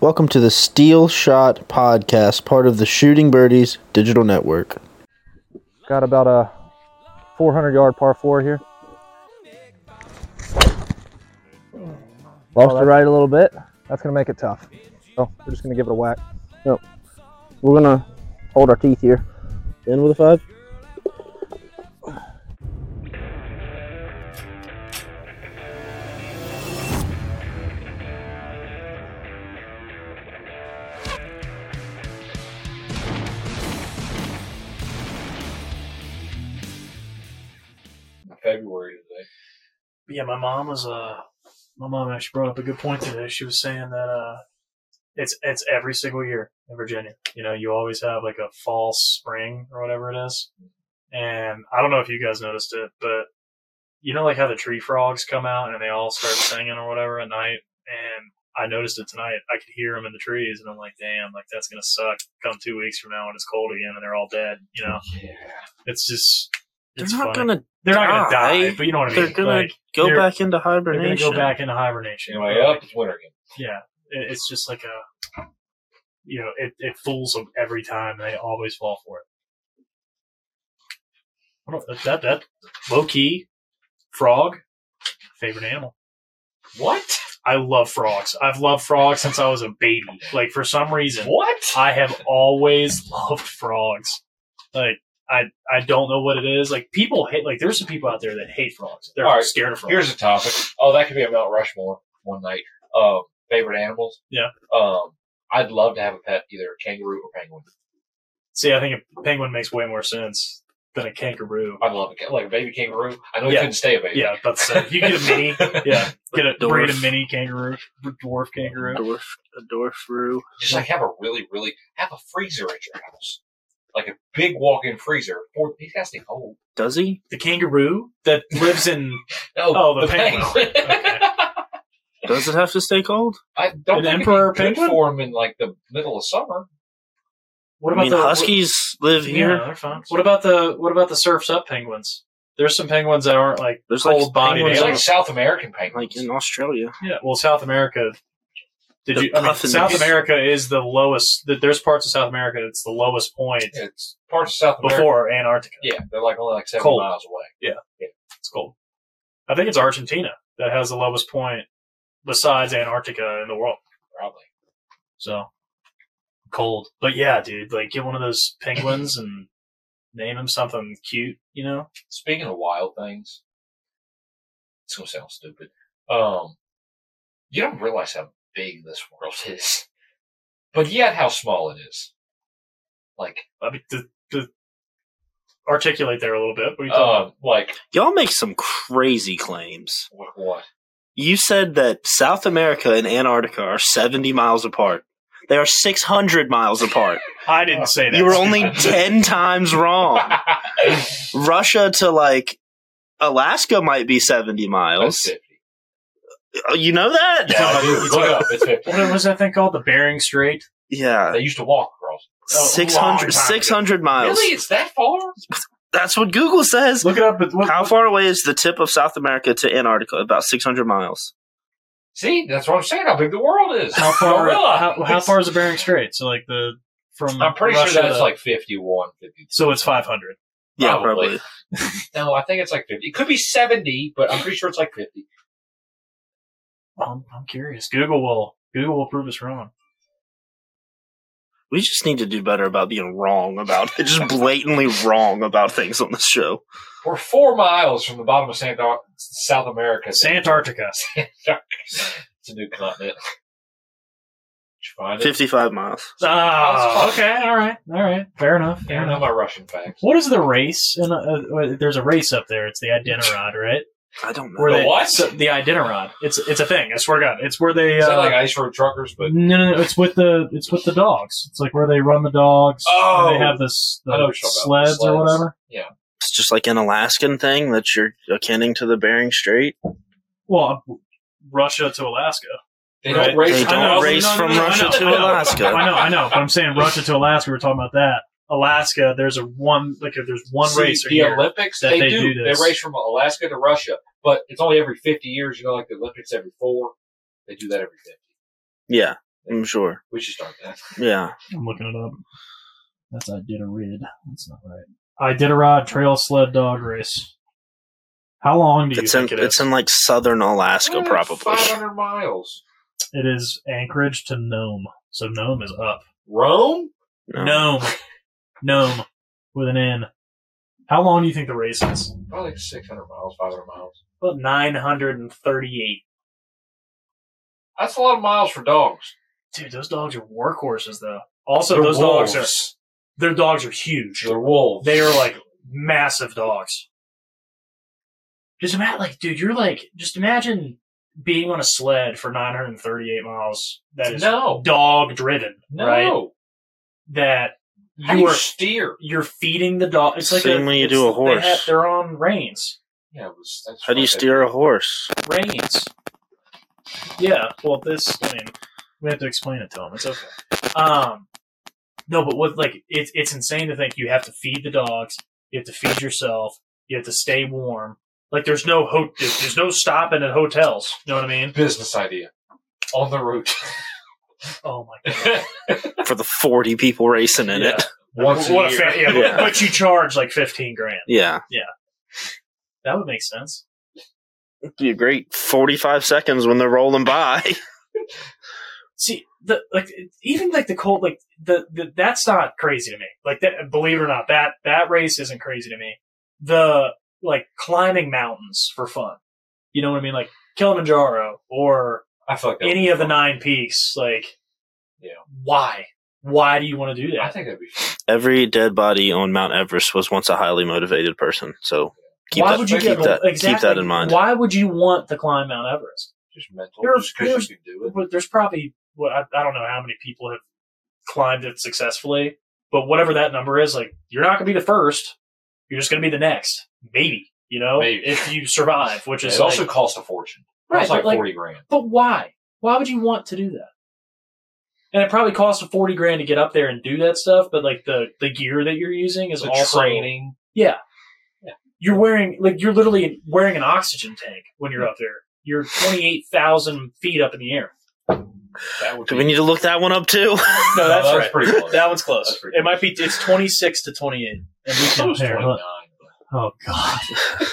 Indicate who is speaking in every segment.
Speaker 1: Welcome to the Steel Shot Podcast, part of the Shooting Birdies Digital Network.
Speaker 2: Got about a 400 yard par four here.
Speaker 3: Lost
Speaker 2: Oh,
Speaker 3: the
Speaker 2: that-
Speaker 3: right a little bit.
Speaker 2: That's going to make it tough. So we're just going to give it a whack.
Speaker 3: We're gonna hold our teeth here.
Speaker 1: In with a five.
Speaker 4: February today.
Speaker 5: yeah, my mom was uh my mom actually brought up a good point today. She was saying that uh it's it's every single year in Virginia. You know, you always have like a fall spring or whatever it is. And I don't know if you guys noticed it, but you know like how the tree frogs come out and they all start singing or whatever at night and I noticed it tonight. I could hear them in the trees, and I'm like, "Damn, like that's gonna suck." Come two weeks from now, when it's cold again, and they're all dead. You know, it's just it's
Speaker 6: They're not
Speaker 5: funny.
Speaker 6: gonna.
Speaker 5: They're not gonna
Speaker 6: die.
Speaker 5: die, but you know what I mean.
Speaker 6: They're gonna
Speaker 5: Like,
Speaker 6: go
Speaker 5: they're-
Speaker 6: back into
Speaker 5: They're gonna
Speaker 6: hibernation.
Speaker 5: go back into hibernation.
Speaker 4: Am I up? It's winter again.
Speaker 5: Yeah, it, it's just like a, you know, it, it fools them every time. They always fall for it. I don't- That that low key, frog, favorite animal.
Speaker 4: What?
Speaker 5: I love frogs. I've loved frogs since I was a baby. Like for some reason,
Speaker 4: What?
Speaker 5: I have always loved frogs. Like I I don't know what it is. Like people hate. Like there's some people out there that hate frogs. They're
Speaker 4: All right,
Speaker 5: scared of frogs.
Speaker 4: Here's a topic. Oh, that could be a Mount Rushmore one night. Uh, favorite animals?
Speaker 5: Yeah.
Speaker 4: Um, I'd love to have a pet, either a kangaroo or penguin.
Speaker 5: See, I think a penguin makes way more sense than a kangaroo.
Speaker 4: I'd love a ca- like a baby kangaroo. I know you
Speaker 5: Yeah.
Speaker 4: couldn't stay a baby.
Speaker 5: Yeah, that's it. You get a mini. Yeah, get a
Speaker 6: Dwarf.
Speaker 5: breed a mini kangaroo, dwarf kangaroo.
Speaker 6: Dwarf, a dwarf roo.
Speaker 4: Just like have a really, really have a freezer at your house, like a big walk-in freezer. For he's oh, got to stay cold.
Speaker 6: Does he?
Speaker 5: The kangaroo that lives in
Speaker 4: No,
Speaker 5: Oh, the penguin. Okay.
Speaker 6: Does it have to stay cold?
Speaker 4: I don't
Speaker 5: An
Speaker 4: think
Speaker 5: emperor
Speaker 4: emperor penguin
Speaker 5: penguin?
Speaker 4: for him in like the middle of summer.
Speaker 5: what
Speaker 6: I mean,
Speaker 5: the
Speaker 6: huskies live
Speaker 5: Yeah,
Speaker 6: here.
Speaker 5: they're fine. What about the what about the surfs up penguins? There's some penguins that aren't like
Speaker 6: There's like
Speaker 5: cold bodied
Speaker 6: penguins
Speaker 4: It's like
Speaker 6: Yeah.
Speaker 4: South American penguins.
Speaker 6: Like in Australia,
Speaker 5: Yeah, well, South America. Did
Speaker 6: The
Speaker 5: you? I mean,
Speaker 6: puffins.
Speaker 5: South America is the lowest. th- There's parts of South America that's the lowest point
Speaker 4: it's parts of South America.
Speaker 5: before Antarctica.
Speaker 4: Yeah, they're like only like seventy
Speaker 5: Cold.
Speaker 4: miles away.
Speaker 5: It's cold. I think it's Argentina that has the lowest point besides Antarctica in the world.
Speaker 4: Probably.
Speaker 5: So cold, but yeah, dude. Like, get one of those penguins and name him something cute. You know,
Speaker 4: Speaking of wild things, it's gonna sound stupid. Um, you don't realize how big this world is, but yet how small it is. Like,
Speaker 5: I mean, to, to articulate there a little bit. What are you talking
Speaker 4: um, like
Speaker 6: y'all make some crazy claims.
Speaker 4: what? what?
Speaker 6: You said that South America and Antarctica are 70 miles apart. They are 600 miles apart.
Speaker 5: about? I didn't say that.
Speaker 6: you were only 10 times wrong.
Speaker 4: That's
Speaker 6: Um, Russia to like Alaska might be 70 miles.
Speaker 4: fifty.
Speaker 6: Oh, You know that?
Speaker 4: Yeah, I do. Look it up. It's fifty.
Speaker 5: What was that thing called? The Bering Strait.
Speaker 6: Yeah.
Speaker 4: They used to walk across.
Speaker 5: a long
Speaker 6: 600,
Speaker 5: time ago.
Speaker 6: 600 miles.
Speaker 4: Really, it's that far?
Speaker 6: That's what Google says.
Speaker 5: Look it up. But what,
Speaker 6: How far away is the tip of South America to Antarctica? About 600 miles.
Speaker 4: See, that's what I'm saying. How big the world is.
Speaker 5: how
Speaker 4: Don't
Speaker 5: far?
Speaker 4: realize.
Speaker 5: How, how far is the Bering Strait? So like the from.
Speaker 4: I'm pretty
Speaker 5: Russia
Speaker 4: sure that's
Speaker 5: to-
Speaker 4: like 51, 52.
Speaker 5: So it's 500.
Speaker 6: Yeah,
Speaker 4: Probably.
Speaker 6: probably.
Speaker 4: No, I think it's like 50. It could be 70, but I'm pretty sure it's like 50.
Speaker 5: I'm, I'm curious. Google will Google will prove us wrong.
Speaker 6: We just need to do better about being wrong about it. Just blatantly wrong about things on this show.
Speaker 4: We're four miles from the bottom of San- South America.
Speaker 5: Antarctica.
Speaker 4: It's a new continent. Did you find it?
Speaker 6: 55 miles.
Speaker 5: Ah, okay, all right, all right, fair enough. Fair
Speaker 4: Damn,
Speaker 5: enough.
Speaker 4: my Russian facts.
Speaker 5: What is the race? In a, uh, there's a race up there. It's the Iditarod, right?
Speaker 6: I don't know.
Speaker 5: Where
Speaker 4: The
Speaker 5: they,
Speaker 4: what?
Speaker 5: so- the Iditarod. It's it's a thing. I swear to God, it's where they.
Speaker 4: It's
Speaker 5: Uh,
Speaker 4: not like ice road truckers, but
Speaker 5: no, no, no, it's with the it's with the dogs. It's like where they run the dogs.
Speaker 4: Oh!
Speaker 5: and they have this
Speaker 4: I know
Speaker 5: the
Speaker 4: what you're talking about.
Speaker 5: sleds, or
Speaker 4: Sleds.
Speaker 5: whatever.
Speaker 6: It's just like an Alaskan thing that you're akinning to the Bering Strait.
Speaker 5: Well, uh, Russia to Alaska.
Speaker 4: they
Speaker 5: Right.
Speaker 4: don't race.
Speaker 6: They
Speaker 5: I
Speaker 6: don't
Speaker 5: know,
Speaker 6: race
Speaker 5: no, no,
Speaker 6: from
Speaker 5: no, I
Speaker 6: Russia
Speaker 5: know,
Speaker 6: to
Speaker 5: I know.
Speaker 6: Alaska.
Speaker 5: I know, I know, but I'm saying Russia to Alaska. We're talking about that. Alaska, there's a one like if there's one
Speaker 4: See,
Speaker 5: race a
Speaker 4: the
Speaker 5: year.
Speaker 4: Olympics,
Speaker 5: that
Speaker 4: they,
Speaker 5: they
Speaker 4: do.
Speaker 5: do
Speaker 4: they
Speaker 5: this.
Speaker 4: race from Alaska to Russia, but it's only every 50 years. You know, like the Olympics every four. They do that every 50.
Speaker 6: Yeah. I'm sure.
Speaker 4: We should start that.
Speaker 6: Yeah.
Speaker 5: I'm looking it up. That's I did a rid. That's not right. I did a rod trail sled dog race. How long do you
Speaker 6: It's in
Speaker 5: think it
Speaker 6: it's
Speaker 5: is?
Speaker 6: in like southern Alaska
Speaker 4: Mm,
Speaker 6: probably.
Speaker 4: Five hundred miles.
Speaker 5: it is Anchorage to Nome. So Nome is up.
Speaker 4: Rome.
Speaker 6: Oh.
Speaker 5: Nome. Nome. With an N. How long do you think the race is?
Speaker 4: Probably like six hundred miles, five hundred miles.
Speaker 5: About 938.
Speaker 4: That's a lot of miles for dogs.
Speaker 5: Dude, those dogs are workhorses, though. Also,
Speaker 4: They're
Speaker 5: those dogs are
Speaker 4: wolves.
Speaker 5: their dogs are huge.
Speaker 4: They're wolves.
Speaker 5: They are like massive dogs. Just imagine, like, dude, you're like, just imagine being on a sled for 938 miles. That is
Speaker 4: no,
Speaker 5: dog driven,
Speaker 4: no.
Speaker 5: right? That
Speaker 4: How do
Speaker 5: you
Speaker 4: you
Speaker 5: are
Speaker 4: steer?
Speaker 5: you're feeding the dog. It's like
Speaker 6: Same
Speaker 5: a,
Speaker 6: way you
Speaker 5: it's-
Speaker 6: do a horse.
Speaker 5: They have, they're on reins.
Speaker 4: Yeah, it was, that's
Speaker 6: How do you
Speaker 4: what they-
Speaker 6: steer a horse?
Speaker 5: Reins. Yeah. Well, this. I mean, we have to explain it to them. It's okay. Um. No, but what? Like, it's it's insane to think you have to feed the dogs. You have to feed yourself. You have to stay warm. Like, there's no ho- there's there's no stopping at hotels. You know what I mean?
Speaker 4: Business idea on the route.
Speaker 5: Oh my god.
Speaker 6: For the forty people racing in it.
Speaker 4: Once
Speaker 5: what
Speaker 4: a
Speaker 5: a
Speaker 4: year.
Speaker 5: fa- yeah, but-
Speaker 6: Yeah.
Speaker 5: But you charge like fifteen grand.
Speaker 6: Yeah.
Speaker 5: That would make sense.
Speaker 6: It'd be a great forty five seconds when they're rolling by.
Speaker 5: see the like even like the cold like the, the that's not crazy to me like that believe it or not that that race isn't crazy to me the like climbing mountains for fun you know what i mean like kilimanjaro or
Speaker 4: I feel like that
Speaker 5: any
Speaker 4: would
Speaker 5: of
Speaker 4: be fun.
Speaker 5: the nine peaks like
Speaker 4: Yeah.
Speaker 5: why why do you want to do
Speaker 4: I
Speaker 5: that
Speaker 4: think that'd be fun.
Speaker 6: Every dead body on Mount Everest was once a highly motivated person. So keep
Speaker 5: why
Speaker 6: that
Speaker 5: would you
Speaker 6: keep
Speaker 5: get
Speaker 6: that
Speaker 5: exactly,
Speaker 6: keep that in mind.
Speaker 5: why would you want to climb mount everest
Speaker 4: just mental.
Speaker 5: There's-
Speaker 4: Just because you can do it.
Speaker 5: but there's probably what I, I don't know how many people have climbed it successfully, but whatever that number is, like you're not going to be the first. You're just going to be the next, maybe. You know,
Speaker 4: Maybe.
Speaker 5: if you survive, which
Speaker 4: It
Speaker 5: is
Speaker 4: also
Speaker 5: like-
Speaker 4: costs a fortune.
Speaker 5: Right,
Speaker 4: It's
Speaker 5: but
Speaker 4: like,
Speaker 5: like-
Speaker 4: forty grand.
Speaker 5: But why? Why would you want to do that? And it probably costs a forty grand to get up there and do that stuff, but like the the gear that you're using is
Speaker 4: The
Speaker 5: also
Speaker 4: training.
Speaker 5: yeah.
Speaker 4: Yeah.
Speaker 5: You're wearing like you're literally wearing an oxygen tank when you're up there. You're twenty eight thousand feet up in the air.
Speaker 4: That would
Speaker 6: Do
Speaker 4: be,
Speaker 6: we need to look that one up too?
Speaker 5: No,
Speaker 4: that's
Speaker 5: that's right.
Speaker 4: pretty close.
Speaker 5: That one's close.
Speaker 4: That's pretty
Speaker 5: It might be. It's twenty six to twenty eight.
Speaker 4: and we can
Speaker 5: compare,
Speaker 4: twenty
Speaker 5: huh?
Speaker 4: nine.
Speaker 5: Oh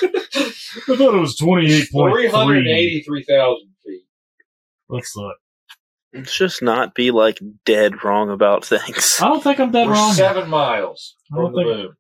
Speaker 5: God! I thought it was twenty
Speaker 4: Three hundred eighty-three thousand feet.
Speaker 5: Let's look.
Speaker 6: Let's just not be like dead wrong about things.
Speaker 5: I don't think I'm dead
Speaker 4: We're
Speaker 5: wrong.
Speaker 4: seven miles
Speaker 5: I
Speaker 4: from
Speaker 5: don't
Speaker 4: the
Speaker 5: think-
Speaker 4: moon.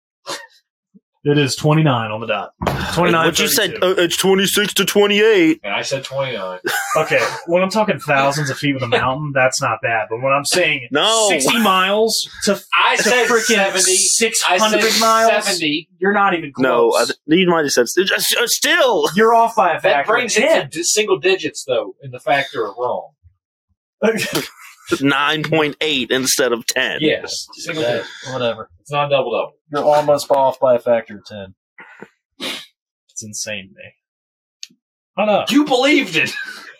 Speaker 5: It is twenty nine on the dot. Twenty nine.
Speaker 6: What you said? Uh, it's twenty six to twenty eight.
Speaker 4: And I said twenty-nine.
Speaker 5: oh, Okay, when I'm talking thousands of feet with a mountain, that's not bad. But when I'm saying
Speaker 6: No.
Speaker 5: sixty miles to
Speaker 4: I
Speaker 5: to
Speaker 4: said
Speaker 5: freaking
Speaker 4: seventy.
Speaker 5: six
Speaker 4: I
Speaker 5: hundred
Speaker 4: said
Speaker 5: miles,
Speaker 4: seventy.
Speaker 5: you're not even close.
Speaker 6: No, I, you might have said uh, s- uh, still.
Speaker 5: you're off by a
Speaker 4: That
Speaker 5: factor of
Speaker 4: brings it
Speaker 5: ten.
Speaker 4: to single digits, though, in the factor of wrong.
Speaker 6: Nine point eight instead of ten.
Speaker 4: Yes, single digits.
Speaker 5: Whatever.
Speaker 4: It's not double double.
Speaker 5: You're almost off by a factor of ten. It's insane to me. I know.
Speaker 4: You believed it.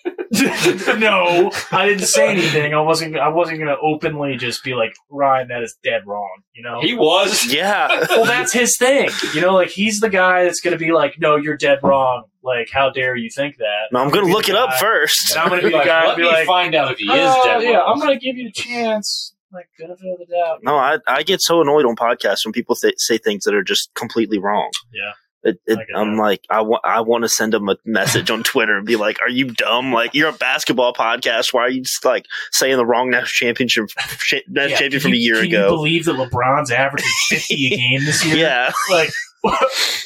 Speaker 5: no, I didn't say anything. I wasn't. I wasn't going to openly just be like, Ryan, that is dead wrong. You know.
Speaker 4: He was.
Speaker 6: Yeah.
Speaker 5: well, that's his thing. You know, like he's the guy that's going to be like, no, you're dead wrong. Like, how dare you think that?
Speaker 6: No, I'm gonna look it up
Speaker 5: Yeah.
Speaker 6: first.
Speaker 5: And I'm going to be the
Speaker 4: Like,
Speaker 5: guy
Speaker 4: let
Speaker 5: to be
Speaker 4: me
Speaker 5: like,
Speaker 4: find out if he is
Speaker 5: "Oh,
Speaker 4: dead.
Speaker 5: yeah,
Speaker 4: wrong."
Speaker 5: I'm going to give you a chance. Like, benefit of the doubt.
Speaker 6: No, I, I get so annoyed on podcasts when people th- say things that are just completely wrong.
Speaker 5: Yeah.
Speaker 6: It, it,
Speaker 5: I get
Speaker 6: I'm
Speaker 5: that.
Speaker 6: like, I, wa- I want to send them a message on Twitter and be like, are you dumb? Like, you're a basketball podcast. Why are you just like saying the wrong national championship, sh- national
Speaker 5: Yeah,
Speaker 6: champion
Speaker 5: can
Speaker 6: from a
Speaker 5: you-
Speaker 6: year
Speaker 5: can you
Speaker 6: ago?
Speaker 5: believe that LeBron's averaging 50 a game this year?
Speaker 6: Yeah.
Speaker 5: Like,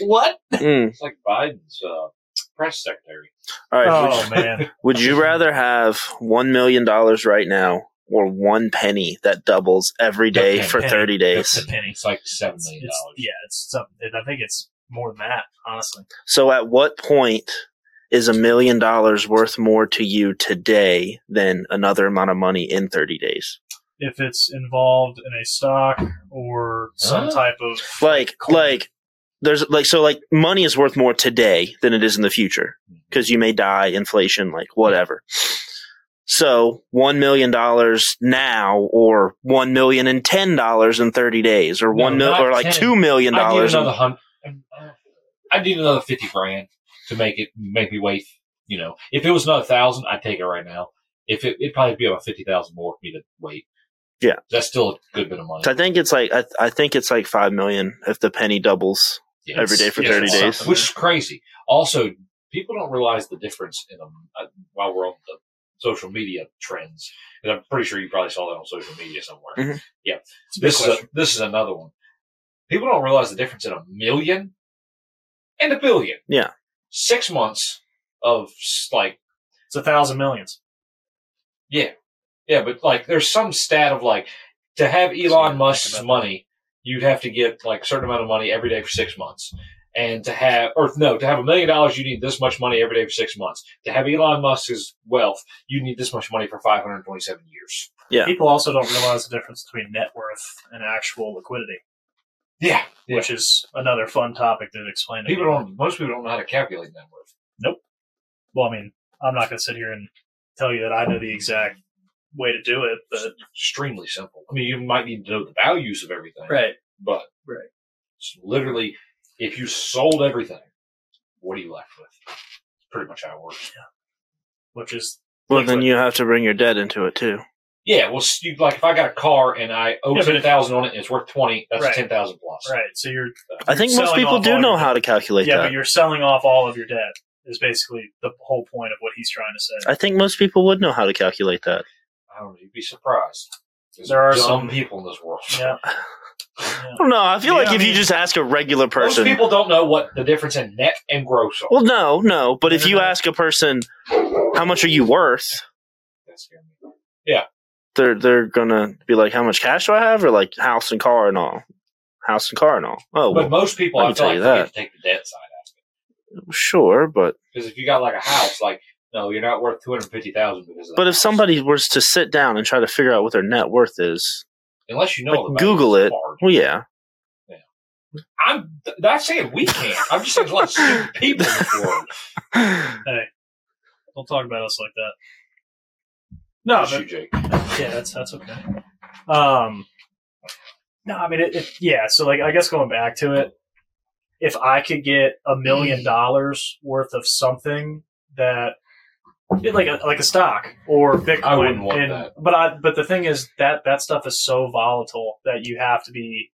Speaker 5: what?
Speaker 6: Mm.
Speaker 4: It's like Biden's uh, press secretary.
Speaker 6: All right. Would,
Speaker 5: Oh, man.
Speaker 6: would you rather have $1 million right now or one penny that doubles every day
Speaker 4: Okay.
Speaker 6: for 30
Speaker 5: It's
Speaker 6: days?
Speaker 5: a penny.
Speaker 4: It's like seven
Speaker 5: It's-
Speaker 4: million
Speaker 5: it's-
Speaker 4: dollars.
Speaker 5: yeah, it's something. I think it's more than that, honestly.
Speaker 6: So, at what point is a million dollars worth more to you today than another amount of money in 30 days?
Speaker 5: If it's involved in a stock or some
Speaker 4: Huh?
Speaker 5: type of
Speaker 6: Like, like, there's like, so like money is worth more today than it is in the future
Speaker 4: Mm-hmm.
Speaker 6: because you may die, inflation, like whatever. So, $1 million now or $1 million and $10 in 30 days or
Speaker 4: No,
Speaker 6: one mil
Speaker 4: not
Speaker 6: or like
Speaker 4: 10.
Speaker 6: $2 million
Speaker 4: I need
Speaker 6: dollars. in-
Speaker 4: another hundred. I need another fifty grand to make it make me wait. You know, if it was another thousand, I'd take it right now. If it, it'd probably be about 50,000 more for me to wait.
Speaker 6: Yeah.
Speaker 4: That's still a good bit of money.
Speaker 6: So I think it's like I, I think it's like five million if the penny doubles.
Speaker 4: Yeah,
Speaker 6: every
Speaker 4: it's-
Speaker 6: day for
Speaker 4: it's
Speaker 6: 30 days.
Speaker 4: something, Which is crazy. Also, people don't realize the difference in them uh, while we're on the social media trends. And I'm pretty sure you probably saw that on social media somewhere.
Speaker 6: Mhm.
Speaker 4: Yeah.
Speaker 5: It's a big
Speaker 4: This is, a,
Speaker 5: question.
Speaker 4: this is another one. People don't realize the difference in a million and a billion.
Speaker 6: Yeah.
Speaker 4: Six months of s- like,
Speaker 5: It's a thousand millions.
Speaker 4: yeah. Yeah, but like there's some stat of like to have Elon Musk's money, you'd have to get like a certain amount of money every day for six months. And to have, or no, to have a million dollars, you need this much money every day for six months. To have Elon Musk's wealth, you need this much money for 527 years.
Speaker 6: Yeah.
Speaker 5: People also don't realize the difference between net worth and actual liquidity,
Speaker 4: Yeah. yeah.
Speaker 5: which is another fun topic to explain. To
Speaker 4: People don't, most people don't know how to calculate net worth.
Speaker 5: Well, I mean, I'm not going to sit here and tell you that I know the exact way to do it, but
Speaker 4: Extremely simple. I mean, you might need to know the values of everything.
Speaker 5: right.
Speaker 4: But
Speaker 5: Right.
Speaker 4: it's literally, if you sold everything, what are you left with? Pretty much how it works.
Speaker 5: Which is
Speaker 6: Well,
Speaker 5: Like
Speaker 6: then
Speaker 5: what?
Speaker 6: you have to bring your debt into it too.
Speaker 4: Yeah, well, s- you, like if I got a car and I owe
Speaker 5: Yeah, but
Speaker 4: ten
Speaker 5: if-
Speaker 4: thousand on it, and it's worth twenty. That's
Speaker 5: Right.
Speaker 4: ten thousand plus.
Speaker 5: right. So you're
Speaker 6: I think most
Speaker 5: selling
Speaker 6: people
Speaker 5: off
Speaker 6: do
Speaker 5: all
Speaker 6: know
Speaker 5: your
Speaker 6: how to calculate
Speaker 5: yeah, but
Speaker 6: that.
Speaker 5: you're selling off all of your debt is basically the whole point of what he's trying to say.
Speaker 6: I think most people would know how to calculate that.
Speaker 4: I don't know. You'd be surprised. There's
Speaker 5: There are
Speaker 4: dumb
Speaker 5: some-
Speaker 4: people in this world.
Speaker 5: yeah.
Speaker 6: I don't know. I feel
Speaker 5: Yeah,
Speaker 6: like
Speaker 5: I
Speaker 6: if you
Speaker 5: mean-
Speaker 6: just ask a regular
Speaker 4: Most
Speaker 6: person,
Speaker 4: people don't know what the difference in net and gross are.
Speaker 6: well, no, no. But if
Speaker 5: No, no,
Speaker 6: you
Speaker 5: no.
Speaker 6: ask a person, how much are you worth?
Speaker 4: That scared me.
Speaker 6: They're they're gonna be like, how much cash do I have, or like house and car and all, house and car and all. Oh,
Speaker 4: But
Speaker 6: well,
Speaker 4: most people,
Speaker 6: I
Speaker 4: I,
Speaker 6: can
Speaker 4: feel
Speaker 6: tell
Speaker 4: like,
Speaker 6: you
Speaker 4: forget
Speaker 6: that.
Speaker 4: to take the debt side out
Speaker 6: sure, but
Speaker 4: because if you got like a house, like no, you're not worth two hundred fifty thousand because. Of that
Speaker 6: but if
Speaker 4: house.
Speaker 6: somebody was to sit down and try to figure out what their net worth is,
Speaker 4: unless you know,
Speaker 6: like,
Speaker 4: about
Speaker 6: Google
Speaker 4: it's
Speaker 6: it.
Speaker 4: hard.
Speaker 6: well, yeah,
Speaker 4: I'm th- not saying we can't. I'm just saying there's a lot of stupid people in this world.
Speaker 5: Don't talk about us like that. No,
Speaker 4: Just
Speaker 5: but
Speaker 4: you, Jake.
Speaker 5: yeah, that's that's okay. Um, no, I mean, it, it, yeah. So, like, I guess going back to it, if I could get a million dollars worth of something that, it- like a like a stock or Bitcoin,
Speaker 4: I wouldn't want
Speaker 5: and-
Speaker 4: that.
Speaker 5: but I but the thing is that that stuff is so volatile that you have to be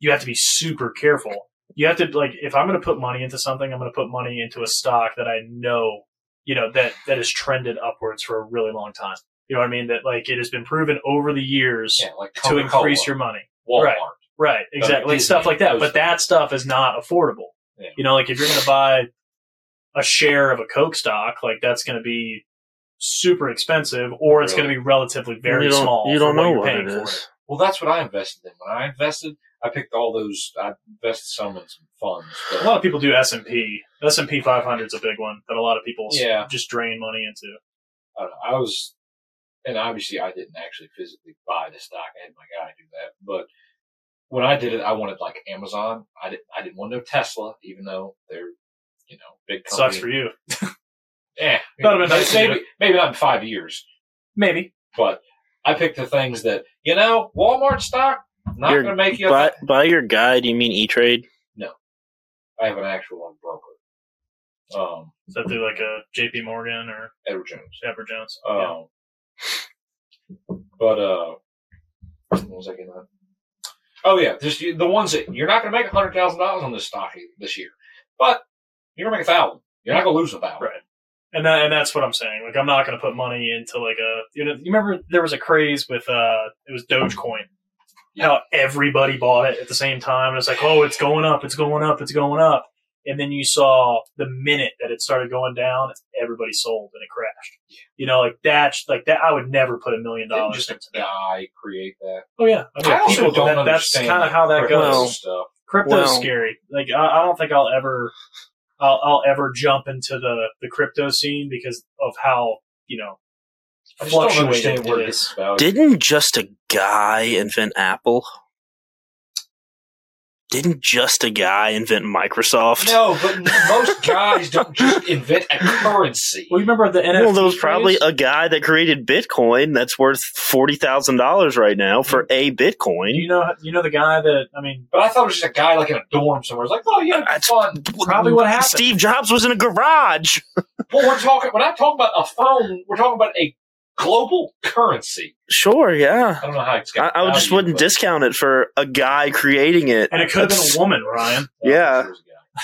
Speaker 5: you have to be super careful. You have to like if I'm going to put money into something, I'm going to put money into a stock that I know, you know, that that has trended upwards for a really long time. You know what I mean? That like it has been proven over the years
Speaker 4: Yeah, like
Speaker 5: to
Speaker 4: Coca-Cola,
Speaker 5: increase your money.
Speaker 4: Walmart.
Speaker 5: Right. Right, exactly.
Speaker 4: Disney,
Speaker 5: stuff like that.
Speaker 4: those-
Speaker 5: But that stuff is not affordable.
Speaker 4: Yeah.
Speaker 5: You know, like if you're going to buy a share of a Coke stock, like that's going to be super expensive or it's
Speaker 4: Really?
Speaker 5: going to be relatively very
Speaker 6: you don't,
Speaker 5: small.
Speaker 6: You
Speaker 5: for
Speaker 6: don't know
Speaker 5: you're
Speaker 6: what
Speaker 5: paying
Speaker 6: it
Speaker 5: for
Speaker 6: is.
Speaker 4: Well, that's what I invested in. When I invested, I picked all those. I invested some in some funds.
Speaker 5: A
Speaker 4: but-
Speaker 5: lot of people do S and P. S and P 500 is a big one that a lot of people s-
Speaker 4: Yeah.
Speaker 5: just drain money into.
Speaker 4: I, don't know, I was, and obviously I didn't actually physically buy the stock. I had my guy do that, but when I did it, I wanted like Amazon. I didn't. I didn't want no Tesla, even though they're, you know, big company.
Speaker 5: Sucks for you,
Speaker 4: Yeah,
Speaker 5: That'd have been nice to
Speaker 4: maybe maybe not in five years,
Speaker 5: maybe.
Speaker 4: but I picked the things that you know Walmart stock not
Speaker 6: You're-
Speaker 4: going to make you.
Speaker 6: By, by your guy, do you mean E Trade?
Speaker 4: I have an actual like, broker, um,
Speaker 5: Is that through like a J.P. Morgan or
Speaker 4: Edward Jones.
Speaker 5: Edward Jones?
Speaker 4: Um,
Speaker 5: Yeah.
Speaker 4: But uh, what was I getting at? Oh yeah, just you- the ones that you're not going to make hundred thousand dollars on this stock e, this year, but you're going to make a thousand. You're not going to lose a thousand.
Speaker 5: Right. And that, and that's what I'm saying. Like I'm not going to put money into like a you know you remember there was a craze with uh it was Dogecoin. How everybody bought it at the same time and it's like, "Oh, it's going up, it's going up, it's going up." And then you saw the minute that it started going down, everybody sold and it crashed. You know, like that's like that I would never put a million
Speaker 4: Didn't
Speaker 5: dollars
Speaker 4: just a
Speaker 5: into that.
Speaker 4: guy create that.
Speaker 5: Oh yeah. I, mean,
Speaker 4: I also
Speaker 5: people-
Speaker 4: don't
Speaker 5: that- that's
Speaker 4: understand.
Speaker 5: kind of how that
Speaker 4: crypto
Speaker 5: goes.
Speaker 6: Well,
Speaker 4: stuff.
Speaker 5: Crypto's
Speaker 6: Well-
Speaker 5: scary. Like I, I don't think I'll ever, I'll, I'll ever jump into the the crypto scene because of how you know
Speaker 4: I just don't
Speaker 5: fluctuated
Speaker 4: understand where
Speaker 5: it
Speaker 4: it
Speaker 5: is.
Speaker 4: gets value.
Speaker 6: Didn't just a guy invent Apple? Didn't just a guy invent Microsoft?
Speaker 4: No, but most guys don't just invent a currency.
Speaker 5: Well, you remember the NFT?
Speaker 6: Well, there was
Speaker 5: craze?
Speaker 6: probably a guy that created Bitcoin that's worth forty thousand dollars right now for a Bitcoin.
Speaker 5: you know you know the guy that I mean.
Speaker 4: But I thought it was just a guy like in a dorm somewhere. It's like, oh yeah, it's
Speaker 6: That's-
Speaker 4: fun.
Speaker 5: Probably what happened.
Speaker 6: Steve Jobs was in a garage.
Speaker 4: Well, we're talking. When I talk about a phone, we're talking about a global currency.
Speaker 6: Sure, yeah.
Speaker 4: I don't know how it's
Speaker 6: I,
Speaker 4: got.
Speaker 6: I just
Speaker 4: value,
Speaker 6: wouldn't
Speaker 4: but-
Speaker 6: discount it for a guy creating it.
Speaker 5: And it could have been a woman, Ryan.
Speaker 6: Yeah.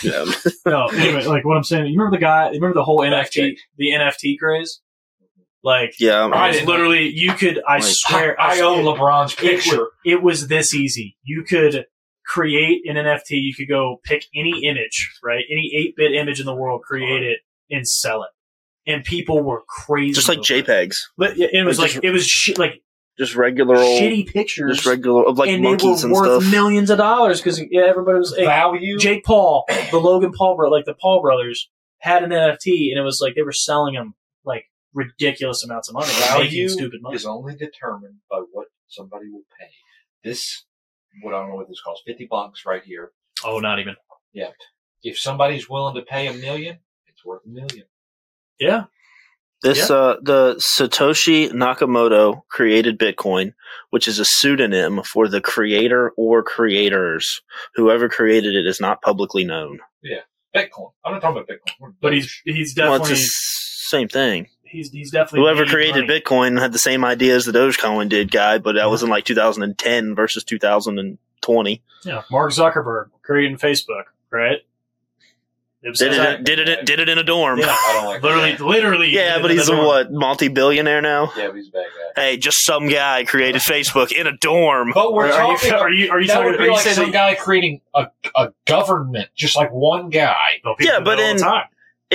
Speaker 6: Yeah.
Speaker 5: No, anyway, like what I'm saying, you remember the guy, you remember the whole NFT, the NFT craze? Like,
Speaker 6: yeah.
Speaker 5: I literally, you could, I
Speaker 6: Like,
Speaker 4: I,
Speaker 5: swear,
Speaker 4: I own LeBron's picture.
Speaker 5: It, wa- it was this easy. You could create an NFT. You could go pick any image, right? Any eight bit image in the world, create it and sell it. And people were crazy.
Speaker 6: Just like
Speaker 5: over it.
Speaker 6: JPEGs.
Speaker 5: But yeah, it was
Speaker 6: Like
Speaker 5: like
Speaker 6: just-
Speaker 5: it was shi- like
Speaker 6: Just regular old
Speaker 5: shitty pictures,
Speaker 6: just regular of like
Speaker 5: and they were
Speaker 6: monkeys and
Speaker 5: worth
Speaker 6: stuff.
Speaker 5: millions of dollars because yeah, everybody was like,
Speaker 4: value.
Speaker 5: Jake Paul, the Logan Paul bro, like the Paul brothers had an NFT, and it was like they were selling them like ridiculous amounts of money,
Speaker 4: value
Speaker 5: making stupid money.
Speaker 4: is only determined by what somebody will pay. This, what I don't know what this costs, fifty bucks right here.
Speaker 5: Oh, not even.
Speaker 4: Yeah. If somebody's willing to pay a million, it's worth a million.
Speaker 5: Yeah,
Speaker 6: This uh the Satoshi Nakamoto created Bitcoin, which is a pseudonym for the creator or creators. Whoever created it is not publicly known.
Speaker 4: Bitcoin. I'm not talking about Bitcoin.
Speaker 5: but he's he's
Speaker 6: Well, it's
Speaker 5: definitely
Speaker 6: the s- same thing.
Speaker 5: he's he's definitely
Speaker 6: Whoever
Speaker 5: made
Speaker 6: created
Speaker 5: money.
Speaker 6: Bitcoin had the same idea as the Dogecoin did, guy, but that was in like 2010 versus 2020.
Speaker 5: Yeah, Mark Zuckerberg creating Facebook, right? It was
Speaker 6: Did it?
Speaker 5: exact-
Speaker 6: Did it? Did it in a dorm?
Speaker 5: Yeah.
Speaker 4: I don't like
Speaker 5: literally,
Speaker 4: That.
Speaker 5: literally.
Speaker 6: Yeah, but
Speaker 5: in
Speaker 6: he's
Speaker 5: the
Speaker 6: a
Speaker 5: dorm.
Speaker 6: what multi-billionaire now.
Speaker 4: Yeah, but he's a bad guy.
Speaker 6: Hey, just some guy created Facebook in a dorm.
Speaker 4: But
Speaker 5: Are,
Speaker 4: we're
Speaker 5: are
Speaker 4: talking.
Speaker 5: you
Speaker 4: about-
Speaker 5: are you are you
Speaker 4: that
Speaker 5: talking?
Speaker 4: would
Speaker 5: Are
Speaker 4: be
Speaker 5: you
Speaker 4: like
Speaker 5: saying
Speaker 4: some
Speaker 5: that
Speaker 4: guy creating a, a government, just like one guy.
Speaker 5: No, people
Speaker 6: Yeah,
Speaker 5: do
Speaker 6: but
Speaker 5: that all the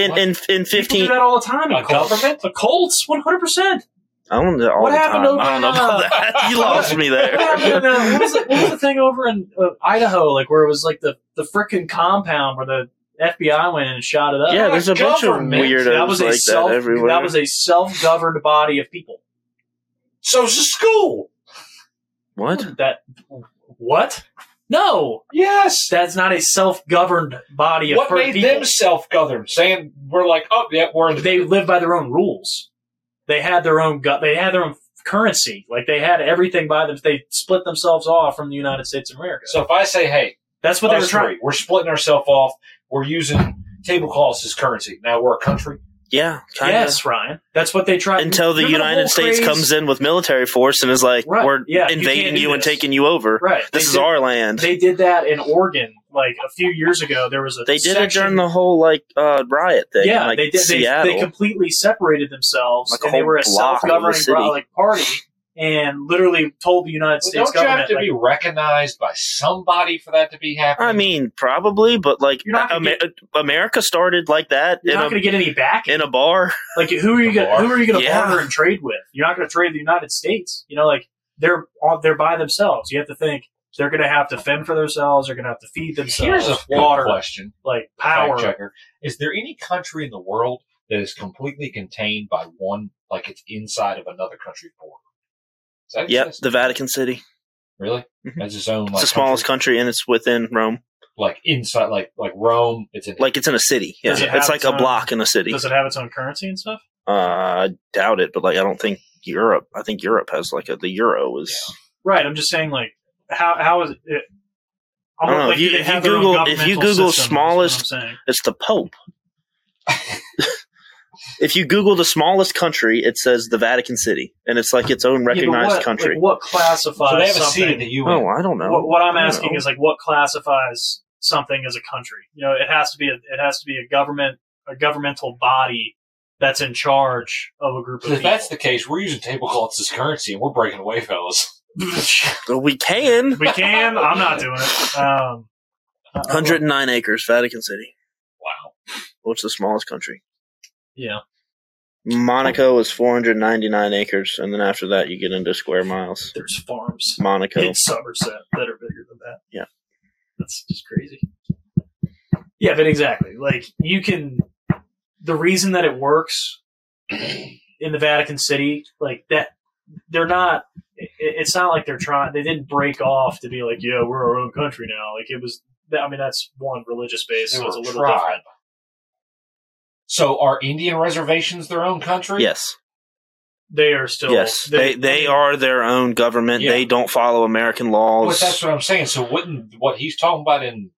Speaker 6: in
Speaker 5: time.
Speaker 6: In in in
Speaker 5: people do
Speaker 6: fifteen,
Speaker 5: that all the time. in
Speaker 4: A
Speaker 5: cults.
Speaker 4: government?
Speaker 5: the Colts, one hundred percent.
Speaker 6: I don't know. All
Speaker 5: What
Speaker 6: the
Speaker 5: happened
Speaker 6: time.
Speaker 5: over,
Speaker 6: I don't know about
Speaker 5: uh,
Speaker 6: that. You lost me there.
Speaker 5: What happened in, uh, what, was the, what was the thing over in uh, Idaho, like where it was like the the frickin' compound where the FBI went in and shot it up?
Speaker 6: Yeah, there's a bunch of
Speaker 4: Government.
Speaker 6: weirdos
Speaker 5: that was a
Speaker 6: like
Speaker 5: self
Speaker 6: that everywhere.
Speaker 5: that was a self governed body of people.
Speaker 4: So's a school.
Speaker 6: what?
Speaker 5: That what? No,
Speaker 4: Yes.
Speaker 5: that's not a self governed body of
Speaker 4: What
Speaker 5: per-
Speaker 4: made
Speaker 5: people.
Speaker 4: them self-governed? Saying we're like, oh yeah, we're in the
Speaker 5: they lived by their own rules. They had their own gut. They had their own currency. Like they had everything by them. They split themselves off from the United States of America.
Speaker 4: So oh, if I say, hey,
Speaker 5: That's what they were
Speaker 4: us
Speaker 5: trying.
Speaker 4: three, we're splitting ourselves off, we're using tablecloths as currency. Now we're a country.
Speaker 6: Yeah, kinda.
Speaker 5: Yes, Ryan. That's what they tried.
Speaker 6: Until the
Speaker 5: Remember
Speaker 6: United
Speaker 5: whole
Speaker 6: States
Speaker 5: craze?
Speaker 6: comes in with military force and is like,
Speaker 5: Right,
Speaker 6: "We're
Speaker 5: yeah, you
Speaker 6: invading
Speaker 5: can't do
Speaker 6: you, and
Speaker 5: this."
Speaker 6: taking you over.
Speaker 5: Right.
Speaker 6: This
Speaker 5: They
Speaker 6: is
Speaker 5: did-
Speaker 6: our land." They,
Speaker 5: They did that in Oregon, like a few years ago. There was a.
Speaker 6: did it
Speaker 5: section-
Speaker 6: during the whole like uh, riot thing.
Speaker 5: Yeah,
Speaker 6: in, like,
Speaker 5: they did. They,
Speaker 6: Seattle.
Speaker 5: they completely separated themselves,
Speaker 6: Like a
Speaker 5: and they
Speaker 6: whole
Speaker 5: were a
Speaker 6: block of the
Speaker 5: self-governing
Speaker 6: city.
Speaker 5: like party, and literally told the United
Speaker 4: Well,
Speaker 5: States
Speaker 4: don't you have
Speaker 5: government,
Speaker 4: to
Speaker 5: like,
Speaker 4: be recognized by somebody for that to be happening?
Speaker 6: I mean, probably, but like
Speaker 5: You're not gonna
Speaker 6: Amer- America started like that
Speaker 5: "You're
Speaker 6: in
Speaker 5: not
Speaker 6: a
Speaker 5: going to get any back.
Speaker 6: in a bar.
Speaker 5: Like, who are you
Speaker 4: The
Speaker 5: going?
Speaker 4: bar.
Speaker 5: Who are you going to
Speaker 6: Yeah.
Speaker 5: barter and trade with? You're not going to trade the United States. You know, like they're all, they're by themselves. You have to think they're going to have to fend for themselves. They're going to have to feed
Speaker 4: here's
Speaker 5: themselves.
Speaker 4: a good
Speaker 5: water,
Speaker 4: question.
Speaker 5: like
Speaker 4: Fact
Speaker 5: power.
Speaker 4: checker. Is there any country in the world that is completely contained by one, like it's inside of another country's border? Does that
Speaker 6: Yep,
Speaker 4: exist?
Speaker 6: the Vatican City.
Speaker 4: Really?
Speaker 6: Mhm.
Speaker 4: That's its own. Like,
Speaker 6: It's the smallest country, and it's within Rome.
Speaker 4: Like inside, like like Rome. It's in
Speaker 6: Like it's in a city. Yeah,
Speaker 5: Does it
Speaker 6: it's
Speaker 5: have
Speaker 6: like a
Speaker 5: its own-
Speaker 6: block in a city.
Speaker 5: Does it have its own currency and stuff?
Speaker 6: Uh, I doubt it, but like I don't think Europe. I think Europe has like a, the euro is.
Speaker 5: Right. I'm just saying, like, how how is it?
Speaker 6: I don't know, if you-
Speaker 5: they
Speaker 6: if you
Speaker 5: have their own
Speaker 6: Google- if you
Speaker 5: governmental
Speaker 6: Google
Speaker 5: system, is what
Speaker 6: smallest-
Speaker 5: I'm saying.
Speaker 6: It's the Pope. if you Google the smallest country, it says the Vatican City, and it's like its own
Speaker 5: Yeah, but
Speaker 6: recognized
Speaker 5: what,
Speaker 6: country.
Speaker 5: Like, what
Speaker 4: So
Speaker 5: classifies
Speaker 4: they have a seat
Speaker 5: something?
Speaker 4: in the UN.
Speaker 6: oh, I don't know.
Speaker 5: what, what I'm
Speaker 6: I don't
Speaker 5: asking
Speaker 6: know.
Speaker 5: is like, what classifies something as a country? You know, it has to be a, it has to be a government a governmental body that's in charge of a group of
Speaker 4: If
Speaker 5: people.
Speaker 4: that's the case, we're using tablecloths as currency and we're breaking away, fellas.
Speaker 6: Well, we can.
Speaker 5: we can. I'm not doing it. Um, uh,
Speaker 6: 109 acres, Vatican City.
Speaker 4: Wow.
Speaker 6: What's the smallest country?
Speaker 5: Yeah. Oh.
Speaker 6: Monaco is 499 acres, and then after that, you get into square miles.
Speaker 5: There's farms
Speaker 6: Monaco.
Speaker 5: in Somerset that are bigger than that.
Speaker 6: Yeah.
Speaker 5: That's just crazy. Yeah, but exactly. Like you can the reason that it works in the Vatican City, like that they're not it, it's not like they're trying they didn't break off to be like, yeah, we're our own country now. Like it was I mean that's one religious base,
Speaker 4: They
Speaker 5: so
Speaker 4: were
Speaker 5: it's a
Speaker 4: a
Speaker 5: little
Speaker 4: tribe.
Speaker 5: different.
Speaker 4: So are Indian reservations their own country?
Speaker 6: yes.
Speaker 5: They are still
Speaker 6: yes. They, they are their own government.
Speaker 4: Yeah.
Speaker 6: They don't follow American
Speaker 4: But
Speaker 6: laws.
Speaker 4: that's what I'm saying. So wouldn't what he's talking about in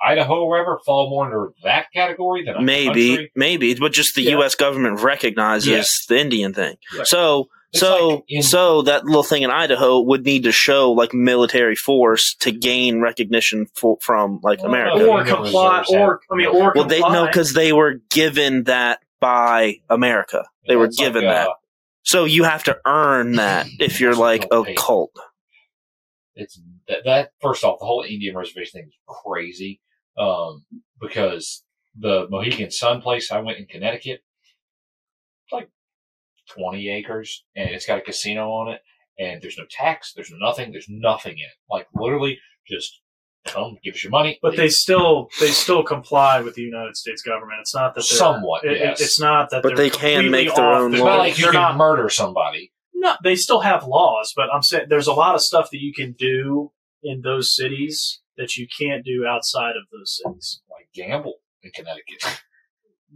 Speaker 4: Idaho or wherever fall more under that category than a
Speaker 6: maybe,
Speaker 4: country?
Speaker 6: maybe, but just the
Speaker 5: Yeah.
Speaker 6: U.S. government recognizes
Speaker 5: Yes.
Speaker 6: the Indian thing.
Speaker 5: Right.
Speaker 6: So
Speaker 4: It's
Speaker 6: so
Speaker 4: like in-
Speaker 6: so that little thing in Idaho would need to show like military force to gain recognition for, from like
Speaker 4: Well,
Speaker 6: America.
Speaker 4: America.
Speaker 5: Or comply,
Speaker 4: Reserves
Speaker 5: or
Speaker 4: have-
Speaker 5: I mean, or
Speaker 6: well, they
Speaker 5: comply.
Speaker 6: no, because they were given that by America. They were
Speaker 4: It's like,
Speaker 6: given
Speaker 4: uh,
Speaker 6: that. So you have to earn that if you're like a
Speaker 4: Don't pay.
Speaker 6: cult.
Speaker 4: it's that, that first off, the whole Indian reservation thing is crazy. Um, because the Mohegan Sun place I went in Connecticut, it's like 20 acres and it's got a casino on it and there's no tax, there's nothing, there's nothing in it. Like literally just come give us your money.
Speaker 5: but they still they still comply with the United States government. It's not that they're
Speaker 4: Somewhat,
Speaker 5: It, it-
Speaker 4: yes.
Speaker 5: it's not that
Speaker 6: But
Speaker 5: they're
Speaker 6: they can
Speaker 5: completely
Speaker 6: make their
Speaker 5: off.
Speaker 6: own
Speaker 5: There's
Speaker 4: it's
Speaker 5: not
Speaker 4: not
Speaker 6: laws.
Speaker 5: like
Speaker 4: like you
Speaker 5: they're
Speaker 4: can
Speaker 5: not
Speaker 4: murder somebody.
Speaker 5: No, they still have laws, but I'm saying there's a lot of stuff that you can do in those cities that you can't do outside of those cities.
Speaker 4: Like gamble in Connecticut.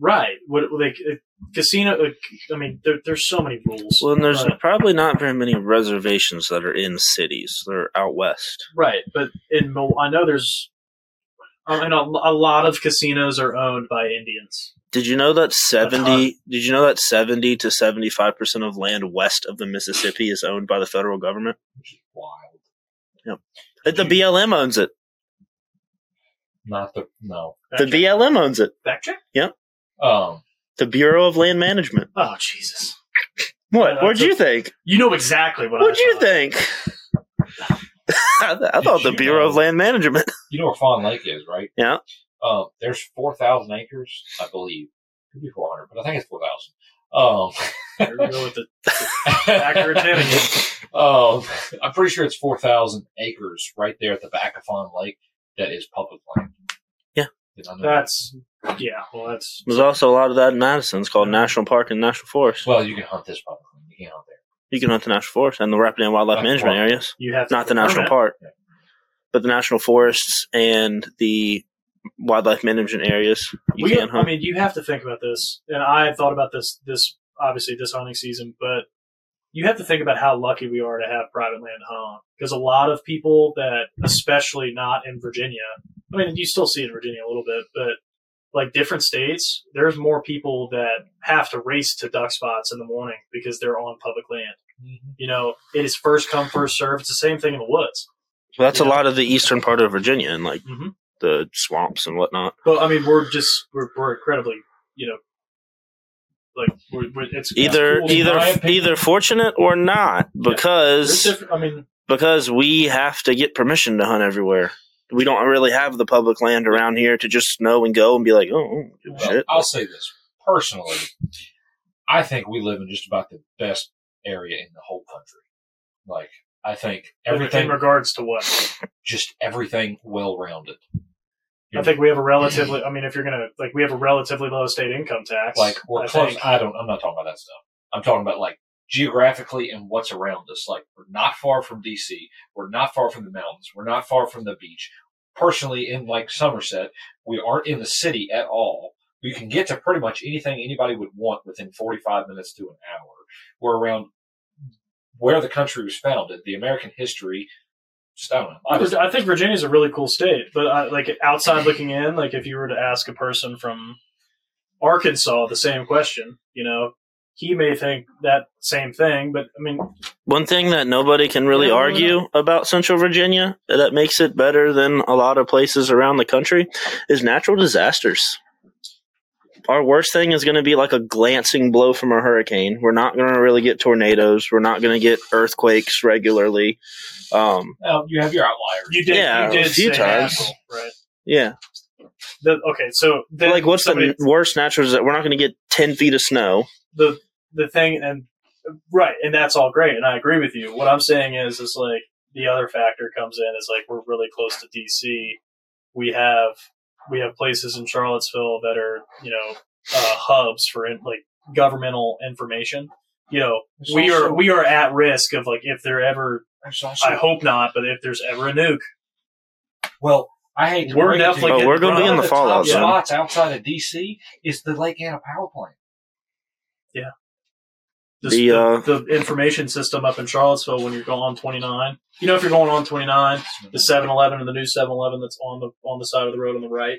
Speaker 5: Right? What like uh, casino? uh, I mean, there, there's so many rules.
Speaker 6: Well, and there's
Speaker 5: but,
Speaker 6: probably not very many reservations that are in cities. They're out west.
Speaker 5: right, but in Mil- I know there's. I mean, a, a lot of casinos are owned by Indians.
Speaker 6: Did you know that
Speaker 5: ton.
Speaker 6: seventy? Did you know that seventy to seventy-five percent of land west of the Mississippi is owned by the federal government?
Speaker 4: Which is wild.
Speaker 6: The BLM owns it.
Speaker 4: Not the no.
Speaker 6: The
Speaker 5: Fact check?
Speaker 6: BLM owns it.
Speaker 5: Fact check?
Speaker 4: Um
Speaker 6: The Bureau of Land Management.
Speaker 5: Oh Jesus!
Speaker 6: What?
Speaker 5: Yeah,
Speaker 6: What'd
Speaker 5: that's
Speaker 6: you think?
Speaker 5: You know exactly what.
Speaker 6: What'd
Speaker 5: I
Speaker 6: you
Speaker 5: thought.
Speaker 6: think? I, th- I
Speaker 4: Did
Speaker 6: thought the
Speaker 4: you
Speaker 6: Bureau of
Speaker 4: know-
Speaker 6: Land Management.
Speaker 4: you know where Fawn Lake is, right?
Speaker 6: Yeah.
Speaker 4: Um, there's four thousand acres, I believe. Could be four hundred, but I think it's four thousand. Um,
Speaker 5: There we go with the accurate ten again.
Speaker 4: um, I'm pretty sure it's four thousand acres right there at the back of Fawn Lake that is public land.
Speaker 6: Yeah.
Speaker 4: Did I know that?
Speaker 5: That's yeah. Well, that's
Speaker 6: There's also a lot of that in Madison. It's called National Park and National Forest.
Speaker 4: Well, you can hunt this public land. You can hunt there.
Speaker 6: You can hunt the National Forest and the Rapidan Wildlife
Speaker 4: That's
Speaker 6: Management
Speaker 4: wild.
Speaker 6: areas,
Speaker 5: you have to
Speaker 6: not the National
Speaker 5: permit.
Speaker 6: Park,
Speaker 4: Yeah.
Speaker 6: but the National Forests and the Wildlife Management areas. You
Speaker 5: we,
Speaker 6: can
Speaker 5: I
Speaker 6: hunt.
Speaker 5: mean, you have to think about this, and I have thought about this. This obviously this hunting season, but you have to think about how lucky we are to have private land to hunt because a lot of people that, especially not in Virginia, I mean, you still see it in Virginia a little bit, but like different states, there's more people that have to race to duck spots in the morning because they're on public land. You know, it is first come, first serve. It's the same thing in the woods.
Speaker 6: Well, that's a
Speaker 5: Yeah.
Speaker 6: lot of the eastern part of Virginia and like
Speaker 5: Mhm.
Speaker 6: the swamps and whatnot.
Speaker 5: But I mean, we're just we're, we're incredibly, you know, like we're, we're, it's
Speaker 6: Either
Speaker 5: it's cool.
Speaker 6: either
Speaker 5: My opinion-
Speaker 6: either fortunate or not,
Speaker 5: there's
Speaker 6: because
Speaker 5: different. I mean,
Speaker 6: because we have to get permission to hunt everywhere. We don't really have the public land around here to just know and go and be like, oh, give a
Speaker 4: Well,
Speaker 6: shit.
Speaker 4: I'll say this personally. I think we live in just about the best area in the whole country. Like, I think
Speaker 5: in
Speaker 4: everything,
Speaker 5: regards to what
Speaker 4: just everything well rounded.
Speaker 5: I think we have a relatively. I mean, if you're gonna like, we have a relatively low state income tax.
Speaker 4: like we're
Speaker 5: I
Speaker 4: close.
Speaker 5: think.
Speaker 4: I don't. I'm not talking about that stuff. I'm talking about like geographically and what's around us. Like we're not far from DC. We're not far from the mountains. We're not far from the beach. Personally, in like Somerset, we aren't in the city at all. We can get to pretty much anything anybody would want within 45 minutes to an hour. We're around where the country was founded, the American history. Just I don't know. I just-
Speaker 5: I think Virginia's a really cool state, but I, like outside looking in, like if you were to ask a person from Arkansas the same question, you know, he may think that same thing. But I mean,
Speaker 6: One thing that nobody can really
Speaker 5: Yeah, why
Speaker 6: argue about Central Virginia that makes it better than a lot of places around the country is natural disasters. Our worst thing is going to be like a glancing blow from a hurricane. We're not going to really get tornadoes. We're not going to get earthquakes regularly. Um,
Speaker 4: well, you have your outliers.
Speaker 5: you did.
Speaker 6: Yeah,
Speaker 5: you did
Speaker 6: a few
Speaker 5: say
Speaker 6: times.
Speaker 5: Nashville, right?
Speaker 6: yeah,
Speaker 5: The, okay, so then
Speaker 6: like what's
Speaker 5: somebody-
Speaker 6: the worst natural disaster? We're not going to get ten feet of snow.
Speaker 5: the the thing and right and that's all great and i agree with you what i'm saying is is like the other factor comes in is like we're really close to dc we have we have places in charlottesville that are you know uh, hubs for in, like governmental information you know
Speaker 4: There's
Speaker 5: we
Speaker 4: also-
Speaker 5: are we are at risk of like if there ever
Speaker 4: There's also-
Speaker 5: i hope not but if there's ever a nuke
Speaker 4: Well, I hate. to
Speaker 5: We're
Speaker 4: break it to
Speaker 5: definitely
Speaker 4: you,
Speaker 5: Oh, we're gonna
Speaker 4: but
Speaker 5: be
Speaker 4: one
Speaker 5: in
Speaker 4: of
Speaker 5: the
Speaker 6: fallout
Speaker 4: Top
Speaker 6: zone.
Speaker 4: spots outside of DC is the Lake Anna power plant.
Speaker 5: the,
Speaker 6: The,
Speaker 5: the,
Speaker 6: uh,
Speaker 5: the information system up in charlottesville when you're going on 29 you know if you're going on 29 the 7-Eleven and the new 7-Eleven that's on the on the side of the road on the right.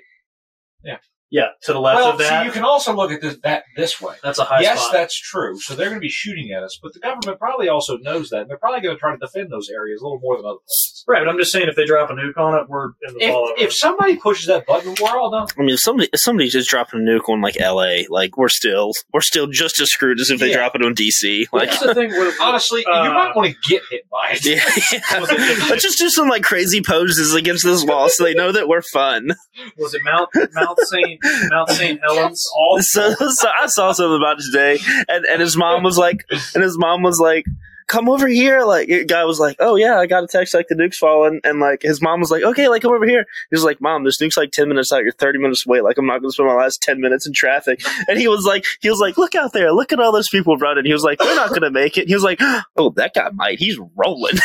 Speaker 4: Yeah.
Speaker 5: Yeah, to the left
Speaker 4: Well,
Speaker 5: of that.
Speaker 4: see, you can also look at this that this way.
Speaker 5: that's a high
Speaker 4: yes,
Speaker 5: spot.
Speaker 4: that's true. So they're going to be shooting at us, but the government probably also knows that. And they're probably going to try to defend those areas a little more than other places.
Speaker 5: right, but I'm just saying if they drop a nuke on it, we're in the fallover.
Speaker 4: If, if somebody pushes that button, we're all done.
Speaker 6: I mean, if somebody if somebody's just dropping a nuke on like L.A., like we're still we're still just as screwed as if they
Speaker 4: Yeah.
Speaker 6: drop it on D.C. Like,
Speaker 4: That's the thing. With, honestly, you
Speaker 5: Uh,
Speaker 4: might want to get hit by it.
Speaker 6: yeah, let's just do some like crazy poses against this wall so they know that we're fun.
Speaker 5: was it Mount Mount Saint Mount Saint Helens? All
Speaker 6: So, so I saw something about it today, and, and his mom was like, and his mom was like, come over here. Like, the guy was like, oh yeah, I got a text like the nuke's falling, and like his mom was like, okay, like come over here. He was like, mom, this nuke's like ten minutes out. You're thirty minutes away. Like I'm not gonna spend my last ten minutes in traffic. And he was like, he was like, look out there, look at all those people running. He was like, we're not gonna make it. He was like, oh that guy might. He's rolling.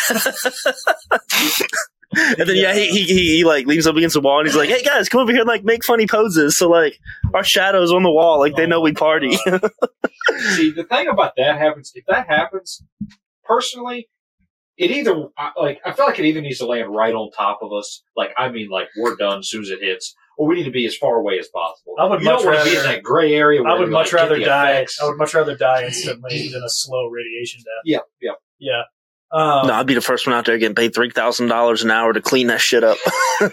Speaker 6: And then yeah, he, he, he he like leans up against the wall and he's like, "Hey guys, come over here and like make funny poses." So like our shadows on the wall, like they know we party.
Speaker 4: See, the thing about that happens, if that happens, personally, it either, I- like, I feel like it either needs to land right on top of us. Like, I mean, like, we're done as soon as it hits, or we need to be as far away as possible.
Speaker 5: I would
Speaker 4: you
Speaker 5: much
Speaker 4: don't want to be in
Speaker 5: rather-
Speaker 4: that gray area where
Speaker 5: I would
Speaker 4: you,
Speaker 5: much
Speaker 4: like, get
Speaker 5: rather
Speaker 4: the
Speaker 5: die.
Speaker 4: effects.
Speaker 5: I would much rather die instantly than a slow radiation death.
Speaker 4: yeah, yeah.
Speaker 5: Yeah. Um,
Speaker 6: no, I'd be the first one out there getting paid three thousand dollars an hour to clean that shit up.
Speaker 5: you're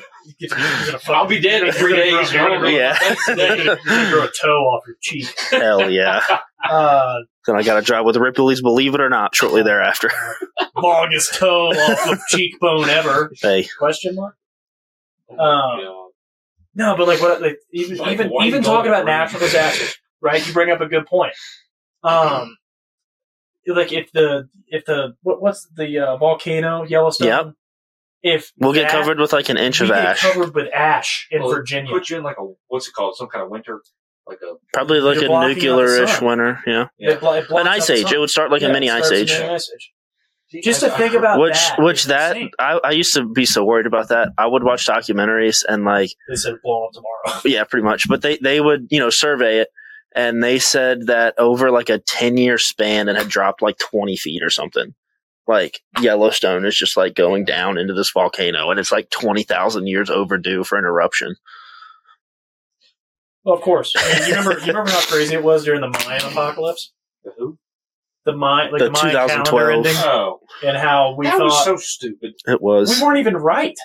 Speaker 5: gonna fuck-
Speaker 4: I'll be dead in three
Speaker 5: you're gonna
Speaker 4: days.
Speaker 5: grow- You're
Speaker 6: Yeah.
Speaker 5: gonna grow a toe off your cheek.
Speaker 6: Hell yeah!
Speaker 5: Uh,
Speaker 6: Then I got to drive with Ripley's "Believe It or Not" shortly thereafter.
Speaker 5: longest toe off the cheekbone ever?
Speaker 6: Hey,
Speaker 5: Question mark. Um, No, but like what? Like even
Speaker 4: Like,
Speaker 5: even
Speaker 4: why you
Speaker 5: even
Speaker 4: don't
Speaker 5: talking about
Speaker 4: agree?
Speaker 5: natural disasters, right? You bring up a good point. Um, like if the if the what, what's the uh, volcano Yellowstone?
Speaker 6: Yep.
Speaker 5: If
Speaker 6: we'll get
Speaker 5: that-
Speaker 6: covered with like an inch
Speaker 5: we
Speaker 6: of
Speaker 5: get
Speaker 6: ash,
Speaker 5: covered with ash in
Speaker 4: Well,
Speaker 5: Virginia.
Speaker 4: Put you in like a, what's it called? Some kind of winter, like a,
Speaker 6: probably like
Speaker 5: You're
Speaker 6: a
Speaker 5: blocking out the
Speaker 6: nuclear-ish
Speaker 5: sun.
Speaker 6: winter. Yeah,
Speaker 4: yeah.
Speaker 5: It blo- it blocks
Speaker 6: an
Speaker 5: out
Speaker 6: ice
Speaker 5: the
Speaker 6: age.
Speaker 5: sun.
Speaker 6: It would start like
Speaker 5: Yeah,
Speaker 6: a mini
Speaker 5: it
Speaker 6: ice
Speaker 5: starts a
Speaker 6: age.
Speaker 5: mini ice age. Just to think about
Speaker 6: Which,
Speaker 5: that
Speaker 6: which
Speaker 5: is
Speaker 6: that
Speaker 5: insane.
Speaker 6: I, I used to be so worried about that. I would watch documentaries and like
Speaker 5: they said blow up tomorrow.
Speaker 6: yeah, pretty much. But they they would you know survey it, and they said that over like a ten year span, it had dropped like twenty feet or something. Like Yellowstone is just like going down into this volcano, and it's like twenty thousand years overdue for an eruption.
Speaker 5: Well, of course. I mean, you remember you remember how crazy it was during the Mayan apocalypse,
Speaker 4: the who?
Speaker 5: the Mayan like
Speaker 6: The
Speaker 5: the, Mayan calendar
Speaker 6: 2012.
Speaker 5: ending,
Speaker 4: Oh,
Speaker 5: and how we
Speaker 4: that
Speaker 5: thought
Speaker 4: was so stupid.
Speaker 5: we
Speaker 6: It was
Speaker 5: weren't even right.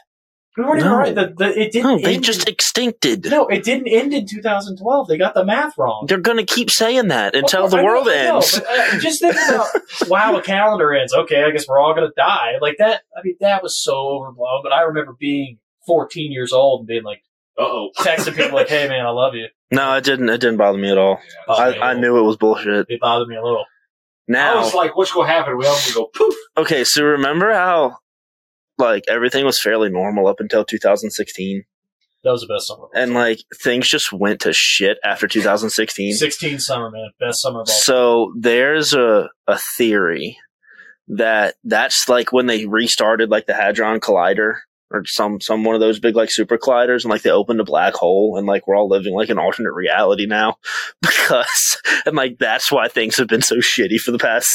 Speaker 5: We weren't
Speaker 6: No.
Speaker 5: even right. The, the, it didn't.
Speaker 6: no, they
Speaker 5: end
Speaker 6: just
Speaker 5: in,
Speaker 6: extincted.
Speaker 5: no, it didn't end in 2012. They got the math wrong
Speaker 6: They're gonna keep saying that until
Speaker 5: Well, I
Speaker 6: the
Speaker 5: know-
Speaker 6: world
Speaker 5: I know,
Speaker 6: ends.
Speaker 5: but, uh, just think about wow, the calendar ends. Okay, I guess we're all gonna die. Like that. I mean, that was so overblown. But I remember being 14 years old and being like
Speaker 4: Uh oh.
Speaker 5: texting people like, "Hey, man, I love you."
Speaker 6: No, it didn't. It didn't bother me at all. I, I knew it was bullshit.
Speaker 5: It bothered me a little.
Speaker 6: Now
Speaker 4: I was like, what's going to happen? We all gonna go poof.
Speaker 6: okay, so remember how like everything was fairly normal up until 2016
Speaker 5: That was the best summer. of all
Speaker 6: and
Speaker 5: time.
Speaker 6: like things just went to shit after 2016.
Speaker 5: 16 summer, man, best summer of all.
Speaker 6: So there's a a theory that that's like when they restarted like the hadron collider or some some one of those big like super colliders and like they opened a black hole and like we're all living like an alternate reality now because and like that's why things have been so shitty for the past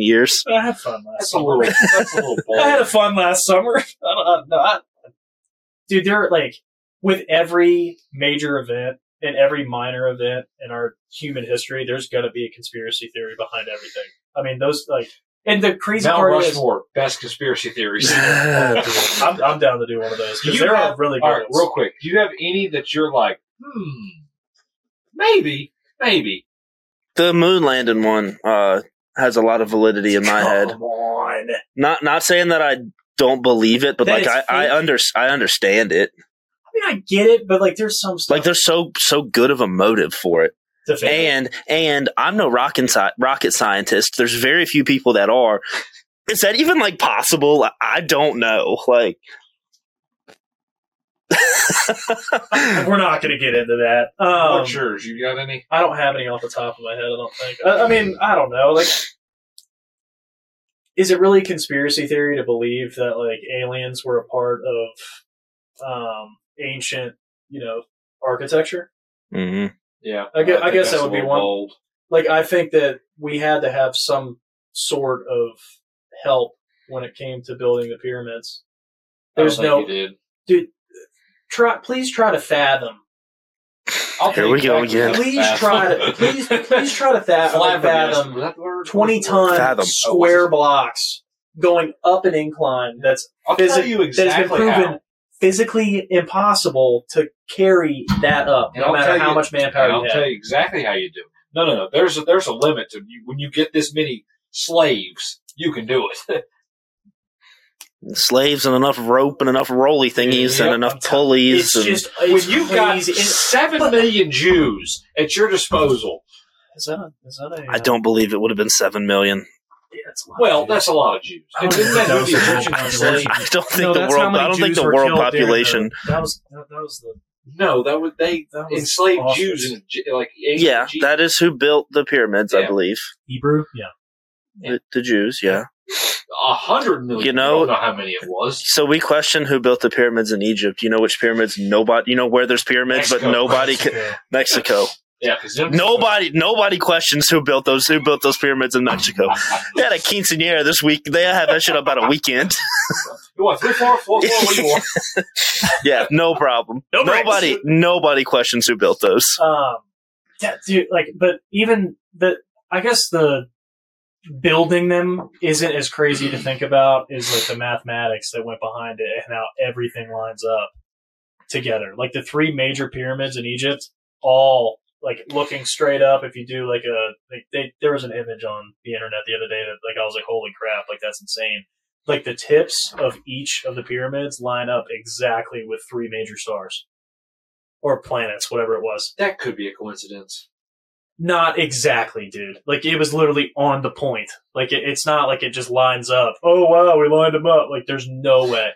Speaker 6: years.
Speaker 5: time. I had fun last
Speaker 4: That's a
Speaker 5: summer.
Speaker 4: little. That's a little bold.
Speaker 5: I had a fun last summer. I don't, I, no, I, dude, they're like with every major event and every minor event in our human history, there's gonna be a conspiracy theory behind everything. I mean, those like, and the crazy
Speaker 4: Mount
Speaker 5: part
Speaker 4: Rushmore, best conspiracy theories.
Speaker 5: is, I'm, I'm down to do one of those because
Speaker 4: You
Speaker 5: they're
Speaker 4: have-
Speaker 5: really good.
Speaker 4: All right,
Speaker 5: ones.
Speaker 4: real quick. Do you have any that you're like, hmm, maybe, maybe?
Speaker 6: The moon landing one uh, has a lot of validity in my
Speaker 5: Come
Speaker 6: head.
Speaker 5: on,
Speaker 6: Not not saying that I don't believe it, but
Speaker 5: That
Speaker 6: like
Speaker 5: it's
Speaker 6: I I,
Speaker 5: fake.
Speaker 6: under, I understand it.
Speaker 5: I mean, I get it, but like, there's some stuff
Speaker 6: Like they're so so good of a motive for it.
Speaker 5: to fake.
Speaker 6: And and I'm no rocket sci- rocket scientist. There's very few people that are. Is that even like possible? I- I don't know. Like
Speaker 5: We're not gonna get into that. Um,
Speaker 4: What's yours? You got any?
Speaker 5: I don't have any off the top of my head. I don't think. I, I mean, I don't know. Like, is it really a conspiracy theory to believe that like aliens were a part of um, ancient, you know, architecture?
Speaker 6: Mhm.
Speaker 5: Mm-hmm.
Speaker 4: Yeah,
Speaker 5: I gue- I
Speaker 4: think
Speaker 5: guess
Speaker 4: that's
Speaker 5: that
Speaker 4: a
Speaker 5: would be
Speaker 4: little
Speaker 5: one.
Speaker 4: Bold.
Speaker 5: Like, I think that we had to have some sort of help when it came to building the pyramids.
Speaker 4: I don't
Speaker 5: There's
Speaker 4: think
Speaker 5: no-
Speaker 4: You did.
Speaker 5: Dude, try please try to fathom
Speaker 4: I'll
Speaker 6: Here
Speaker 4: take
Speaker 6: we go
Speaker 4: back
Speaker 6: again.
Speaker 4: the
Speaker 7: Please try to please please try to fa-
Speaker 4: Flabbergasted.
Speaker 7: fathom
Speaker 4: Was that the word?
Speaker 7: twenty ton
Speaker 6: Fathom.
Speaker 7: square blocks going up an incline that's
Speaker 4: I'll tell
Speaker 7: Physic-
Speaker 4: you
Speaker 7: that has been
Speaker 4: exactly
Speaker 7: proven
Speaker 4: how.
Speaker 7: physically impossible to carry that up,
Speaker 4: And
Speaker 7: no
Speaker 4: I'll
Speaker 7: matter
Speaker 4: tell
Speaker 7: how
Speaker 4: you-
Speaker 7: much manpower
Speaker 4: And I'll
Speaker 7: you have.
Speaker 4: tell you exactly how you do. it. No, no, no. There's a, there's a limit to you, when you get this many slaves, you can do it.
Speaker 6: Slaves and enough rope and enough roly thingies
Speaker 4: Yep,
Speaker 6: and enough
Speaker 7: I'm telling- It's
Speaker 6: pulleys. And
Speaker 7: just
Speaker 4: when
Speaker 7: it's
Speaker 4: you've got
Speaker 7: crazy. It's-
Speaker 4: seven million Jews at your disposal,
Speaker 5: Is that a, is that a
Speaker 6: I don't believe it would have been seven million.
Speaker 7: yeah, it's a lot.
Speaker 4: well, that's a lot of Jews.
Speaker 5: I
Speaker 4: And
Speaker 5: don't
Speaker 4: didn't
Speaker 5: think
Speaker 4: that
Speaker 5: that was
Speaker 4: movie
Speaker 5: the
Speaker 4: Egyptian
Speaker 5: whole population.
Speaker 4: Enslaved?
Speaker 6: I don't think
Speaker 5: No,
Speaker 6: the
Speaker 5: that's how
Speaker 6: world.
Speaker 5: many
Speaker 6: I don't think
Speaker 5: Jews
Speaker 6: the
Speaker 5: were
Speaker 6: world
Speaker 5: killed during the-
Speaker 6: population.
Speaker 5: that was that, that was the
Speaker 4: No, that would they
Speaker 5: that was
Speaker 4: enslaved
Speaker 5: awful.
Speaker 4: Jews in Eg- like ancient
Speaker 6: Yeah,
Speaker 4: Egypt.
Speaker 6: that is who built the pyramids, I
Speaker 4: Yeah.
Speaker 6: believe.
Speaker 5: Hebrew. Yeah,
Speaker 6: The, the Jews. Yeah.
Speaker 4: a hundred million.
Speaker 6: You
Speaker 4: You
Speaker 6: know-
Speaker 4: know, don't know how many it was.
Speaker 6: So we question who built the pyramids in Egypt. You know which pyramids? Nobody. You know where there's pyramids,
Speaker 4: Mexico.
Speaker 6: but nobody. Can,
Speaker 5: Okay.
Speaker 6: Mexico.
Speaker 4: Yeah, because
Speaker 6: Nobody. Nobody questions who built those. Who built those pyramids in Mexico? They had a quinceanera this week. They had that shit up about a weekend.
Speaker 4: You want three, four, four, four. What do you want?
Speaker 6: Yeah, no problem.
Speaker 5: No breaks.
Speaker 6: nobody. Nobody questions who built those.
Speaker 5: um, yeah, dude, like, but even the, I guess the building them isn't as crazy to think about is like the mathematics that went behind it and how everything lines up together. Like the three major pyramids in Egypt, all like looking straight up. If you do like a, like they, there was an image on the internet the other day that like I was like, holy crap, like that's insane. Like the tips of each of the pyramids line up exactly with three major stars or planets, whatever it was.
Speaker 4: That could be a coincidence.
Speaker 5: Not exactly, dude. Like it was literally on the point. Like it, it's not like it just lines up. Oh wow, we lined them up. Like there's no way.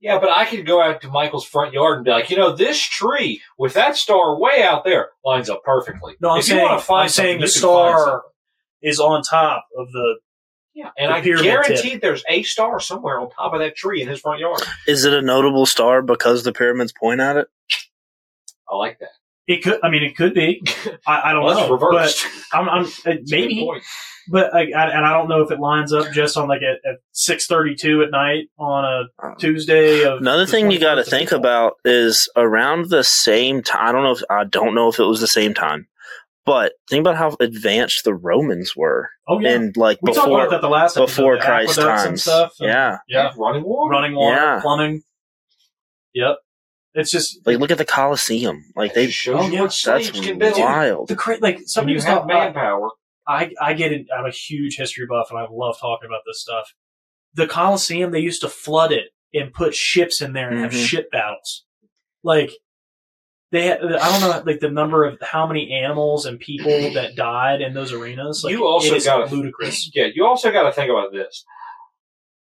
Speaker 4: Yeah, but I could go out to Michael's front yard and be like, you know, this tree with that star way out there lines up perfectly.
Speaker 5: No, I'm
Speaker 4: if you
Speaker 5: saying
Speaker 4: want to find
Speaker 5: I'm
Speaker 4: something,
Speaker 5: saying the
Speaker 4: you can find
Speaker 5: star
Speaker 4: something.
Speaker 5: is on top of the.
Speaker 4: Yeah, and
Speaker 5: the
Speaker 4: I
Speaker 5: pyramid
Speaker 4: guarantee there's a star somewhere on top of that tree in his front yard.
Speaker 6: Is it a notable star because the pyramids point at it?
Speaker 4: I like that.
Speaker 5: It could. I mean, it could be. I, I don't
Speaker 4: Well, that's
Speaker 5: know.
Speaker 4: reversed.
Speaker 5: But I'm. I'm uh,
Speaker 4: That's a good
Speaker 5: maybe.
Speaker 4: point.
Speaker 5: But I, I, and I don't know if it lines up just on like at, at 6:32 at night on a Tuesday. Of
Speaker 6: Another
Speaker 5: the
Speaker 6: thing you got
Speaker 5: 24th
Speaker 6: to
Speaker 5: of
Speaker 6: think
Speaker 5: April.
Speaker 6: about is around the same time. I don't know if I don't know if it was the same time, but think about how advanced the Romans were
Speaker 5: Oh yeah,
Speaker 6: in like
Speaker 5: we talked about that
Speaker 6: before
Speaker 5: the last episode,
Speaker 6: before
Speaker 5: the
Speaker 6: Christ
Speaker 5: aqueducts and
Speaker 6: times.
Speaker 5: stuff and-
Speaker 6: yeah,
Speaker 5: Yeah.
Speaker 4: running water.
Speaker 5: running water,
Speaker 6: Yeah.
Speaker 5: plumbing. Yep. It's just
Speaker 6: like look at the Colosseum. Like they,
Speaker 4: It shows
Speaker 5: oh,
Speaker 4: you
Speaker 5: yeah.
Speaker 4: what slaves
Speaker 6: that's
Speaker 4: can build.
Speaker 6: wild.
Speaker 5: the cra- like
Speaker 4: When
Speaker 5: somebody
Speaker 4: you
Speaker 5: was
Speaker 4: have
Speaker 5: talking. I,
Speaker 4: manpower.
Speaker 5: I I get it. I'm a huge history buff, and I love talking about this stuff. The Colosseum they used to flood it and put ships in there and have
Speaker 6: Mhm.
Speaker 5: ship battles. Like they, had, I don't know, like the number of how many animals and people that died in those arenas. Like,
Speaker 4: You also
Speaker 5: it is
Speaker 4: gotta-
Speaker 5: ludicrous.
Speaker 4: Yeah, you also got to think about this.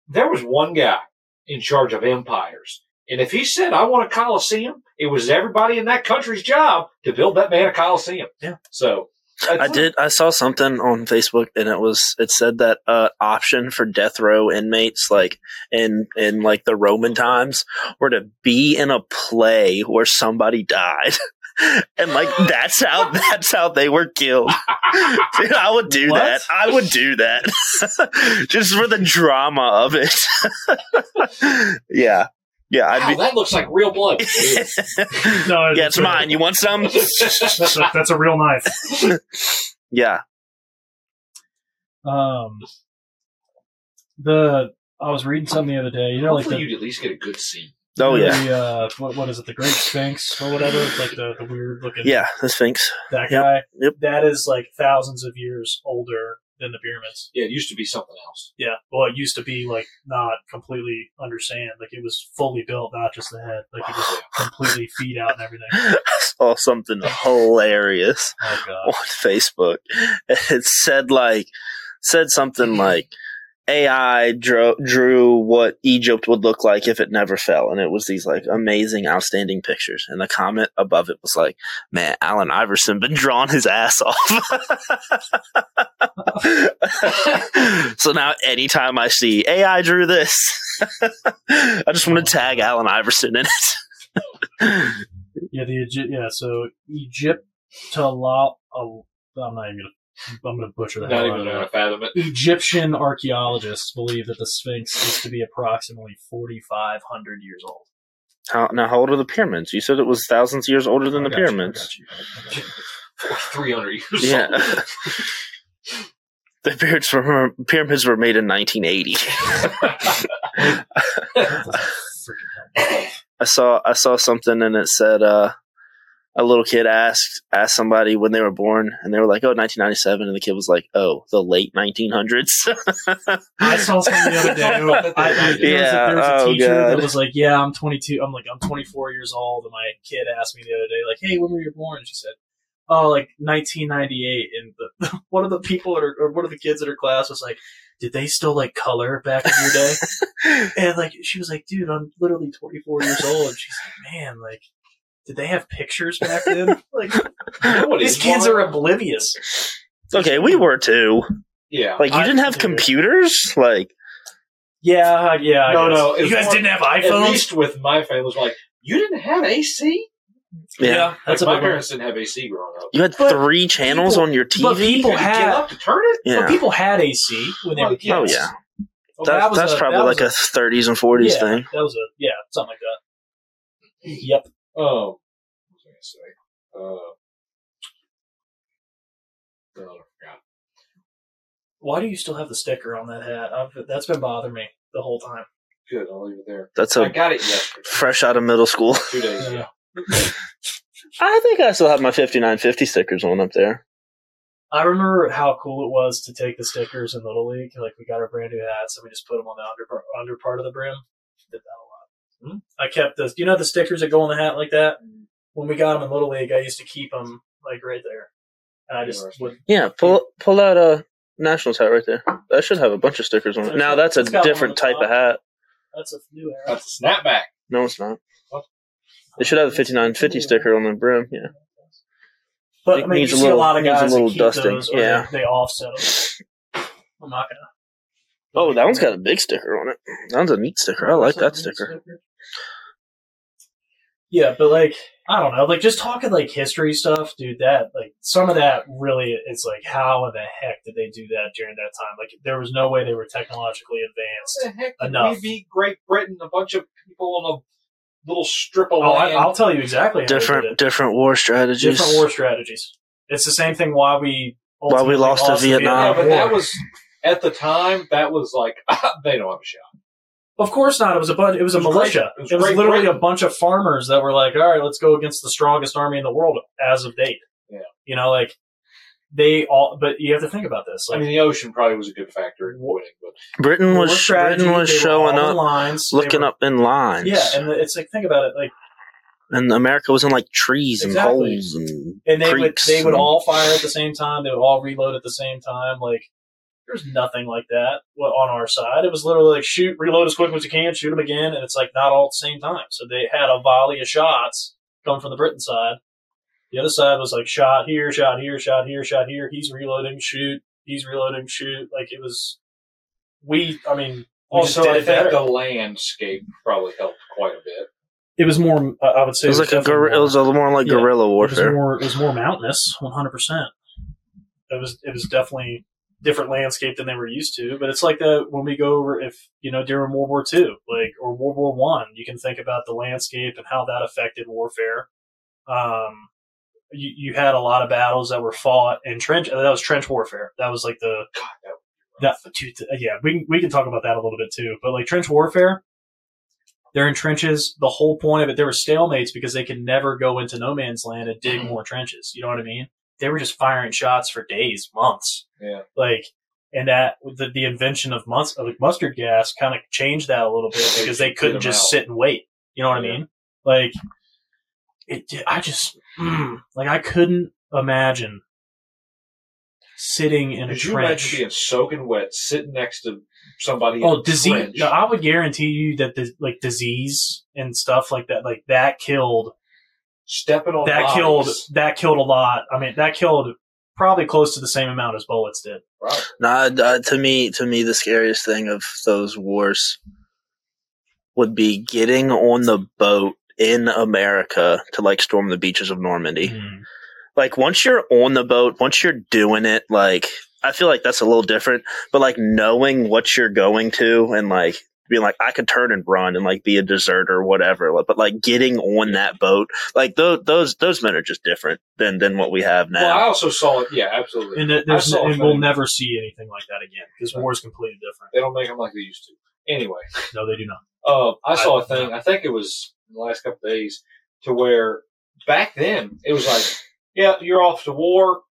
Speaker 4: There was one guy in charge of empires, and if he said, "I want a coliseum," it was everybody in that country's job to build that man a coliseum.
Speaker 5: Yeah.
Speaker 4: So
Speaker 6: I did. I saw something on Facebook, and it was it said that uh, option for death row inmates, like in in like the Roman times, were to be in a play where somebody died, and like that's how that's how they were killed. Dude, I would do
Speaker 5: What?
Speaker 6: that. I would do that just for the drama of it. yeah, yeah.
Speaker 4: Wow,
Speaker 6: I'd be,
Speaker 4: that looks like real blood.
Speaker 5: No,
Speaker 6: yeah, it's mine. You want some?
Speaker 5: That's a, that's a real knife.
Speaker 6: Yeah.
Speaker 5: Um, the I was reading something the other day. You know, like
Speaker 4: Hopefully,
Speaker 5: the,
Speaker 4: you'd at least get a good scene.
Speaker 6: Oh yeah.
Speaker 5: The, uh, what, what is it? The Great Sphinx or whatever? It's like the, the weird looking.
Speaker 6: Yeah, the Sphinx.
Speaker 5: That
Speaker 6: Yep,
Speaker 5: guy.
Speaker 6: yep.
Speaker 5: That is like thousands of years older than the pyramids.
Speaker 4: Yeah, it used to be something else.
Speaker 5: Yeah. Well, it used to be like not completely under sand. Like it was fully built, not just the head. Like it was completely feet out and everything.
Speaker 6: I saw something hilarious.
Speaker 5: Oh, God.
Speaker 6: on Facebook. It said like said something like AI drew, drew what Egypt would look like if it never fell, and it was these like amazing, outstanding pictures. And the comment above it was like, "Man, Alan Iverson been drawing his ass off." so now, anytime I see AI drew this, I just want to tag Alan Iverson in it.
Speaker 5: Yeah. The Egypt. Yeah. So Egyptolo. Oh, I'm not even gonna. I'm gonna butcher that.
Speaker 4: Not even going to fathom it.
Speaker 5: Egyptian archaeologists believe that the Sphinx is to be approximately 4,500 years old.
Speaker 6: How now? How old are the pyramids? You said it was thousands of years older than
Speaker 4: I
Speaker 6: the
Speaker 4: got you, I
Speaker 6: pyramids.
Speaker 4: got you, I got you. For 300 years
Speaker 6: Yeah.
Speaker 4: old.
Speaker 6: the pyramids were pyramids were made in 1980. I saw I saw something and it said uh, a little kid asked asked somebody when they were born and they were like, "Oh, 1997," and the kid was like, "Oh, the late 1900s."
Speaker 5: I saw something the other day. I, I, there, was a,
Speaker 6: Yeah,
Speaker 5: there was a
Speaker 6: oh,
Speaker 5: teacher that
Speaker 6: God.
Speaker 5: was like, "Yeah, I'm 22. I'm like, I'm 24 years old." And my kid asked me the other day, like, "Hey, when were you born?" She said, "Oh, like 1998." And the, one of the people at her, or one of the kids in her class was like, "Did they still like color back in your day?" and like, she was like, "Dude, I'm literally 24 years old." And she's like, "Man, like." Did they have pictures back then? Like
Speaker 4: You know what
Speaker 5: these
Speaker 4: is
Speaker 5: kids
Speaker 4: wild?
Speaker 5: are oblivious.
Speaker 6: okay, we were too.
Speaker 4: Yeah.
Speaker 6: Like you
Speaker 5: I-
Speaker 6: didn't have
Speaker 5: dude. computers?
Speaker 6: computers. Like
Speaker 5: Yeah, yeah. I
Speaker 4: No,
Speaker 5: guess.
Speaker 4: no, it
Speaker 5: You
Speaker 4: was
Speaker 5: guys
Speaker 4: more-
Speaker 5: didn't have
Speaker 4: At
Speaker 5: iPhones.
Speaker 4: least with my family, it was like, you didn't have AC?
Speaker 6: yeah,
Speaker 5: that's
Speaker 4: like, my
Speaker 5: a big one.
Speaker 4: parents didn't have AC growing up.
Speaker 6: you had
Speaker 5: But
Speaker 6: three channels
Speaker 5: people-
Speaker 6: on your
Speaker 5: but
Speaker 6: TV.
Speaker 5: people
Speaker 4: You had to get
Speaker 5: had
Speaker 4: up to turn it? Um,
Speaker 5: But
Speaker 6: Yeah.
Speaker 5: people had AC when they
Speaker 4: Well,
Speaker 5: were
Speaker 4: yeah.
Speaker 6: Oh
Speaker 5: kids.
Speaker 6: yeah,
Speaker 5: Well,
Speaker 6: that,
Speaker 5: that was
Speaker 6: that's
Speaker 5: a-
Speaker 6: probably
Speaker 5: that
Speaker 6: like
Speaker 5: was
Speaker 6: a 30s and 40s
Speaker 5: yeah,
Speaker 6: thing.
Speaker 5: That was a yeah, something like that. Yep.
Speaker 4: Oh, what was I going to say? Uh, oh, I forgot.
Speaker 5: Why do you still have the sticker on that hat? I've, that's been bothering me the whole time.
Speaker 4: Good, I'll leave it there.
Speaker 6: That's
Speaker 4: I
Speaker 6: a
Speaker 4: got it yesterday,
Speaker 6: fresh out of middle school.
Speaker 4: two days ago.
Speaker 6: I think I still have my 5950 stickers on up there.
Speaker 5: I remember how cool it was to take the stickers in Little League. Like we got our brand new hats and we just put them on the under par- under part of the brim. Did that a lot. Hmm? I kept the you know the stickers that go on the hat like that. When we got them in Little League, I used to keep them like right there, and I just
Speaker 4: Interesting.
Speaker 5: would.
Speaker 6: Yeah, pull pull out a Nationals hat right there. That should have a bunch of stickers on it. Now that's a
Speaker 5: It's got one
Speaker 6: different
Speaker 5: on the
Speaker 6: type of hat.
Speaker 5: That's a new era.
Speaker 4: That's a snapback.
Speaker 6: No, it's not. It should have a 5950 sticker on the brim. Yeah.
Speaker 5: But
Speaker 6: It
Speaker 5: I mean, you
Speaker 6: needs a
Speaker 5: see a
Speaker 6: little-
Speaker 5: lot of
Speaker 6: needs a
Speaker 5: guys
Speaker 6: little
Speaker 5: that keep
Speaker 6: dusting,
Speaker 5: those, or
Speaker 6: yeah.
Speaker 5: they, they offset them. I'm not gonna.
Speaker 6: Oh, that one's got a big sticker on it. That one's a neat sticker. I like that sticker.
Speaker 5: Yeah, but like I don't know, like just talking like history stuff, dude. That like some of that really, it's like how in the heck did they do that during that time? Like there was no way they were technologically advanced.
Speaker 4: the heck did
Speaker 5: Enough.
Speaker 4: we beat Great Britain? A bunch of people on a little strip of
Speaker 5: Oh, I,
Speaker 4: land.
Speaker 5: I'll tell you exactly. How they
Speaker 6: Different
Speaker 5: did
Speaker 6: different war
Speaker 5: it.
Speaker 6: strategies.
Speaker 5: different war strategies. It's the same thing why we
Speaker 6: Why we
Speaker 5: ultimately
Speaker 6: lost to
Speaker 5: the
Speaker 6: Vietnam.
Speaker 4: yeah, but
Speaker 5: War.
Speaker 4: that was at the time. That was like they don't have a shot.
Speaker 5: Of course not. It was a bunch. It was a
Speaker 4: It was
Speaker 5: militia.
Speaker 4: great- it was
Speaker 5: it was
Speaker 4: Great
Speaker 5: literally
Speaker 4: Britain.
Speaker 5: a bunch of farmers that were like, "All right, let's go against the strongest army in the world as of date."
Speaker 4: Yeah.
Speaker 5: You know, like they all. But you have to think about this.
Speaker 4: I
Speaker 5: Like,
Speaker 4: mean, the ocean probably was a good factor in winning, but
Speaker 6: Britain
Speaker 5: war
Speaker 6: was
Speaker 5: strategy,
Speaker 6: Britain was
Speaker 5: they were
Speaker 6: showing
Speaker 5: all in
Speaker 6: up,
Speaker 5: lines, they
Speaker 6: looking
Speaker 5: were-
Speaker 6: up in lines.
Speaker 5: Yeah, and the, it's like think about it. Like,
Speaker 6: and America was in like trees and
Speaker 5: Exactly.
Speaker 6: holes and
Speaker 5: and they would
Speaker 6: creeks
Speaker 5: they would
Speaker 6: and-
Speaker 5: all fire at the same time. They would all reload at the same time. Like, there's nothing like that wa- on our side. It was literally like shoot, reload as quick as you can, shoot them again, and it's like not all at the same time. So they had a volley of shots coming from the Britain side. The other side was like shot here, shot here, shot here, shot here. He's reloading, shoot. He's reloading, shoot. Like it was, we. I mean, we just
Speaker 4: also
Speaker 5: did
Speaker 4: I
Speaker 5: it
Speaker 4: think
Speaker 5: better.
Speaker 4: the landscape probably helped quite a bit.
Speaker 5: It was more. Uh, I would say
Speaker 6: It was like a
Speaker 5: definitely
Speaker 6: gorilla. It
Speaker 5: more-
Speaker 6: was a, more like
Speaker 5: Yeah.
Speaker 6: guerrilla
Speaker 5: It was
Speaker 6: warfare.
Speaker 5: more, it was more mountainous, one hundred percent. It was it was definitely different landscape than they were used to. But it's like the when we go over if you know during World War Two, like or World War One, you can think about the landscape and how that affected warfare. Um, you, you had a lot of battles that were fought in trench. That was trench warfare. That was like the that dude, yeah. We can, we can talk about that a little bit too. But like trench warfare, they're in trenches. The whole point of it, there were stalemates because they could never go into no man's land and
Speaker 4: Mm-hmm.
Speaker 5: dig more trenches. You know what I mean? They were just firing shots for days, months.
Speaker 4: Yeah.
Speaker 5: Like, and that the, the invention of, mus- of like mustard gas kind of changed that a little bit because they couldn't
Speaker 4: them
Speaker 5: just
Speaker 4: out.
Speaker 5: sit and wait. You know what
Speaker 4: Yeah.
Speaker 5: I mean? Like, it. did- I just mm, like I couldn't imagine sitting in a
Speaker 4: Could you
Speaker 5: trench.
Speaker 4: imagine being soaking wet, sitting next to somebody? in
Speaker 5: Oh,
Speaker 4: a
Speaker 5: disease!
Speaker 4: trench?
Speaker 5: No, I would guarantee you that the like disease and stuff like that, like that killed
Speaker 4: stepping on
Speaker 5: that
Speaker 4: bodies.
Speaker 5: killed that killed a lot. I mean, that killed probably close to the same amount as bullets did.
Speaker 4: Probably.
Speaker 6: Nah, uh, to me, to me, the scariest thing of those wars would be getting on the boat in America to like storm the beaches of Normandy.
Speaker 5: Mm.
Speaker 6: Like once you're on the boat, once you're doing it, like I feel like that's a little different. But like knowing what you're going to and like being like, I could turn and run and like be a deserter or whatever. like, But like getting on that boat, like those those those men are just different than than what we have now.
Speaker 4: Well, I also saw it. Yeah, absolutely.
Speaker 5: And, that there's
Speaker 4: I saw
Speaker 5: no,
Speaker 4: a
Speaker 5: and we'll
Speaker 4: thing.
Speaker 5: never see anything like that again because war is completely different.
Speaker 4: They don't make them like they used to. Anyway,
Speaker 5: No, they do not.
Speaker 4: uh, I saw a thing. I think it was in the last couple of days to where back then it was like, yeah, you're off to war.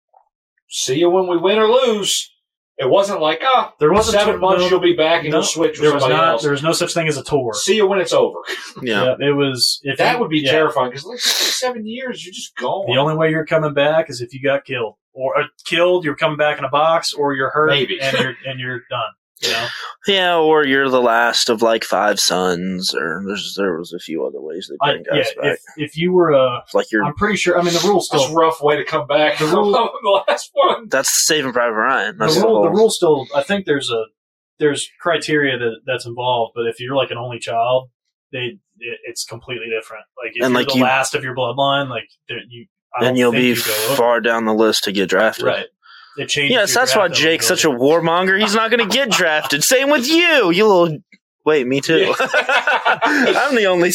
Speaker 4: See you when we win or lose. It wasn't like ah,
Speaker 5: There wasn't
Speaker 4: seven
Speaker 5: tw-
Speaker 4: months
Speaker 5: no,
Speaker 4: you'll be back and
Speaker 5: no,
Speaker 4: you'll switch with
Speaker 5: there was
Speaker 4: somebody
Speaker 5: not.
Speaker 4: else.
Speaker 5: There was no such thing as a tour.
Speaker 4: See you when it's over.
Speaker 6: yeah.
Speaker 5: Yeah, it was. If
Speaker 4: that
Speaker 5: you-
Speaker 4: would be
Speaker 5: yeah.
Speaker 4: terrifying because like seven years, you're just gone.
Speaker 5: The only way you're coming back is if you got killed, or uh, killed, you're coming back in a box, or you're hurt
Speaker 4: Maybe.
Speaker 5: and you're and you're done. You know,
Speaker 6: Yeah, or you're the last of like five sons, or there's, there was a few other ways they
Speaker 5: I,
Speaker 6: bring
Speaker 5: yeah.
Speaker 6: guys back.
Speaker 5: If, if you were a,
Speaker 6: like you're
Speaker 5: I'm pretty sure. I mean, the rules
Speaker 4: That's
Speaker 5: still
Speaker 4: a rough way to come back.
Speaker 5: The
Speaker 4: The,
Speaker 5: rule-
Speaker 4: the last one.
Speaker 6: that's Saving Private Ryan.
Speaker 5: the
Speaker 6: That's
Speaker 5: rule the
Speaker 6: whole-
Speaker 5: rule still I think there's a there's criteria that that's involved, but if you're like an only child, they it, it's completely different. Like if
Speaker 6: And,
Speaker 5: you're
Speaker 6: like,
Speaker 5: the
Speaker 6: you-
Speaker 5: last of your bloodline, like there, you I don't
Speaker 6: and you'll
Speaker 5: think
Speaker 6: be
Speaker 5: you go
Speaker 6: far down the list to get drafted.
Speaker 5: over. right. It changes.
Speaker 6: Yes,
Speaker 5: your
Speaker 6: that's why
Speaker 5: draft
Speaker 6: Jake's such a
Speaker 5: eligibility.
Speaker 6: warmonger. He's not going to get drafted. Same with you, you little. Wait, me too. I'm the only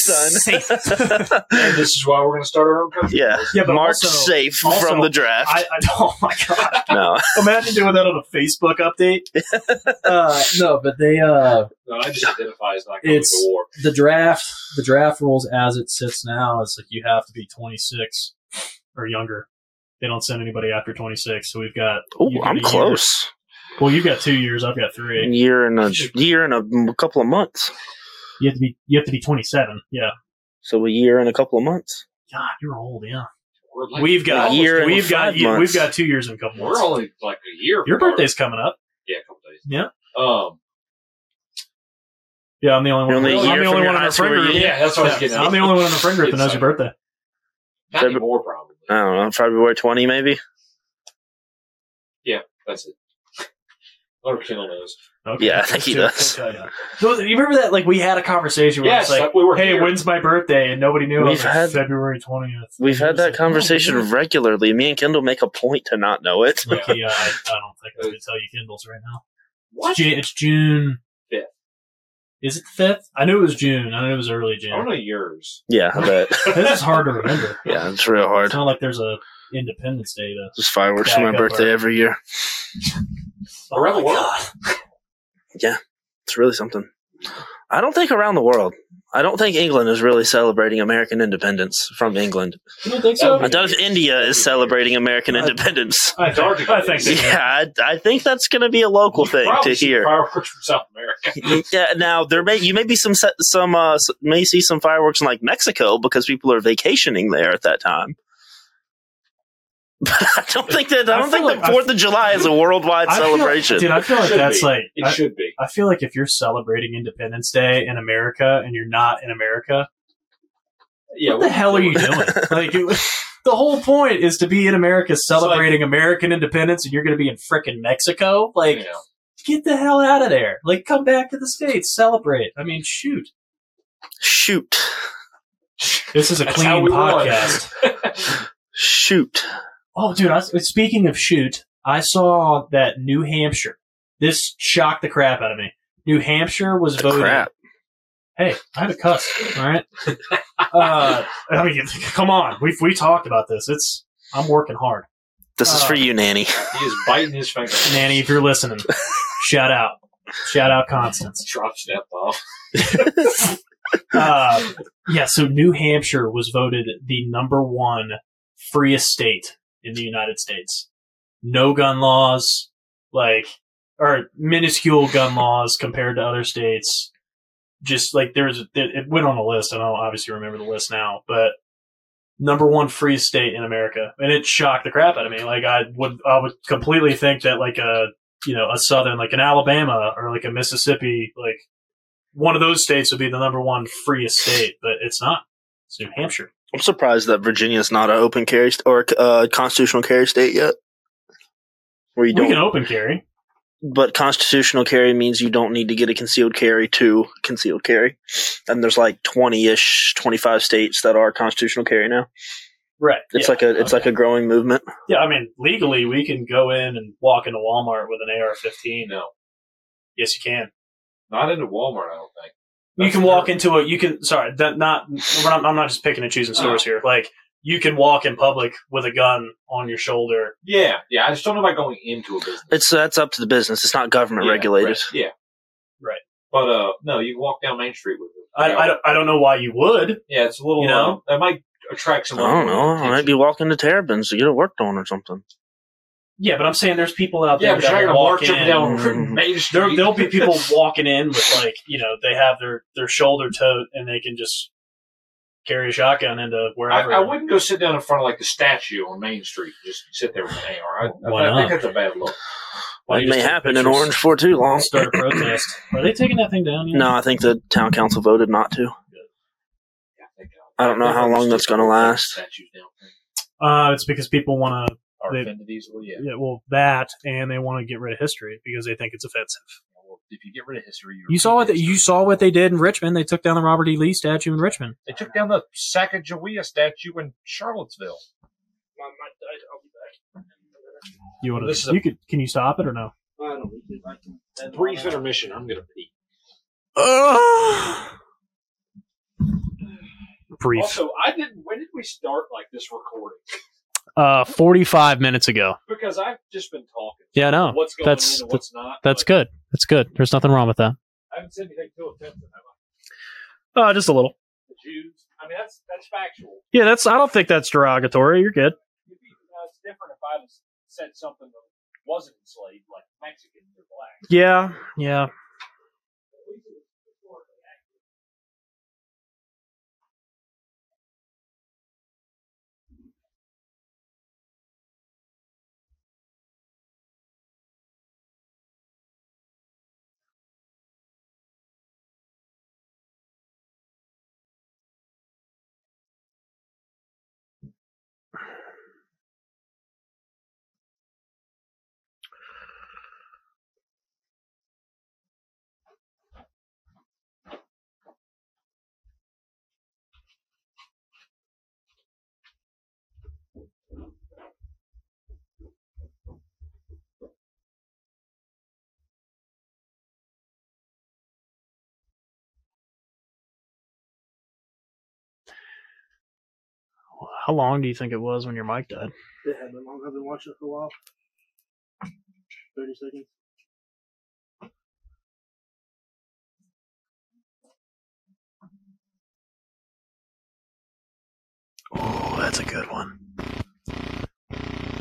Speaker 6: son.
Speaker 4: and this is why we're going to start our own company.
Speaker 6: yeah.
Speaker 5: Yeah, but
Speaker 6: Mark's
Speaker 5: also-
Speaker 6: safe
Speaker 5: also,
Speaker 6: from the draft.
Speaker 5: I, I oh my god!
Speaker 6: no.
Speaker 5: Imagine doing that on a Facebook update.
Speaker 7: uh, no, but they uh,
Speaker 4: No, I just identify as not going to
Speaker 7: It's-
Speaker 4: the war.
Speaker 7: the draft the draft rules as it sits now is like you have to be
Speaker 5: 26 or younger. They don't send anybody after 26, so we've got.
Speaker 6: Ooh,
Speaker 5: you've got a
Speaker 6: I'm
Speaker 5: year.
Speaker 6: close.
Speaker 5: Well, you've got two years. I've got
Speaker 6: A
Speaker 5: three.
Speaker 6: year and a year and a m- couple of months.
Speaker 5: You have to be. You have to be 27. Yeah.
Speaker 6: So a year and a couple of months.
Speaker 5: God, you're old. Yeah.
Speaker 4: We're like-
Speaker 5: we've got
Speaker 6: a year and
Speaker 5: we've got
Speaker 6: five
Speaker 5: ye-
Speaker 6: months.
Speaker 5: we've got two years in a couple
Speaker 4: We're
Speaker 5: months.
Speaker 4: only like a year.
Speaker 5: Your
Speaker 4: from
Speaker 5: birthday's coming up.
Speaker 4: Our, yeah, a couple days.
Speaker 5: Yeah.
Speaker 4: Um.
Speaker 5: Yeah, I'm the only one.
Speaker 6: You're only a
Speaker 5: I'm the
Speaker 6: year from
Speaker 5: only
Speaker 6: your
Speaker 5: one in
Speaker 6: high
Speaker 5: our friend
Speaker 6: school
Speaker 5: group.
Speaker 6: year.
Speaker 4: Yeah, that's what I was getting.
Speaker 5: Yeah, I'm
Speaker 4: at.
Speaker 5: the only one in the friend group that knows your
Speaker 4: It's uh,
Speaker 5: birthday.
Speaker 4: Not anymore, probably.
Speaker 6: I don't know, February twenty maybe.
Speaker 4: That's it. Hunter Kendall knows.
Speaker 5: Okay.
Speaker 6: Yeah, I think he
Speaker 5: Don't-
Speaker 6: does.
Speaker 5: don't tell you. You remember that? Like we had a conversation where
Speaker 4: Yes,
Speaker 5: it's like,
Speaker 4: we were.
Speaker 5: "Hey,
Speaker 4: here.
Speaker 5: when's my birthday?" and nobody knew. I was
Speaker 6: We've
Speaker 5: like,
Speaker 6: had-
Speaker 5: February 20th.
Speaker 6: We've had
Speaker 4: Oh,
Speaker 6: that conversation regularly. Me and Kendall make a point to not know it.
Speaker 4: Yeah.
Speaker 5: Okay, yeah, uh, I, I don't think I can tell you Kindles right now.
Speaker 4: What?
Speaker 5: It's June. It's June
Speaker 4: Fifth.
Speaker 5: Is it the fifth? I knew it was June. I knew it was early
Speaker 4: I don't
Speaker 5: June.
Speaker 4: know yours.
Speaker 6: Yeah, I bet.
Speaker 5: this is hard to remember.
Speaker 6: Yeah, it's real
Speaker 5: It's
Speaker 6: hard.
Speaker 5: not like there's a Independence Day to.
Speaker 6: Just fireworks for my
Speaker 5: Back up
Speaker 6: birthday
Speaker 5: our-
Speaker 6: every year.
Speaker 4: Around the
Speaker 6: Oh
Speaker 4: world.
Speaker 6: It's really something. I don't think around the world. I don't think England is really celebrating American independence from England.
Speaker 5: You don't think
Speaker 4: so?
Speaker 6: I doubt if India is celebrating American
Speaker 5: I-
Speaker 6: independence.
Speaker 5: I think, I think so.
Speaker 6: Yeah, I, I think that's going to be a local
Speaker 4: You
Speaker 6: thing
Speaker 4: probably
Speaker 6: to
Speaker 4: see
Speaker 6: hear.
Speaker 4: Fireworks from South America.
Speaker 6: Yeah, now there may you may be some se- some uh, s- may see some fireworks in like Mexico because people are vacationing there at that time. But I don't think that I
Speaker 5: I
Speaker 6: don't think
Speaker 5: feel like-
Speaker 6: the Fourth of July is a worldwide
Speaker 5: I feel-
Speaker 6: celebration.
Speaker 5: dude, I feel like
Speaker 4: Should
Speaker 5: that's
Speaker 4: be.
Speaker 5: like.
Speaker 4: It
Speaker 5: I,
Speaker 4: should be.
Speaker 5: I feel like if you're celebrating Independence Day in America and you're not in America,
Speaker 4: Yeah.
Speaker 5: what the hell are you doing? like, it, the whole point is to be in America celebrating American independence, and you're going to be in frickin' Mexico. Like,
Speaker 4: Yeah.
Speaker 5: get the hell out of there! Like, come back to the states, celebrate. I mean, shoot,
Speaker 6: Shoot,
Speaker 5: this is a
Speaker 4: That's
Speaker 5: clean
Speaker 4: how we won.
Speaker 5: podcast.
Speaker 6: shoot.
Speaker 5: Oh, dude! I, speaking of shoot, I saw that New Hampshire. This shocked the crap out of me. New Hampshire was voted.
Speaker 6: Crap.
Speaker 5: Hey, I had a cuss. All right. Uh, I mean, come on. We we talked about this. It's I'm working hard,
Speaker 6: This is
Speaker 5: Uh,
Speaker 6: for you, Nanny.
Speaker 4: He is biting his finger.
Speaker 5: Nanny. If you're listening, shout out, shout out, Constance.
Speaker 4: Drops that ball.
Speaker 5: Uh, yeah. So New Hampshire was voted the number one freest state in the United States. No gun laws, like or minuscule gun laws compared to other states. Just like there's, it went on a list. and I don't obviously remember the list now, but number one free state in America, and it shocked the crap out of me. Like I would, I would completely think that like a you know a southern like an Alabama or like a Mississippi, like one of those states would be the number one freest state, but it's not. It's New Hampshire.
Speaker 6: I'm surprised that Virginia's not an open carry st- or uh, constitutional carry state yet. Where you
Speaker 5: We
Speaker 6: don't,
Speaker 5: can open carry.
Speaker 6: but constitutional carry means you don't need to get a concealed carry to concealed carry. And there's like 20ish, 25 states that are constitutional carry now.
Speaker 5: Right.
Speaker 6: It's
Speaker 5: yeah.
Speaker 6: like a it's like a growing movement.
Speaker 5: yeah, I mean, legally, we can go in and walk into Walmart with an AR 15.
Speaker 4: No.
Speaker 5: Yes, you can.
Speaker 4: Not into Walmart, I don't think.
Speaker 5: You
Speaker 4: That's
Speaker 5: can walk
Speaker 4: their-
Speaker 5: into a you can sorry that not we're not I'm not just picking and choosing
Speaker 4: Uh-huh.
Speaker 5: stores here. Like you can walk in public with a gun on your shoulder.
Speaker 4: Yeah, yeah. I just don't know about going into a business.
Speaker 6: It's uh, that's up to the business. It's not government
Speaker 4: Yeah,
Speaker 6: regulated.
Speaker 4: right, Yeah,
Speaker 5: Right.
Speaker 4: But uh, no, you can walk down Main Street with it.
Speaker 5: I,
Speaker 4: yeah.
Speaker 5: I, don't, I don't know why you would.
Speaker 4: yeah, it's a little.
Speaker 5: You know?
Speaker 4: uh, that might attract
Speaker 6: I
Speaker 4: some.
Speaker 6: don't know. I might be walking to Terrapins to get it worked on or something.
Speaker 5: Yeah, but I'm saying there's people out
Speaker 4: Yeah,
Speaker 5: there
Speaker 4: but you're
Speaker 5: that
Speaker 4: not gonna
Speaker 5: will walk
Speaker 4: march
Speaker 5: in.
Speaker 4: up and down Main Street.
Speaker 5: There, there'll be people walking in with like you know they have their their shoulder tote and they can just carry a shotgun into
Speaker 4: I,
Speaker 5: wherever.
Speaker 4: I wouldn't go sit down in front of like the statue on Main Street. and Just sit there with an AR. I,
Speaker 5: Why
Speaker 4: I, think
Speaker 5: not?
Speaker 4: that's a bad look.
Speaker 5: Why
Speaker 6: It
Speaker 5: you
Speaker 6: may
Speaker 5: just take
Speaker 6: happen in
Speaker 5: pictures?
Speaker 6: Orange for too long.
Speaker 5: Start a protest. Are they taking that thing down? Yet?
Speaker 6: No, I think the town council voted not to.
Speaker 4: Yeah, think, uh,
Speaker 6: I don't know
Speaker 4: think
Speaker 6: how
Speaker 4: I'm
Speaker 6: long
Speaker 4: just
Speaker 6: that's
Speaker 4: gonna
Speaker 6: gonna
Speaker 4: put
Speaker 6: last.
Speaker 4: Statues down
Speaker 5: Uh, it's because people want to
Speaker 4: are
Speaker 5: They-
Speaker 4: offended easily. Yeah.
Speaker 5: yeah, well that and they want to get rid of history because they think it's offensive.
Speaker 4: Well, if you get rid of history, you're
Speaker 5: You saw what they,
Speaker 4: history.
Speaker 5: you saw what they did in Richmond. They took down the Robert E. Lee statue in Richmond.
Speaker 4: They took down the Sacagawea statue in Charlottesville.
Speaker 5: You want
Speaker 4: This is
Speaker 5: to?
Speaker 4: a-
Speaker 5: You could? Can you stop it or no?
Speaker 4: Brief intermission. I'm gonna pee.
Speaker 5: Brief.
Speaker 4: Also, I didn't. When did we start like this recording?
Speaker 5: uh, forty-five minutes ago.
Speaker 4: Because I've just been talking.
Speaker 5: Yeah, no,
Speaker 4: What's going
Speaker 5: that's-
Speaker 4: on and what's not?
Speaker 5: that's
Speaker 4: but
Speaker 5: good. That's good. There's nothing wrong with that.
Speaker 4: I haven't said anything too offensive. Have I?
Speaker 5: Uh, just a little.
Speaker 4: The Jews. I mean, that's that's factual.
Speaker 5: Yeah, that's. I don't think that's derogatory. You're good.
Speaker 4: It'd be, uh, it's different if I was, said something that wasn't enslaved, like Mexicans or black.
Speaker 5: Yeah, yeah. How long do you think it was when your mic died?
Speaker 3: It had been long. I've been watching it for a while. 30 seconds.
Speaker 5: Oh, that's a good one.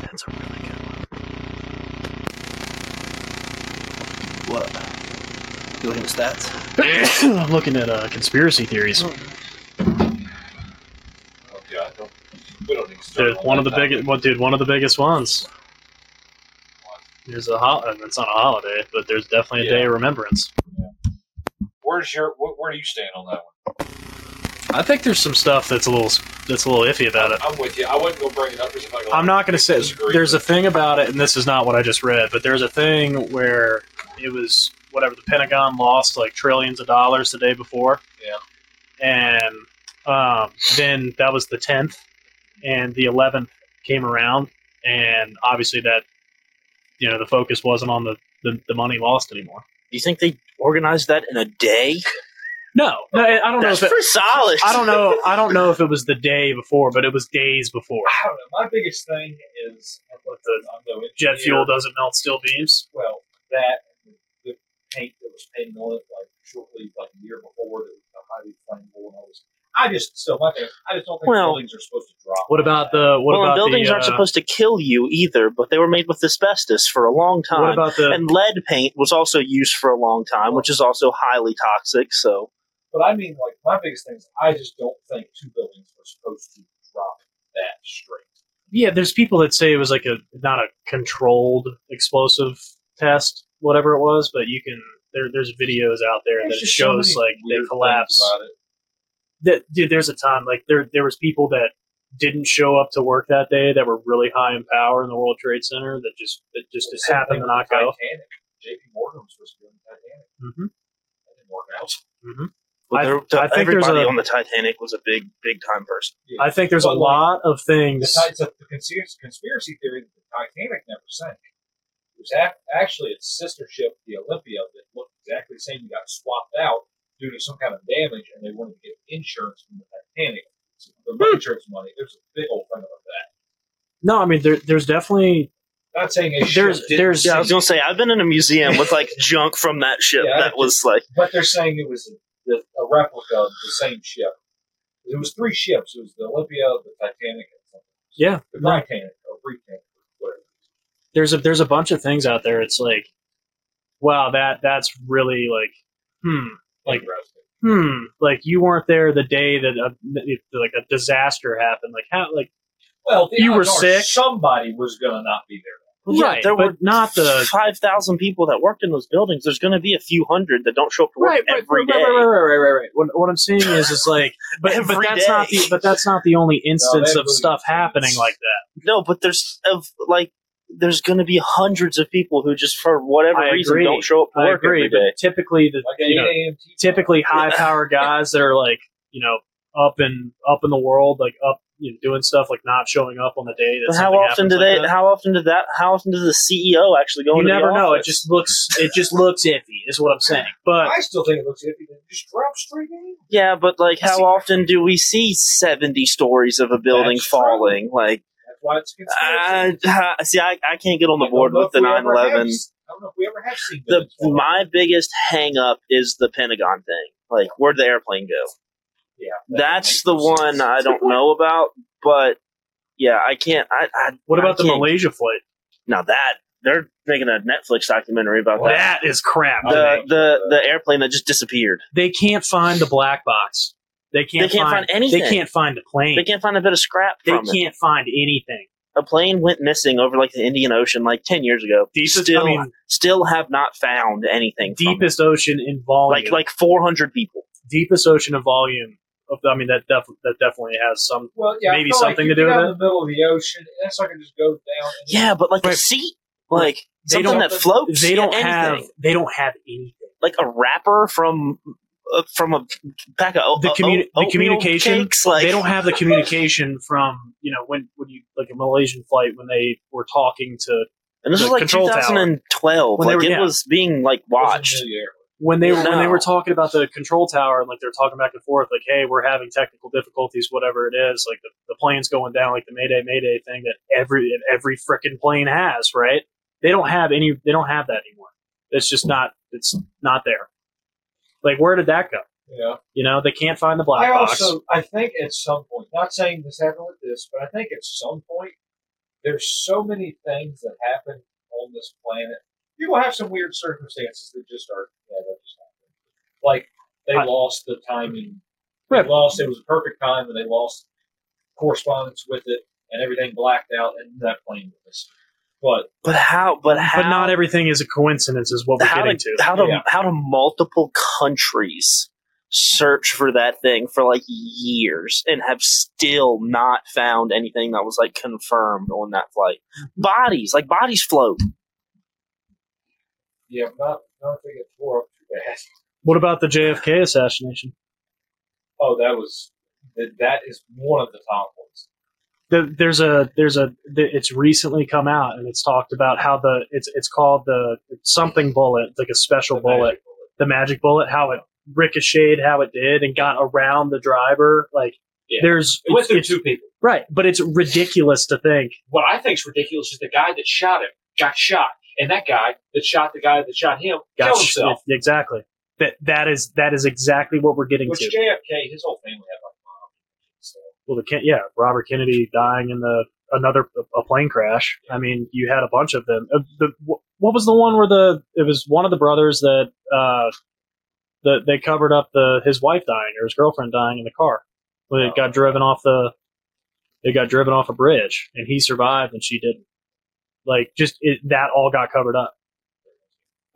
Speaker 5: That's a really good one.
Speaker 6: What? You looking at stats?
Speaker 5: I'm looking at uh, conspiracy theories.
Speaker 4: Oh, God, don't, we don't even start
Speaker 5: Dude,
Speaker 4: on
Speaker 5: one of
Speaker 4: that
Speaker 5: the biggest.
Speaker 4: topic.
Speaker 5: What, dude? One of the biggest ones. There's a hol- and It's not a holiday, but there's definitely a
Speaker 4: Yeah.
Speaker 5: day of remembrance.
Speaker 4: Where's your? Where, where do you stand on that one?
Speaker 5: I think there's some stuff that's a little that's a little iffy about it.
Speaker 4: I'm with you. I wasn't gonna bring it up. because if I go-
Speaker 5: I'm not going to say
Speaker 4: disagree,
Speaker 5: there's a
Speaker 4: but-
Speaker 5: thing about it, and this is not what I just read, but there's a thing where it was whatever the Pentagon lost like trillions of dollars the day before.
Speaker 4: Yeah.
Speaker 5: And um, then that was the 10th, and the 11th came around, and obviously that, you know, the focus wasn't on the, the, the money lost anymore.
Speaker 6: You think they organized that in a day?
Speaker 5: No, no, I I don't know
Speaker 6: That's
Speaker 5: if it,
Speaker 6: pretty solid.
Speaker 5: I don't know. I don't know if it was the day before, but it was days before.
Speaker 4: I don't know. My biggest thing is what the I'm no
Speaker 5: Jet
Speaker 4: engineer.
Speaker 5: fuel doesn't melt steel beams.
Speaker 4: Well, that and the paint that was painted on it like shortly, like a year before that was highly flammable and all this. I just so my thing, I just don't think
Speaker 6: Well-
Speaker 4: buildings are supposed to drop.
Speaker 5: What
Speaker 4: like
Speaker 5: about
Speaker 4: that.
Speaker 5: the what
Speaker 6: well,
Speaker 5: about
Speaker 6: and buildings
Speaker 5: the,
Speaker 6: aren't
Speaker 5: uh,
Speaker 6: supposed to kill you either, but they were made with asbestos for a long
Speaker 5: What
Speaker 6: time.
Speaker 5: about the
Speaker 6: and lead paint was also used for a long time, which is also highly toxic. So
Speaker 4: But I mean, like my biggest thing is I just don't think two buildings were supposed to drop that straight.
Speaker 5: yeah? There's people that say it was like a not a controlled explosive test, whatever it was, but you can there. There's videos out there that
Speaker 4: just so
Speaker 5: shows
Speaker 4: many
Speaker 5: like they
Speaker 4: weird things
Speaker 5: collapse.
Speaker 4: about it.
Speaker 5: That dude, there's a time like there there was people that didn't show up to work that day that were really high in power in the World Trade Center that just that just, just
Speaker 4: Same
Speaker 5: happened
Speaker 4: thing
Speaker 5: to
Speaker 4: with
Speaker 5: not
Speaker 4: the
Speaker 5: go.
Speaker 4: Titanic. J.P. Morgan was supposed to be on the Titanic.
Speaker 5: hmm
Speaker 4: That didn't work out.
Speaker 5: hmm
Speaker 6: But
Speaker 5: I-
Speaker 6: there-
Speaker 5: I think there's
Speaker 6: everybody
Speaker 5: a-
Speaker 6: on the Titanic was a big, big time person.
Speaker 5: I think there's a
Speaker 4: But, like,
Speaker 5: lot of
Speaker 4: The,
Speaker 5: things.
Speaker 4: ti- it's a- the conspiracy, conspiracy theory that the Titanic never sank. It was ac actually its sister ship, the Olympia, that looked exactly the same. You got swapped out due to some kind of damage, and they wanted to get insurance from the Titanic. So the
Speaker 5: Hmm.
Speaker 4: insurance money, there's a big old thing about that.
Speaker 5: No, I mean there, there's definitely
Speaker 4: Not saying it
Speaker 5: There's-
Speaker 4: didn't
Speaker 5: there's-
Speaker 6: Yeah, I was gonna say I've been in a museum with like junk from that ship
Speaker 4: Yeah, I
Speaker 6: that was like
Speaker 4: But they're saying it was a, a replica of the same ship. It was three ships. It was the Olympia, the Titanic, and something.
Speaker 5: yeah.
Speaker 4: The
Speaker 5: no,
Speaker 4: Britannic, or Britannic, whatever.
Speaker 5: there's a there's a bunch of things out there. It's like, wow, that that's really like, hmm, Like-
Speaker 4: Interesting.
Speaker 5: hmm, like you weren't there the day that a, if, like a disaster happened. Like how like
Speaker 4: Well, the
Speaker 5: You were
Speaker 4: odds are
Speaker 5: sick?
Speaker 4: Somebody was going to not be there.
Speaker 6: Yeah,
Speaker 5: right,
Speaker 6: there
Speaker 5: but
Speaker 6: were
Speaker 5: not the
Speaker 6: five thousand people that worked in those buildings. There's going to be a few hundred that don't show up to work every day.
Speaker 5: right, right, right, right, right, right. What, what I'm saying is, is like, but, but
Speaker 6: Every
Speaker 5: that's not
Speaker 6: day.
Speaker 5: the, but that's not the only instance
Speaker 4: that
Speaker 5: of
Speaker 4: really
Speaker 5: stuff
Speaker 4: makes sense.
Speaker 5: happening like that.
Speaker 6: No, but there's of like there's going to be hundreds of people who just for whatever
Speaker 5: I
Speaker 6: reason
Speaker 5: agree.
Speaker 6: don't show up to
Speaker 5: I
Speaker 6: work
Speaker 5: agree,
Speaker 6: every day.
Speaker 5: but typically the,
Speaker 4: Like an
Speaker 5: you know,
Speaker 4: 8 a.m. tea time.
Speaker 5: typically high power guys that are like, you know, up and up in the world, like up, you know, doing stuff like not showing up on the day. That
Speaker 6: But how
Speaker 5: something
Speaker 6: often
Speaker 5: happens
Speaker 6: do
Speaker 5: like
Speaker 6: they?
Speaker 5: that.
Speaker 6: how often did that? How often does the CEO actually go?
Speaker 5: you
Speaker 6: into the
Speaker 5: never know. It
Speaker 6: office?
Speaker 5: just looks, it just looks iffy, is what I'm saying. But
Speaker 4: I still think it looks iffy. It just dropped straight in.
Speaker 6: yeah, but like,
Speaker 4: I
Speaker 6: how
Speaker 4: see.
Speaker 6: often do we see seventy stories of a building
Speaker 4: That's true.
Speaker 6: falling? Like,
Speaker 4: That's why it's
Speaker 6: I,
Speaker 4: conspiracy.
Speaker 6: see, I, I can't get on the
Speaker 4: I don't
Speaker 6: Uh, board
Speaker 4: know
Speaker 6: with
Speaker 4: if
Speaker 6: the
Speaker 4: we ever
Speaker 6: 9/11.
Speaker 4: have- I don't know if we ever have seen
Speaker 6: the
Speaker 4: buildings fall.
Speaker 6: my biggest hang up is the Pentagon thing. Like where'd the airplane go?
Speaker 4: Yeah, that
Speaker 6: That's
Speaker 4: makes
Speaker 6: the
Speaker 4: sense.
Speaker 6: one I don't know about, but yeah, I can't I, I
Speaker 5: what
Speaker 6: I
Speaker 5: about the
Speaker 6: can't-
Speaker 5: Malaysia flight?
Speaker 6: Now that they're making a Netflix documentary about that.
Speaker 5: That is crap.
Speaker 6: The the the airplane that just disappeared.
Speaker 5: they can't find the black box. They can't,
Speaker 6: They can't find anything.
Speaker 5: They can't find the plane.
Speaker 6: They can't find a bit of scrap
Speaker 5: They
Speaker 6: from it.
Speaker 5: can't find anything.
Speaker 6: A plane went missing over like the Indian Ocean like ten years ago.
Speaker 5: Deepest,
Speaker 6: still
Speaker 5: I mean,
Speaker 6: still have not found anything. from it.
Speaker 5: deepest ocean in volume.
Speaker 6: like like four hundred people.
Speaker 5: deepest ocean in volume. Of, I mean, that def, that definitely has some.
Speaker 4: Well, yeah, I
Speaker 5: Maybe
Speaker 4: feel
Speaker 5: something
Speaker 4: like
Speaker 5: to do
Speaker 4: you get
Speaker 5: with
Speaker 4: out
Speaker 5: it?
Speaker 4: In the middle of the ocean, that's like it just goes down. and-
Speaker 6: Yeah, but like a
Speaker 5: Right.
Speaker 6: seat, like
Speaker 5: They
Speaker 6: something
Speaker 5: don't-
Speaker 6: that floats.
Speaker 5: They don't
Speaker 6: anything.
Speaker 5: have. They don't have anything.
Speaker 6: like a wrapper from uh, from a pack of o-
Speaker 5: The
Speaker 6: o-
Speaker 5: communi- the
Speaker 6: oatmeal
Speaker 5: communication,
Speaker 6: cakes. Like
Speaker 5: they don't have the communication from you know when when you like a Malaysian flight when they were talking to
Speaker 6: and this
Speaker 5: the
Speaker 6: was like
Speaker 5: control tower.
Speaker 6: 2012.
Speaker 5: When they
Speaker 6: Like
Speaker 5: were-
Speaker 6: it
Speaker 5: yeah.
Speaker 6: was being like watched.
Speaker 5: when they were when they
Speaker 6: No.
Speaker 5: were talking about the control tower and like they're talking back and forth like hey we're having technical difficulties whatever it is like the, the plane's going down like the mayday mayday thing that every every frickin' plane has right they don't have any they don't have that anymore it's just not it's not there like where did that go
Speaker 4: Yeah.
Speaker 5: you know they can't find the black
Speaker 4: I
Speaker 5: box
Speaker 4: also, I think at some point, not saying this happened with this, but I think at some point, there's so many things that happen on this planet. You will have some weird circumstances that just are, yeah, that just happened. Like, they
Speaker 5: I-
Speaker 4: lost the timing. They
Speaker 5: Right.
Speaker 4: lost, it was a perfect time, and they lost correspondence with it, and everything blacked out, and that plane was. But,
Speaker 6: But how? But how?
Speaker 5: but not everything is a coincidence is what we're
Speaker 6: how
Speaker 5: getting
Speaker 6: do,
Speaker 5: to
Speaker 6: how do
Speaker 4: Yeah.
Speaker 6: how do multiple countries search for that thing for like years and have still not found anything that was like confirmed on that flight? Bodies, like bodies float.
Speaker 4: yeah, not, not think it tore up too bad.
Speaker 5: what about the jfk assassination
Speaker 4: Oh, that was, that, that is one of the top ones.
Speaker 5: the, there's a there's a th- it's recently come out and it's talked about how the it's it's called the something bullet like a special
Speaker 4: The
Speaker 5: bullet
Speaker 4: magic bullet.
Speaker 5: the magic bullet how it ricocheted how it did and got around the driver like
Speaker 4: Yeah.
Speaker 5: there's
Speaker 4: It went
Speaker 5: it's-
Speaker 4: through
Speaker 5: it's-
Speaker 4: two people.
Speaker 5: right but it's ridiculous to think
Speaker 4: what I think is ridiculous is the guy that shot him got shot, and that guy that shot the guy that shot him
Speaker 5: Got
Speaker 4: killed
Speaker 5: sh-
Speaker 4: himself.
Speaker 5: exactly that that is that is exactly what we're getting
Speaker 4: Which
Speaker 5: to
Speaker 4: JFK, his whole family had like mom. So
Speaker 5: well the Ken- yeah Robert Kennedy dying in the another a plane crash I mean you had a bunch of them uh, the wh- what was the one where the it was one of the brothers that uh that they covered up the his wife dying or his girlfriend dying in the car when it got driven off the it got driven off a bridge and he survived and she didn't like just it, that all got covered up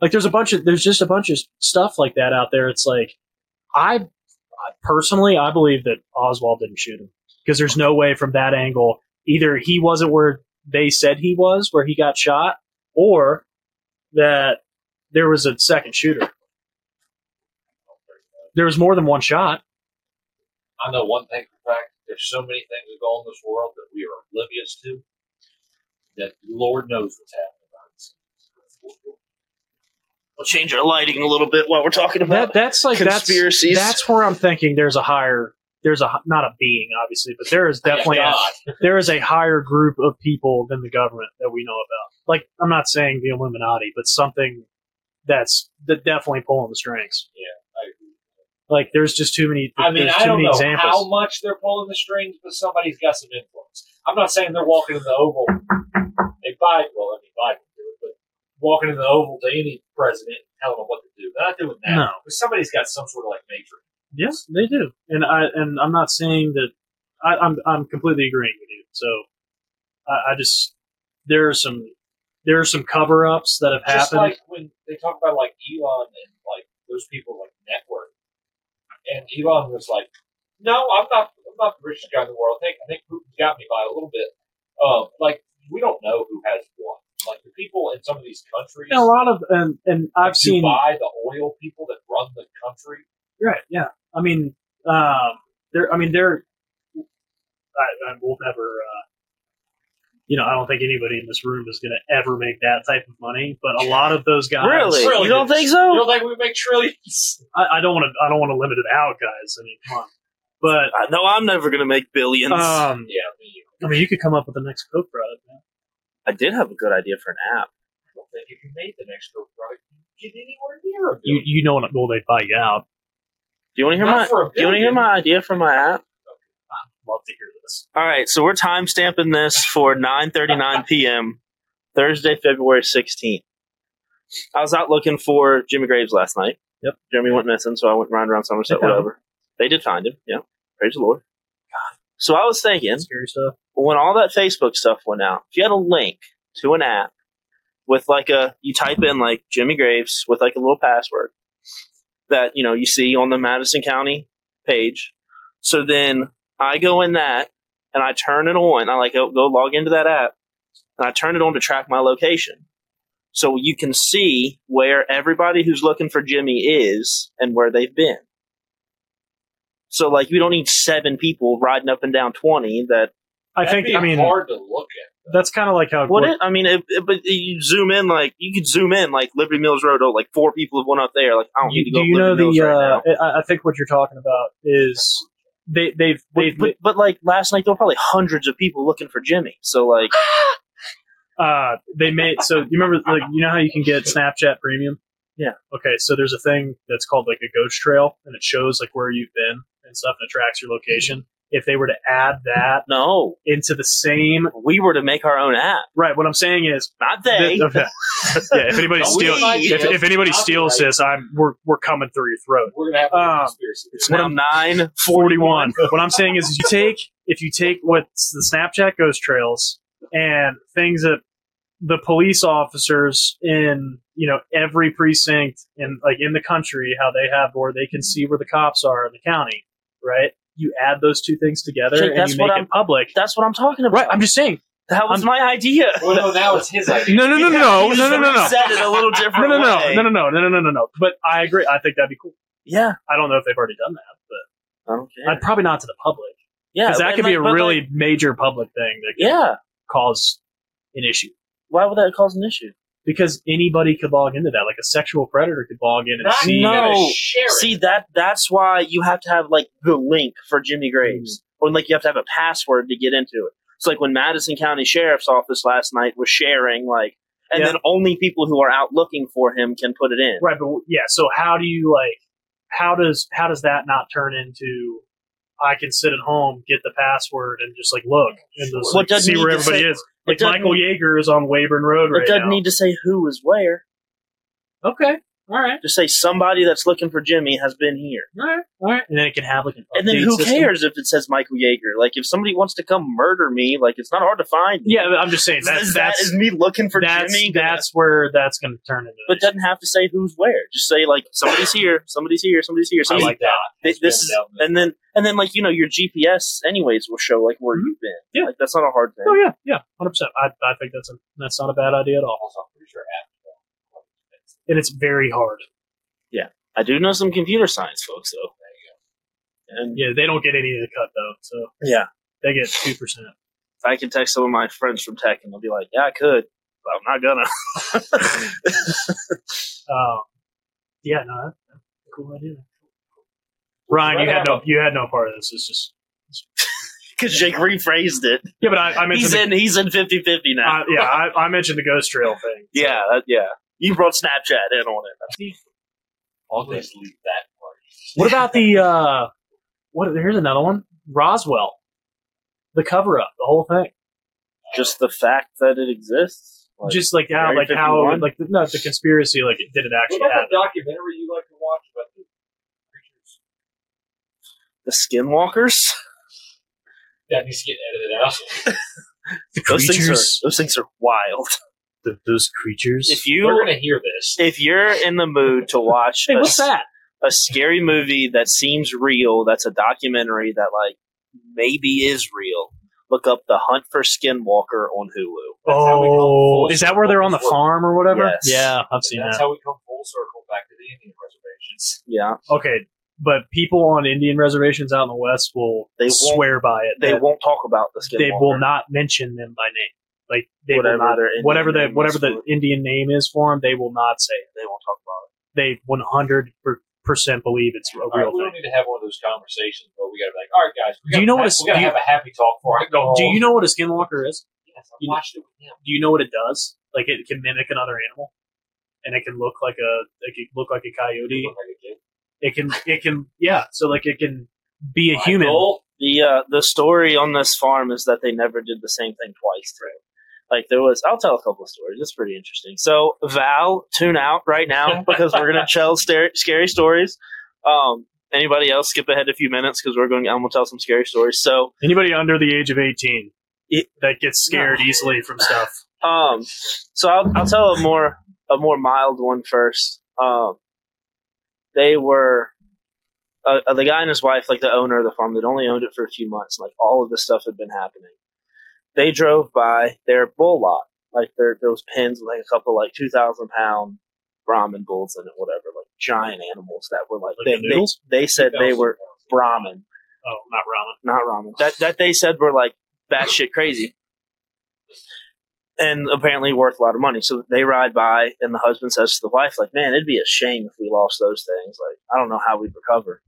Speaker 5: like there's a bunch of there's just a bunch of stuff like that out there it's like I I- personally I believe that Oswald didn't shoot him because there's no way from that angle either he wasn't where they said he was where he got shot or that there was a second shooter there was more than one shot
Speaker 4: I know one thing for a fact: there's so many things that go on in this world that we are oblivious to. That Lord knows what's happening. behind the scenes.
Speaker 6: We'll change our lighting a little bit while we're talking
Speaker 5: That,
Speaker 6: about
Speaker 5: that's like that's
Speaker 6: conspiracies.
Speaker 5: that's where I'm thinking. There's a higher. There's a hi- not a being, obviously, but there is definitely a,
Speaker 4: Oh, God.
Speaker 5: there is a higher group of people than the government that we know about. Like I'm not saying the Illuminati, but something that's that definitely pulling the strings.
Speaker 4: I agree.
Speaker 5: Like there's just too many.
Speaker 4: I mean,
Speaker 5: there's
Speaker 4: I
Speaker 5: too
Speaker 4: don't
Speaker 5: many
Speaker 4: know
Speaker 5: examples.
Speaker 4: how much they're pulling the strings, but somebody's got some influence. I'm not saying they're walking in the oval. They buy, well, I mean, Biden would do it, but walking in the oval to any president and telling them what to do. They're not doing that.
Speaker 5: No.
Speaker 4: But somebody's got some sort of like matrix.
Speaker 5: Yes, they do, and I and I'm not saying that I, I'm I'm completely agreeing with you. So I, I just there are some there are some cover ups that have
Speaker 4: Just
Speaker 5: happened.
Speaker 4: like when they talk about like Elon and like those people like network, and Elon was like, "No, I'm not. I'm not the richest guy in the world. I think I think Putin got me by a little bit." Um, like we don't know who has what. Like the people in some of these countries,
Speaker 5: and a lot of and and
Speaker 4: like
Speaker 5: I've seen
Speaker 4: Dubai, the oil people that run the country.
Speaker 5: right, yeah. I mean, um, there. I mean, there. I, I will never. Uh, you know, I don't think anybody in this room is going to ever make that type of money. But a lot of those guys,
Speaker 6: really?
Speaker 4: really
Speaker 6: You don't
Speaker 4: good.
Speaker 6: think
Speaker 4: You
Speaker 6: so?
Speaker 4: don't think we make trillions?
Speaker 5: I, I don't want to. I don't want to limit it out, guys. I mean, come on. But
Speaker 6: I know I'm never going to make billions.
Speaker 5: um,
Speaker 4: Yeah, I mean,
Speaker 5: I mean, you could come up with the next Coke product, man.
Speaker 6: I did have a good idea for an app.
Speaker 4: I don't think if you made the next Coke product, you get anywhere near a
Speaker 5: You
Speaker 4: billion.
Speaker 5: you know what well they buy you out.
Speaker 6: Do you want to hear
Speaker 4: Not
Speaker 6: my?
Speaker 4: for a
Speaker 6: Do you want to hear
Speaker 4: billion.
Speaker 6: my idea for my app?
Speaker 5: Love to hear this.
Speaker 6: All right, so we're timestamping this for 9:39 p.m. Thursday, February 16th. I was out looking for Jimmy Graves last night. Yep, Jeremy went missing, so I went round around Somerset,
Speaker 5: They found him.
Speaker 6: whatever. They did find him. Yeah, praise the Lord. So I was thinking,
Speaker 5: Scary stuff.
Speaker 6: when all that Facebook stuff went out, if you had a link to an app with like a, you type in like Jimmy Graves with like a little password that, you know, you see on the Madison County page. So then I go in that and I turn it on. I like go, go log into that app and I turn it on to track my location. So you can see where everybody who's looking for Jimmy is and where they've been. So like we don't need seven people riding up and down 20 that
Speaker 5: I
Speaker 4: That'd
Speaker 5: think.
Speaker 4: be
Speaker 5: I mean,
Speaker 4: hard to look at.
Speaker 5: that's kind of like how.
Speaker 6: Would it? I mean, it, it- but you zoom in like you could zoom in like Liberty Mills Road. Oh, like four people have went up there. Like I don't need to
Speaker 5: You, do
Speaker 6: go. up
Speaker 5: you know
Speaker 6: Liberty Mills
Speaker 5: the?
Speaker 6: right now.
Speaker 5: uh, I, I think what you're talking about is they they've
Speaker 6: But,
Speaker 5: they've
Speaker 6: but, but, like last night, there were probably hundreds of people looking for Jimmy. So like,
Speaker 5: uh they made so you remember like you know how you can get Snapchat Premium.
Speaker 6: Yeah.
Speaker 5: Okay, so there's a thing that's called like a ghost trail, and it shows like where you've been and stuff, and it tracks your location. If they were to add that
Speaker 6: no,
Speaker 5: into the same
Speaker 6: we were to make our own app,
Speaker 5: right, what I'm saying is
Speaker 6: not they.
Speaker 5: Th- okay. yeah, if anybody
Speaker 4: We-
Speaker 5: steals, if, if anybody
Speaker 4: I'll be
Speaker 5: steals
Speaker 4: right.
Speaker 5: this, I'm we're we're coming through your throat.
Speaker 4: We're gonna have a
Speaker 5: Um,
Speaker 4: conspiracy.
Speaker 6: it's
Speaker 4: theory.
Speaker 6: now nine.
Speaker 5: Forty-one. what I'm saying is, you take if you take what's the Snapchat ghost trails and things that the police officers in you know every precinct in like in the country how they have where they can see where the cops are in the county, right? You add those two things together
Speaker 6: Jake,
Speaker 5: and
Speaker 6: that's
Speaker 5: you
Speaker 6: what
Speaker 5: make
Speaker 6: I'm-
Speaker 5: it public.
Speaker 6: That's what I'm talking about.
Speaker 5: Right, I'm just saying.
Speaker 6: that was
Speaker 5: I'm-
Speaker 6: my idea.
Speaker 4: Well, no, now it's his idea.
Speaker 5: No, no, no, no, no,
Speaker 6: You
Speaker 5: no, no, no, no,
Speaker 6: Said it a little different.
Speaker 5: no, no,
Speaker 6: way.
Speaker 5: no, no, no, no, no, no, no, no. But I agree. I think that'd be cool.
Speaker 6: Yeah,
Speaker 5: I don't know if they've already done that, but
Speaker 6: I don't care.
Speaker 5: I'd probably not to the public
Speaker 6: yeah,
Speaker 5: because that
Speaker 6: and
Speaker 5: could be
Speaker 6: like-
Speaker 5: a
Speaker 6: but like-
Speaker 5: really major public thing that could
Speaker 6: yeah.
Speaker 5: cause an issue
Speaker 6: Why would that cause an issue?
Speaker 5: because anybody could log into that. Like a sexual predator could log in and
Speaker 4: Not
Speaker 5: see.
Speaker 4: you gotta
Speaker 6: No.
Speaker 4: share it.
Speaker 6: See that that's why you have to have like the link for Jimmy Graves,
Speaker 5: Mm-hmm.
Speaker 6: or like you have to have a password to get into it. It's like when Madison County Sheriff's Office last night was sharing like, and
Speaker 5: Yeah.
Speaker 6: then only people who are out looking for him can put it in.
Speaker 5: Right, but yeah. So how do you like? How does how does that not turn into? I can sit at home, get the password, and just like look and just,
Speaker 6: Well,
Speaker 5: like,
Speaker 6: it doesn't
Speaker 5: see
Speaker 6: need
Speaker 5: where
Speaker 6: to
Speaker 5: everybody
Speaker 6: say-
Speaker 5: is. Like
Speaker 6: doesn't-
Speaker 5: Michael Yeager is on Weyburn Road right
Speaker 6: it doesn't
Speaker 5: now.
Speaker 6: need to say who is where.
Speaker 5: okay, all right,
Speaker 6: Just say somebody that's looking for Jimmy has been here.
Speaker 5: all right, all right, and then it can have like an
Speaker 6: And then
Speaker 5: update
Speaker 6: who
Speaker 5: system.
Speaker 6: cares if it says Michael Yeager? Like if somebody wants to come murder me, like it's not hard to find. me.
Speaker 5: Yeah, but I'm just saying that's
Speaker 6: Is that
Speaker 5: that's
Speaker 6: is me looking for
Speaker 5: that's
Speaker 6: Jimmy.
Speaker 5: that's where that's going to turn into.
Speaker 6: but it doesn't have to say who's where. Just say like somebody's here, somebody's here, somebody's here.
Speaker 4: I
Speaker 6: Somebody's
Speaker 4: like that.
Speaker 6: Th- this is,
Speaker 4: Yeah.
Speaker 6: and then and then like you know your GPS anyways will show like where you've been.
Speaker 5: Mm-hmm. Yeah.
Speaker 6: Like that's not a hard thing.
Speaker 5: oh yeah, yeah, hundred percent. I I think that's a that's not a bad idea at all,
Speaker 4: Also, I'm pretty sure Apple.
Speaker 5: and it's very hard.
Speaker 6: I do know some computer science folks though. And
Speaker 5: Yeah, they don't get any of the cut though, so
Speaker 6: yeah,
Speaker 5: they get two percent.
Speaker 6: I can text some of my friends from tech and they'll be like, yeah, I could. I'm not gonna.
Speaker 5: Um, yeah, no, that- that's a cool idea. Ryan, you had no, you had no part of this. It's just
Speaker 6: Because Jake rephrased it.
Speaker 5: yeah, but I, I mentioned
Speaker 6: He's
Speaker 5: the,
Speaker 6: in. He's in 50-50 now.
Speaker 5: I- yeah, I, I mentioned the ghost trail thing.
Speaker 6: yeah, that- yeah. You brought Snapchat in on it.
Speaker 4: I'll just leave that part.
Speaker 5: What about the uh, what? Here's another one. Roswell, the cover up, the whole thing.
Speaker 6: Just the fact that it exists. Like,
Speaker 5: just like how,
Speaker 6: Area
Speaker 5: like how,
Speaker 6: 51?
Speaker 5: like the, no, the conspiracy, like it did it actually happen?
Speaker 4: documentary you like to watch about the creatures?
Speaker 6: the Skinwalkers.
Speaker 4: That needs to get edited out.
Speaker 5: The
Speaker 6: Those things are those things are wild.
Speaker 5: the, those creatures.
Speaker 6: If
Speaker 4: We're
Speaker 6: you
Speaker 4: gonna hear this.
Speaker 6: if you're in the mood to watch
Speaker 5: hey,
Speaker 6: a,
Speaker 5: what's that?
Speaker 6: a scary movie that seems real, that's a documentary that like maybe is real, look up The Hunt for Skinwalker on Hulu.
Speaker 5: Oh, is that where they're on the farm or whatever?
Speaker 6: Yes.
Speaker 5: Yeah, I've seen
Speaker 4: That's
Speaker 5: that.
Speaker 4: how we come full circle back to the Indian reservations.
Speaker 6: Yeah.
Speaker 5: okay, but people on Indian reservations out in the West will
Speaker 6: They won't-
Speaker 5: swear by it.
Speaker 6: They
Speaker 5: that
Speaker 6: won't talk about the Skinwalker.
Speaker 5: they will not mention them by name. Like they
Speaker 6: Whatever
Speaker 5: will not,
Speaker 6: their Indian
Speaker 5: whatever the
Speaker 6: name
Speaker 5: whatever
Speaker 6: is
Speaker 5: the
Speaker 6: for
Speaker 5: Indian name is for them, they will not say it.
Speaker 6: They won't talk about it.
Speaker 5: They one hundred percent believe it's a
Speaker 4: All
Speaker 5: real
Speaker 4: right, we
Speaker 5: thing.
Speaker 4: don't need to have one of those conversations, but we gotta be like, all right, guys, we
Speaker 5: Do
Speaker 4: gotta,
Speaker 5: you know what
Speaker 4: have,
Speaker 5: a-
Speaker 4: we gotta
Speaker 5: do you-
Speaker 4: have a happy talk before I go home.
Speaker 5: Do you know what a skinwalker is?
Speaker 4: Yes, I
Speaker 5: you-
Speaker 4: watched it with him.
Speaker 5: do you know what it does? Like it can mimic another animal, and it can look like a it can look like a coyote.
Speaker 4: Looked like a kid.
Speaker 5: It can it can yeah. So like it can be a human.
Speaker 6: Well, the uh, the story on this farm is that they never did the same thing twice. Like there was, I'll tell a couple of stories. It's pretty interesting. So Val, tune out right now because we're gonna tell scary, scary stories. Um, anybody else, skip ahead a few minutes because we're going. I'm gonna tell some scary stories. So
Speaker 5: Anybody under the age of eighteen
Speaker 6: It-
Speaker 5: that gets scared easily from stuff.
Speaker 6: Um, so I'll, I'll tell a more a more mild one first. Um, they were uh, uh, the guy and his wife, like the owner of the farm, that only owned it for a few months. Like all of this stuff had been happening. They drove by their bull lot, like there there was pins with like a couple like two thousand pound Brahman bulls in it, whatever, like giant animals that were like,
Speaker 5: Like
Speaker 6: they,
Speaker 5: the
Speaker 6: they
Speaker 5: noodles?
Speaker 6: they said they
Speaker 4: 2000
Speaker 6: were Brahmin
Speaker 5: Oh, not ramen.
Speaker 6: not ramen. That that they said were like batshit crazy, and apparently worth a lot of money. So they ride by, and the husband says to the wife, "Like, man, it'd be a shame if we lost those things. Like, I don't know how we'd recover."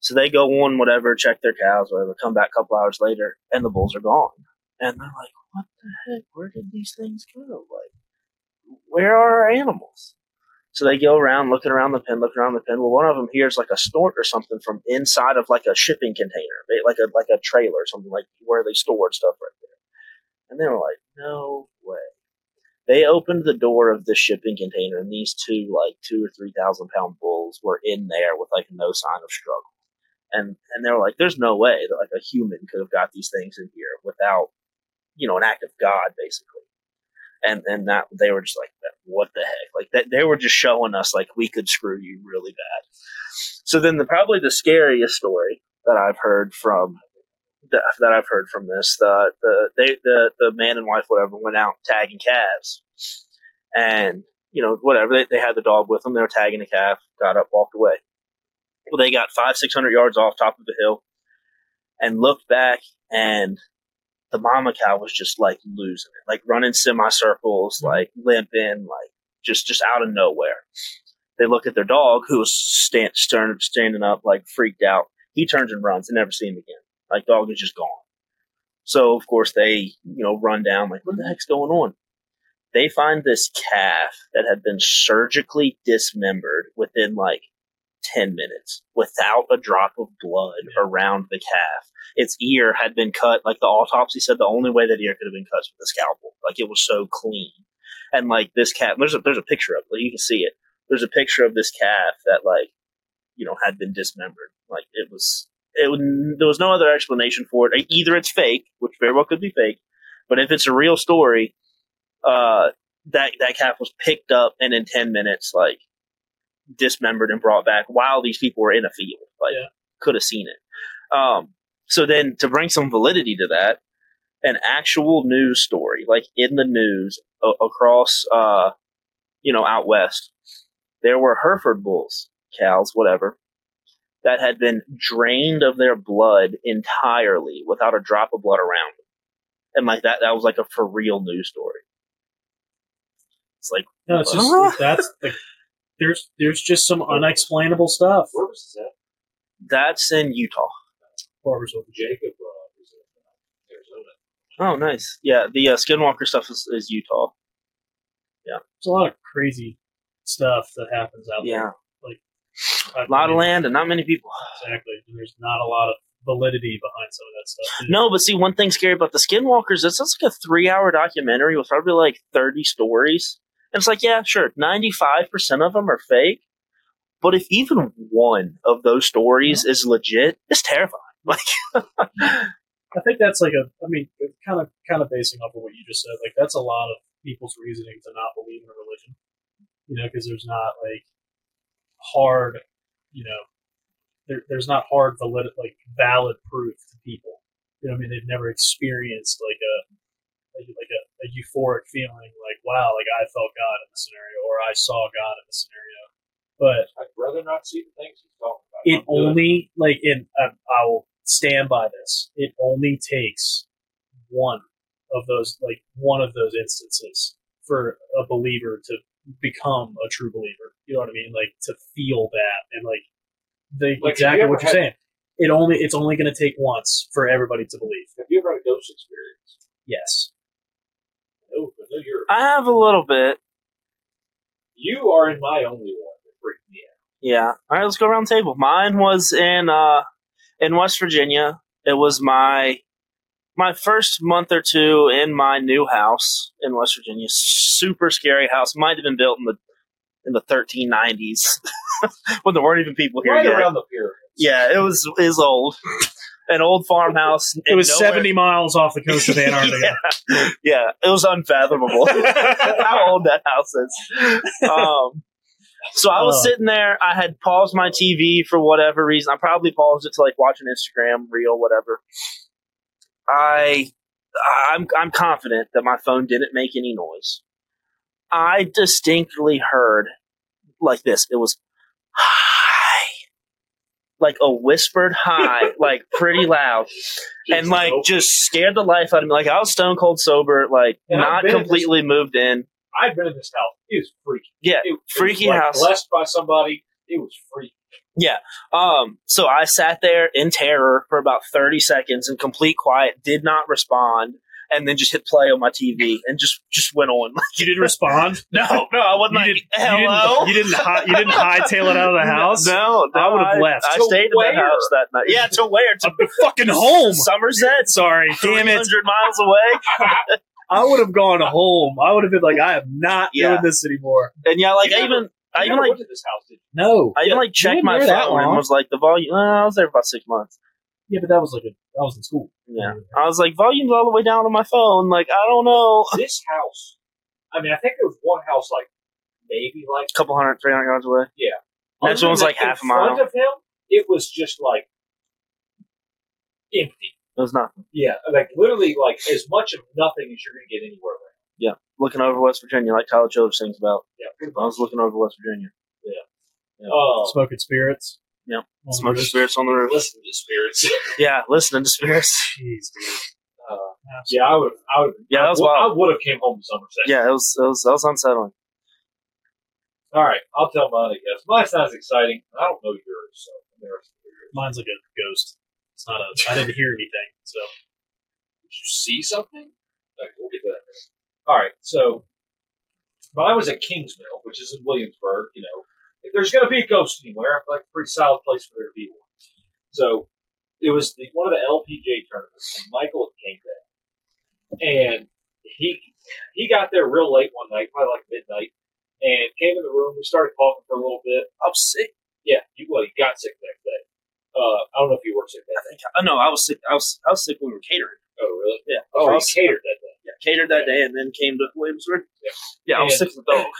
Speaker 6: So they go on whatever, check their cows, whatever. Come back a couple hours later, and the bulls are gone. And they're like, "What the heck? Where did these things go? Like, where are our animals?" So they go around looking around the pen, looking around the pen. Well, one of them hears like a snort or something from inside of like a shipping container, ba- like a like a trailer, or something like where they stored stuff right there. And they were like, "No way!" They opened the door of the shipping container, and these two like two or three thousand pound bulls were in there with like no sign of struggle. And and they were like, "There's no way that like a human could have got these things in here without, you know, an act of God, basically." and and that they were just like what the heck like that they were just showing us like we could screw you really bad so then the probably the scariest story that i've heard from that, that i've heard from this the the they the, the man and wife whatever went out tagging calves and you know whatever they, they had the dog with them they were tagging a calf got up walked away well they got five six hundred yards off top of the hill and looked back and the mama cow was just like losing it, like running semicircles, like limping, like just just out of nowhere. They look at their dog, who was stand, stern, standing up, like freaked out. He turns and runs. They never see him again. Like dog is just gone. So of course they, you know, run down. Like what the heck's going on? They find this calf that had been surgically dismembered within like ten minutes, without a drop of blood around the calf its ear had been cut. Like the autopsy said, the only way that ear could have been cut was with a scalpel. Like it was so clean. And like this cat, there's a there's a picture of it. Like, you can see it. There's a picture of this calf that like you know had been dismembered. Like it was it was- there was no other explanation for it. E, Either it's fake, which very well could be fake, but if it's a real story, uh, that that calf was picked up and in ten minutes like dismembered and brought back while these people were in a field. Like
Speaker 5: Yeah.
Speaker 6: could have seen it. Um, so then to bring some validity to that, an actual news story, like in the news a- across, uh, you know, out west, there were Hereford bulls, cows, whatever, that had been drained of their blood entirely without a drop of blood around them. And like that, that was like a for real news story. It's like
Speaker 5: No, it's just
Speaker 6: Huh?
Speaker 5: that's the, there's there's just some unexplainable stuff.
Speaker 4: Where was that?
Speaker 6: that's in Utah.
Speaker 4: Barbers with Jacob uh, was in Arizona.
Speaker 6: Oh, nice. Yeah, the uh, Skinwalker stuff is, is Utah.
Speaker 5: There's a lot of crazy stuff that happens out
Speaker 6: Yeah,
Speaker 5: there.
Speaker 6: a lot of land and not many people.
Speaker 5: Exactly. And there's not a lot of validity behind some of that stuff.
Speaker 6: No, but see, one thing scary about the Skinwalkers is it's like a three-hour documentary with probably like thirty stories, and it's like, yeah, sure, ninety-five percent of them are fake, but if even one of those stories is legit, it's terrifying. Like,
Speaker 5: I think that's like a. I mean, it's kind of kind of basing off of what you just said. Like that's a lot of people's reasoning to not believe in a religion. You know, because there's not like hard, you know, there, there's not hard valid like valid proof to people. You know, I mean, they've never experienced like a like like a, a euphoric feeling like wow, like I felt God in this scenario or I saw God in this scenario. But
Speaker 4: I'd rather not see the things he's talking about.
Speaker 5: it
Speaker 4: I'm good.
Speaker 5: only like in I, I will stand by this. It only takes one of those like one of those instances for a believer to become a true believer. You know what I mean? Like to feel that and like the
Speaker 4: Like, have you
Speaker 5: exactly
Speaker 4: ever
Speaker 5: what you're
Speaker 4: had-
Speaker 5: saying. It only it's only going to take once for everybody to believe.
Speaker 4: Have you ever had a ghost experience?
Speaker 5: Yes.
Speaker 4: No, but no, you're
Speaker 6: I have a little bit.
Speaker 4: you are in my only one that freaked me out.
Speaker 6: Yeah. All right, let's go around the table. Mine was in uh in West Virginia. It was my my first month or two in my new house in West Virginia. Super scary house. Might have been built in the in the 1390s when there weren't even people here
Speaker 4: Right
Speaker 6: yet.
Speaker 4: around the pyramid.
Speaker 6: yeah, it was is old. An old farmhouse.
Speaker 5: It
Speaker 6: in
Speaker 5: was
Speaker 6: nowhere.
Speaker 5: 70 miles off the coast of Antarctica.
Speaker 6: yeah. yeah, it was unfathomable how old that house is. Um, so I was
Speaker 5: Oh.
Speaker 6: sitting there. I had paused my TV for whatever reason. I probably paused it to like watch an Instagram reel, whatever. I, I'm, I'm confident that my phone didn't make any noise. I distinctly heard like this. It was hi, like a whispered hi, like pretty loud and like just scared the life out of me. Like I was stone cold sober, like
Speaker 4: And I've
Speaker 6: not
Speaker 4: been in
Speaker 6: completely moved in.
Speaker 4: I've been in this house. It was freaky.
Speaker 6: Yeah,
Speaker 4: It, it
Speaker 6: freaky
Speaker 4: was like
Speaker 6: house.
Speaker 4: Blessed by somebody. It was freaky.
Speaker 6: Um, so I sat there in terror for about thirty seconds in complete quiet, did not respond, and then just hit play on my TV and just just went on.
Speaker 5: You didn't respond.
Speaker 6: no, no, I wasn't like
Speaker 5: you didn't,
Speaker 6: hello.
Speaker 5: You didn't, you didn't, hi- you didn't hightail it out of the house.
Speaker 6: No, no
Speaker 5: I would've left.
Speaker 6: I
Speaker 5: To
Speaker 6: stayed in the
Speaker 5: where?
Speaker 6: house that night. Yeah, to where? To
Speaker 5: I'm fucking home.
Speaker 6: Somerset.
Speaker 5: Sorry, damn
Speaker 6: Three
Speaker 5: it.
Speaker 6: hundred miles away.
Speaker 5: I would have gone home. I would have been like, I am not
Speaker 6: Yeah.
Speaker 5: doing this anymore.
Speaker 6: And yeah, like
Speaker 4: You
Speaker 6: I
Speaker 4: never-
Speaker 6: even I
Speaker 4: you
Speaker 6: even
Speaker 4: never
Speaker 6: like
Speaker 4: went to this house, did you?
Speaker 5: No.
Speaker 6: I even like checked
Speaker 5: been
Speaker 6: my
Speaker 5: there that
Speaker 6: phone and
Speaker 5: long.
Speaker 6: was like the volume. uh, I was there for about six months.
Speaker 5: Yeah, but that was like a, I was in school.
Speaker 6: Yeah, I was like volume's all the way down on my phone. Like I don't know,
Speaker 4: This house. I mean, I think there was one house like maybe like
Speaker 6: a couple hundred, three hundred yards away. Next
Speaker 4: Other
Speaker 6: one's
Speaker 4: than
Speaker 6: like half a
Speaker 4: in front
Speaker 6: mile.
Speaker 4: of him. It was just like empty.
Speaker 6: It was nothing.
Speaker 4: Yeah, like literally, like as much of nothing as you're gonna get anywhere. Around.
Speaker 6: Looking over West Virginia, like Tyler Childers sings about.
Speaker 4: Yeah,
Speaker 6: I was looking over West Virginia.
Speaker 4: Uh,
Speaker 5: Smoking spirits.
Speaker 6: Yeah.
Speaker 5: Oh,
Speaker 6: Smoking
Speaker 5: goodness.
Speaker 6: spirits on the roof.
Speaker 4: listen to spirits.
Speaker 6: Yeah, listening to spirits.
Speaker 5: Jeez, dude.
Speaker 4: Uh, yeah, I would. I would.
Speaker 6: Yeah, that was
Speaker 4: I would,
Speaker 6: wild.
Speaker 4: I would have came home to Somerset.
Speaker 6: Yeah, it was it was that was unsettling.
Speaker 4: All right, I'll tell mine. I guess mine sounds exciting. I don't know yours, so I'm interested to hear yours.
Speaker 5: Mine's like a ghost. It's not a. I didn't hear anything. So
Speaker 4: Did you see something? Okay, we'll get to that. in a minute. All right, so mine was at Kingsmill, which is in Williamsburg. You know, if there's going to be a ghost anywhere, I feel like a pretty solid place for there to be one. So it was the, one of the LPGA tournaments, and Michael came down, and he he got there real late one night, probably like midnight, and came in the room. We started talking for a little bit.
Speaker 6: I'm sick.
Speaker 4: Yeah, he, well, he got sick the next day. Uh, I don't know if you were sick that day.
Speaker 6: Uh, No, I was sick. I was I was sick when we were catering.
Speaker 4: Oh, really?
Speaker 6: Yeah.
Speaker 4: Oh, he
Speaker 6: I was,
Speaker 4: catered that day.
Speaker 6: yeah, catered that day and then came to Williamsburg.
Speaker 4: Yeah.
Speaker 6: Yeah, I was
Speaker 4: And-
Speaker 6: sick as a dog.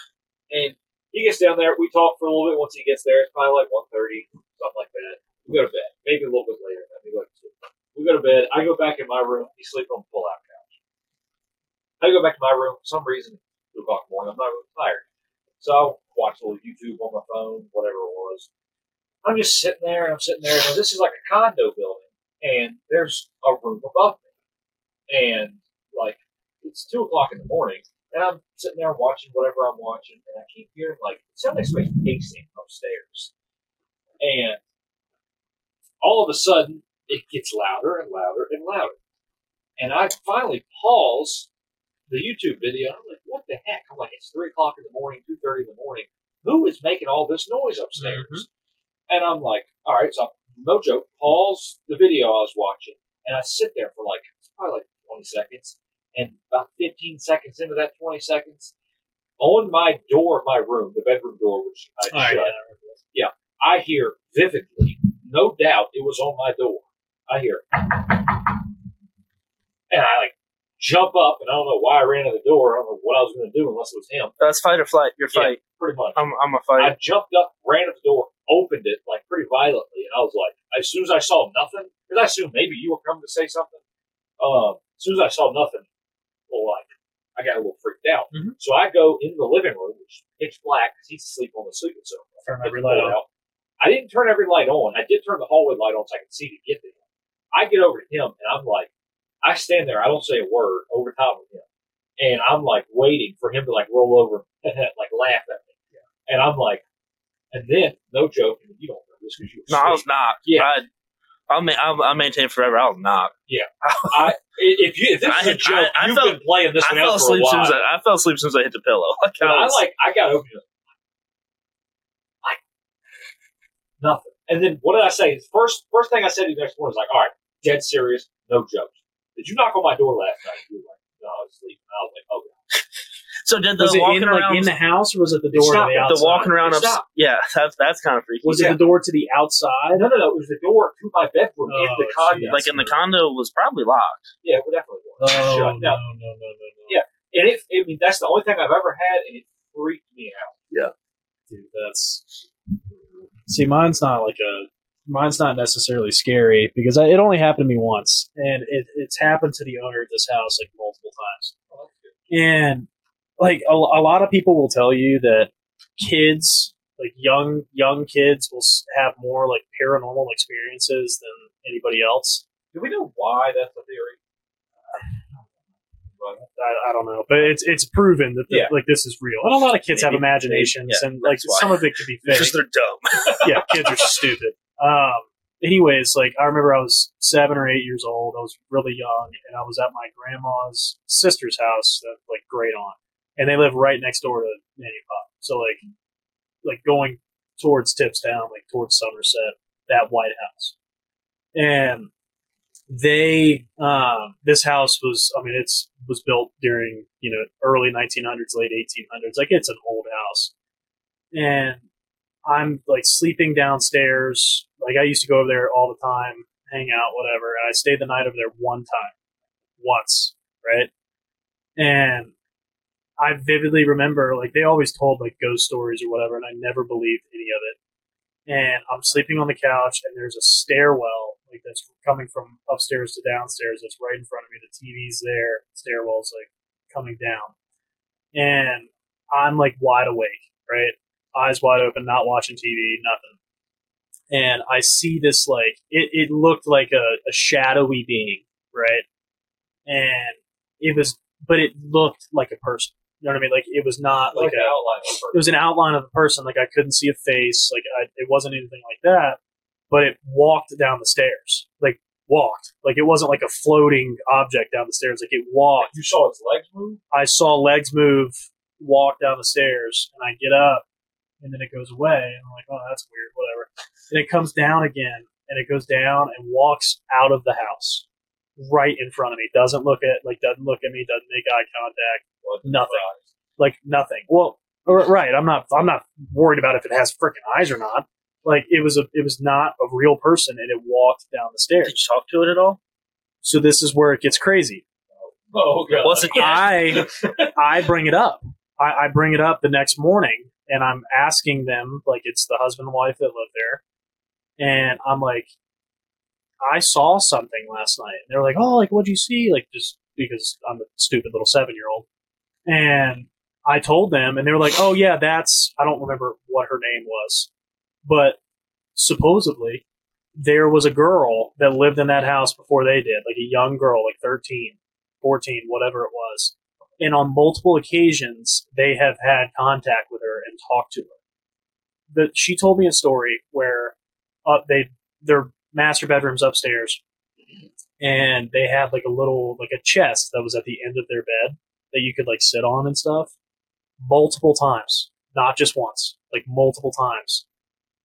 Speaker 4: And he gets down there. We talk for a little bit. Once he gets there, it's probably like 1.30, something like that. We go to bed. Maybe a little bit later. Maybe like two. We go to bed. I go back in my room. He sleep on the pull-out couch. I go back to my room. For some reason, 2 o'clock in the morning, I'm not really tired. So I watch a little YouTube on my phone, whatever it was. I'm just sitting there. I'm sitting there. Now, this is like a condo building. And there's a room above me. And, like, it's 2 o'clock in the morning. And I'm sitting there watching whatever I'm watching, and I keep hearing like it sounds like somebody pacing upstairs. And all of a sudden, it gets louder and louder and louder. And I finally pause the YouTube video. I'm like, what the heck? I'm like, it's three o'clock in the morning, two thirty in the morning. Who is making all this noise upstairs? And I'm like, all right, so no joke, pause the video I was watching, and I sit there for like probably like twenty seconds, and about fifteen seconds into that twenty seconds, on my door of my room, the bedroom door, which I
Speaker 8: All right,
Speaker 4: shut, yeah, I hear vividly, no doubt, it was on my door. I hear, and I like jump up, and I don't know why I ran to the door. I don't know what I was going to do unless it was him.
Speaker 6: That's fight or flight. Your
Speaker 4: Yeah.
Speaker 6: fight.
Speaker 4: Pretty much.
Speaker 6: I'm I'm a fight.
Speaker 4: I jumped up, ran up the door, opened it like pretty violently, and I was like, as soon as I saw nothing, because I assumed maybe you were coming to say something. Um, as soon as I saw nothing, well, like I got a little freaked out.
Speaker 8: Mhm.
Speaker 4: So I go into the living room, which is pitch black, because he's asleep on the sleeping sofa.
Speaker 8: Turn
Speaker 4: I
Speaker 8: every light
Speaker 4: pulled
Speaker 8: on.
Speaker 4: out. I didn't turn every light on. I did turn the hallway light on so I could see to get to him. I get over to him and I'm like, I stand there. I don't say a word over top of him, and I'm like waiting for him to like roll over, and like laugh at me. And I'm like, and then no joke, and you don't know this because you were
Speaker 6: No, I was
Speaker 4: asleep.
Speaker 6: not.
Speaker 4: Yeah.
Speaker 6: I, I'll, ma- I'll, I'll maintain forever. I'll knock.
Speaker 4: I- if you if this
Speaker 6: I
Speaker 4: is a
Speaker 6: had-
Speaker 4: joke,
Speaker 6: I- I
Speaker 4: you've
Speaker 6: felt-
Speaker 4: been playing this
Speaker 6: I
Speaker 4: one
Speaker 6: fell
Speaker 4: out for a
Speaker 6: asleep soon
Speaker 4: while.
Speaker 6: as I, I fell asleep soon as I hit the pillow. Like,
Speaker 4: And
Speaker 6: I
Speaker 4: I
Speaker 6: was-
Speaker 4: like I got over to him, like nothing. And then what did I say? First first thing I said to the next one was like, all right, dead serious, no jokes. Did you knock on my door last night? You were like, no, I was asleep. And I was like, oh God.
Speaker 6: so did the
Speaker 5: Was it
Speaker 6: walking
Speaker 5: in,
Speaker 6: around
Speaker 5: like, in the house or was it the door to
Speaker 4: not-
Speaker 5: the
Speaker 6: the
Speaker 5: outside?
Speaker 6: walking around
Speaker 4: It's
Speaker 6: up.
Speaker 4: not.
Speaker 6: Yeah, that's that's kind of freaky.
Speaker 5: was it
Speaker 4: Yeah.
Speaker 5: the door to the outside?
Speaker 4: No, no, no. It was the door to my bedroom in
Speaker 5: Oh,
Speaker 4: the condo.
Speaker 6: like in the condo was probably locked.
Speaker 4: yeah, it definitely was.
Speaker 5: Oh, no, no,
Speaker 4: Shut
Speaker 5: no,
Speaker 4: down.
Speaker 5: no, no.
Speaker 4: Yeah. And it, I mean, that's the only thing I've ever had, and it freaked me out.
Speaker 5: Dude, that's see, mine's not like a mine's not necessarily scary because I, it only happened to me once, and it, it's happened to the owner of this house like multiple times. And like a, a lot of people will tell you that kids, like young young kids, will s- have more like paranormal experiences than anybody else.
Speaker 4: Do we know why that's a theory?
Speaker 5: I, I don't know, but it's it's proven that the,
Speaker 4: Yeah.
Speaker 5: like this is real, and a lot of kids
Speaker 6: Maybe-
Speaker 5: have imaginations,
Speaker 6: maybe, yeah,
Speaker 5: and like
Speaker 6: that's why.
Speaker 5: some of it could be fake.
Speaker 6: Because they're dumb.
Speaker 5: yeah, kids are stupid. Um, anyways, like I remember I was seven or eight years old. I was really young, and I was at my grandma's sister's house, that like great aunt, and they live right next door to Nanny Pop. So like, like going towards Tipstown, like towards Somerset, that White House, and they um, this house was I mean it's was built during you know early 1900s, late 1800s. Like it's an old house, and I'm like sleeping downstairs. Like I used to go over there all the time, hang out, whatever. And I stayed the night over there one time, once, right? And I vividly remember like they always told like ghost stories or whatever, and I never believed any of it. And I'm sleeping on the couch, and there's a stairwell like that's coming from upstairs to downstairs. That's right in front of me. The TV's there. Stairwell's like coming down, and I'm like wide awake, right? eyes wide open, not watching TV, nothing. And I see this like it, it looked like a, a shadowy being, right? And it was but it looked like a person. You know what I mean? Like it was not
Speaker 4: Like,
Speaker 5: like,
Speaker 4: an
Speaker 5: a
Speaker 4: outline of a
Speaker 5: it was an outline of a person. Like I couldn't see a face. Like I, it wasn't anything like that. But it walked down the stairs. Like walked. Like it wasn't like a floating object down the stairs. Like it walked.
Speaker 4: You saw its legs move?
Speaker 5: I saw legs move, walk down the stairs, and I get up, and then it goes away. And I'm like, oh, that's weird, whatever. And it comes down again, and it goes down and walks out of the house right in front of me. Doesn't look at, like, doesn't look at me, doesn't make eye contact, nothing. Like, nothing. Well, r- right. I'm not, I'm not worried about if it has freaking eyes or not. Like, it was a, it was not a real person, and it walked down the
Speaker 6: Did you
Speaker 5: stairs.
Speaker 6: talk to it at all?
Speaker 5: So this is where it gets crazy.
Speaker 4: Oh, God.
Speaker 6: Wasn't
Speaker 5: I I bring it up. I, I bring it up the next morning, and I'm asking them like it's the husband and wife that live there, and I'm like, I saw something last night, and they're like, oh, like what'd you see? Like just because I'm a stupid little seven year old, and I told them, and they were like, oh yeah, that's I don't remember what her name was, but supposedly there was a girl that lived in that house before they did, like a young girl, like 13, 14, whatever it was. and on multiple occasions they have had contact with her and talked to her. That she told me a story where uh, they their master bedrooms upstairs, and they had like a little like a chest that was at the end of their bed that you could like sit on and stuff. Multiple times, not just once, like multiple times.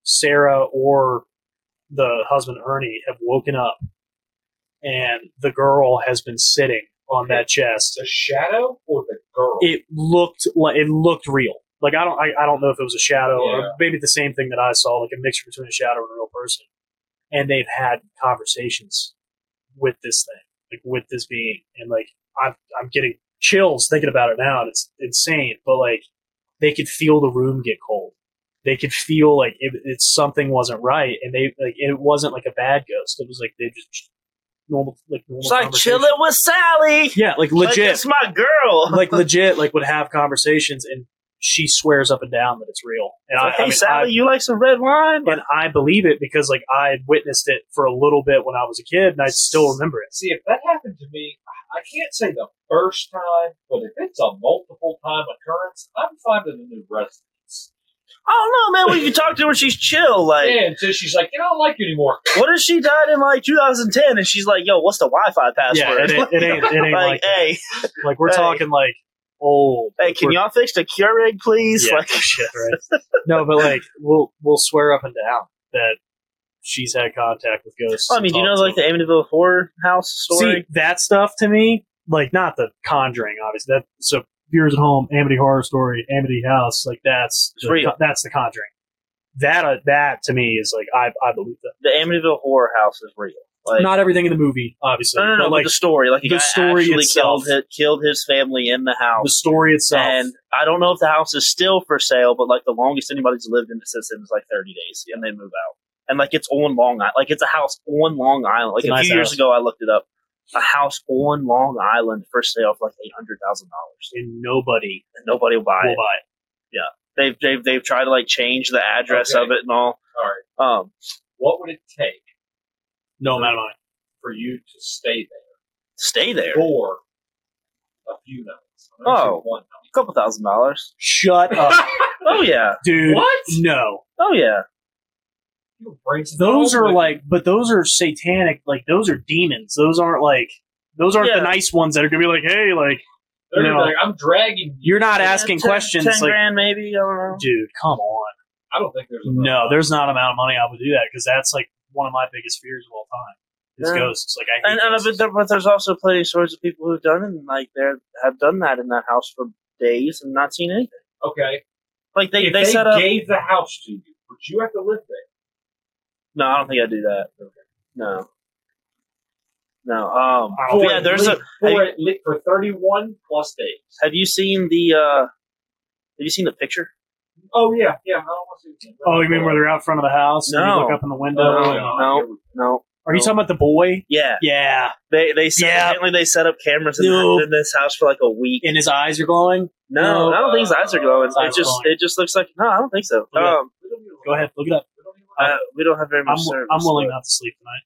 Speaker 5: Sarah or the husband Ernie have woken up, and the girl has been sitting on that chest
Speaker 4: The shadow or the girl?
Speaker 5: it looked like it looked real. Like I don't I, I don't know if it was a shadow
Speaker 4: Yeah.
Speaker 5: or maybe the same thing that I saw, like a mixture between a shadow and a real person. And they've had conversations with this thing, like with this being, and like I'm I'm getting chills thinking about it now, and it's insane. But like they could feel the room get cold. They could feel like it, it something wasn't right, and they like it wasn't like a bad ghost. It was like they just normal like normal.
Speaker 6: It's like
Speaker 5: conversation.
Speaker 6: chilling with Sally.
Speaker 5: Yeah, like
Speaker 6: Like,
Speaker 5: legit
Speaker 6: it's my girl.
Speaker 5: like legit like would have conversations and she swears up and down that it's real and I,
Speaker 6: hey
Speaker 5: I mean,
Speaker 6: Sally,
Speaker 5: I-
Speaker 6: you like some red wine?
Speaker 5: and I believe it because like I witnessed it for a little bit when I was a kid and I still remember it
Speaker 4: See, if that happened to me, I can't say the first time, but if it's a multiple time occurrence, I'm finding a new residence.
Speaker 6: I don't know, man. We can talk to her when she's chill. Like,
Speaker 4: And so she's like, you know, I don't like you anymore.
Speaker 6: what if she died in like 2010 and she's like, yo, what's the Wi Fi password?
Speaker 5: it ain't- it ain't- it ain't like that.
Speaker 6: hey,
Speaker 5: like we're
Speaker 6: Hey.
Speaker 5: talking like old
Speaker 6: hey, can y'all fix the Keurig, please?
Speaker 5: Yeah,
Speaker 6: Like,
Speaker 5: shit right no but like we'll we'll swear up and down that she's had contact with ghosts
Speaker 6: I
Speaker 5: and
Speaker 6: mean, do you know
Speaker 5: talked
Speaker 6: like
Speaker 5: to
Speaker 6: the Amityville horror house
Speaker 5: them.
Speaker 6: story?
Speaker 5: see that stuff to me like not the conjuring obviously that so viewers at home Amity Horror Story Amity House like that's
Speaker 6: It's
Speaker 5: the,
Speaker 6: real.
Speaker 5: that's the conjuring that uh, that to me is like I I believe that.
Speaker 6: the Amityville horror house is real. Like,
Speaker 5: not everything in the movie, obviously.
Speaker 6: no, no, no,
Speaker 5: Ah, but
Speaker 6: but
Speaker 5: like
Speaker 6: the story, like a
Speaker 5: the
Speaker 6: guy
Speaker 5: story
Speaker 6: actually
Speaker 5: itself-
Speaker 6: killed his, killed his family in the house.
Speaker 5: the story itself.
Speaker 6: And I don't know if the house is still for sale, but like the longest anybody's lived in the system is like 30 days, and they move out. And like it's on Long Island, like it's a house on Long Island. Like
Speaker 5: It's a
Speaker 6: a
Speaker 5: nice
Speaker 6: few years
Speaker 5: house.
Speaker 6: ago, I looked it up. A house on Long Island for sale for like eight hundred thousand dollars,
Speaker 5: and nobody
Speaker 6: and nobody will buy
Speaker 5: will
Speaker 6: it.
Speaker 5: buy it.
Speaker 6: They've they've they've tried to like change the address
Speaker 4: Okay.
Speaker 6: of it and all.
Speaker 4: All right,
Speaker 6: Um,
Speaker 4: what would it take
Speaker 5: No amount of money.
Speaker 4: for you to stay there
Speaker 6: stay there,
Speaker 4: for a few nights? I'm gonna say
Speaker 6: Oh.
Speaker 4: one
Speaker 6: a couple thousand dollars.
Speaker 5: Shut up,
Speaker 6: Oh yeah,
Speaker 5: dude.
Speaker 4: What?
Speaker 5: No.
Speaker 6: oh yeah.
Speaker 4: night. Brains
Speaker 5: Those
Speaker 4: all
Speaker 5: are
Speaker 4: the way-
Speaker 5: like but those are satanic, like those are demons. Those aren't like those aren't
Speaker 6: Yeah.
Speaker 5: the nice ones that are gonna be like, hey, like
Speaker 4: They're gonna be
Speaker 5: no.
Speaker 4: like, I'm dragging you.
Speaker 5: you're not asking
Speaker 6: Yeah, ten-
Speaker 5: questions.
Speaker 6: Ten
Speaker 5: like,
Speaker 6: grand maybe. I don't know.
Speaker 5: dude, come on.
Speaker 4: I don't think there's enough
Speaker 5: No,
Speaker 4: money.
Speaker 5: there's not amount of money I would do that because that's like one of my biggest fears of all time. Is
Speaker 6: Yeah.
Speaker 5: ghosts. Like I hate
Speaker 6: and, and
Speaker 5: ghosts.
Speaker 6: but, there, but there's also plenty of stories of people who've done it and like they have done that in that house for days and not seen anything.
Speaker 4: Okay,
Speaker 6: Like they,
Speaker 4: if
Speaker 6: they,
Speaker 4: they,
Speaker 6: set up.
Speaker 4: gave the house to you, but you have to live there.
Speaker 6: No, I don't think I do that. No, no. Um,
Speaker 5: I don't
Speaker 6: yeah,
Speaker 4: at
Speaker 6: there's a-
Speaker 4: least- for, at least- for 31 plus days.
Speaker 6: have you seen the? uh Have you seen the picture?
Speaker 4: Oh yeah, yeah. I don't want to see.
Speaker 5: Oh, you mean where they're out front of the house and
Speaker 6: No.
Speaker 5: you look up in the window?
Speaker 6: No,
Speaker 5: and-
Speaker 6: no, no.
Speaker 5: Are you
Speaker 6: no.
Speaker 5: talking about the boy?
Speaker 6: Yeah,
Speaker 5: Yeah.
Speaker 6: they they set,
Speaker 5: Yeah.
Speaker 6: apparently they set up cameras in,
Speaker 5: No.
Speaker 6: in this house for like a week.
Speaker 5: and his eyes are glowing.
Speaker 6: No,
Speaker 5: No.
Speaker 6: I don't think his eyes are glowing.
Speaker 5: Eyes
Speaker 6: It just
Speaker 5: glowing.
Speaker 6: it just looks like no, I don't think so.
Speaker 5: Yeah.
Speaker 6: Um,
Speaker 5: Go ahead, look it up.
Speaker 6: uh, we don't have very
Speaker 5: I'm,
Speaker 6: much service.
Speaker 5: I'm willing not to sleep tonight.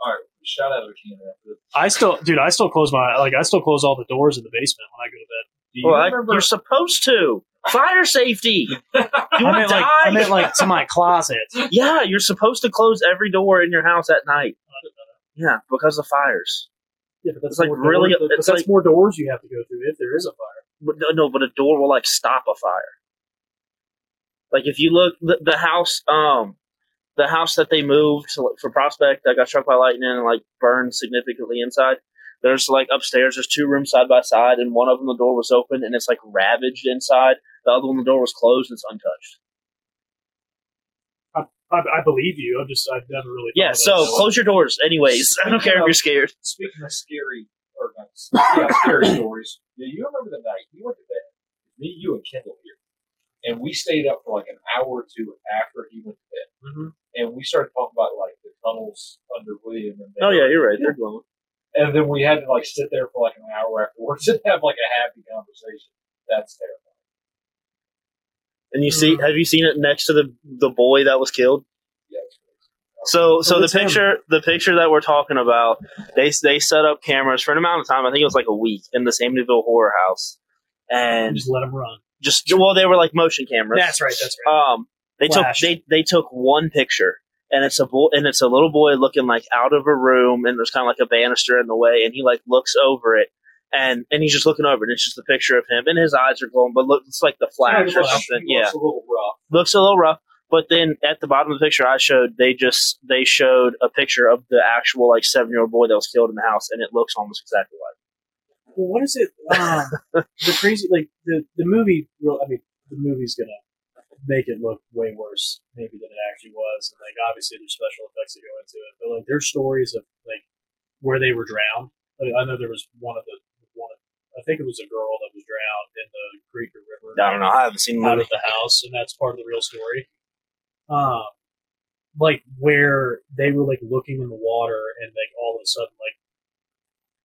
Speaker 4: All right, shout out to the camera. after this.
Speaker 5: I still, dude, I still close my like I still close all the doors in the basement when I go to bed.
Speaker 4: Do you
Speaker 6: Well, I,
Speaker 4: remember?
Speaker 6: you're supposed to. Fire safety. You
Speaker 5: I
Speaker 6: want
Speaker 5: meant
Speaker 6: to die?
Speaker 5: like I meant like to my closet.
Speaker 6: yeah, you're supposed to close every door in your house at night. Yeah, because of fires.
Speaker 5: Yeah, but
Speaker 6: It's like really. It's like
Speaker 5: more doors you have to go through if there is a fire.
Speaker 6: but no, no, but a door will like stop a fire. Like if you look the, the house, um, the house that they moved to, like, for Prospect that got struck by lightning and like burned significantly inside. There's like upstairs. There's two rooms side by side, and one of them the door was open and it's like ravaged inside. The other one the door was closed and it's untouched.
Speaker 5: I, I believe you. I'm just I've never really.
Speaker 6: Yeah, so close your doors, anyways. I don't care if you're scared.
Speaker 4: Speaking of scary or not, yeah, scary stories. Do you remember the night you went to bed? Me, you, and Kendall here, and we stayed up for like an hour or two after he went to bed,
Speaker 5: Mm-hmm.
Speaker 4: and we started talking about like the tunnels under William. And
Speaker 6: Oh yeah, you're right. They're glowing.
Speaker 4: and then we had to like sit there for like an hour afterwards and have like a happy conversation. That's terrible.
Speaker 6: Mm-hmm. And you see, have you seen it next to the the boy that was killed?
Speaker 4: Yeah,
Speaker 6: So, so the
Speaker 5: it's him.
Speaker 6: picture, the picture that we're talking about, they they set up cameras for an amount of time. I think it was like a week in this Amityville horror house, and
Speaker 5: just let them run.
Speaker 6: just well, they were like motion cameras.
Speaker 5: That's right. Uh, That's right.
Speaker 6: Um, they
Speaker 5: Flash.
Speaker 6: took they they took one picture, and it's a boy, and it's a little boy looking like out of a room, and there's kind of like a banister in the way, and he like looks over it, and and he's just looking over, it, and it's just a picture of him, and his eyes are glowing, but look, it's like the flash or something. Yeah,
Speaker 4: It's a little rough.
Speaker 6: looks a little rough. But then at the bottom of the picture I showed, they just they showed a picture of the actual like seven year old boy that was killed in the house, and it looks almost exactly like.
Speaker 5: Well, what is it? Um, the crazy, like the the movie. Real, I mean, the movie's gonna make it look way worse, maybe than it actually was. And like, obviously, there's special effects that go into it, but like, there's stories of like where they were drowned. I, mean, I know there was one of the one. Of, I think it was a girl that was drowned in the creek or river.
Speaker 6: I don't know. I haven't seen the
Speaker 5: out
Speaker 6: movie.
Speaker 5: of the house, and that's part of the real story. Um, like where they were like looking in the water, and like all of a sudden, like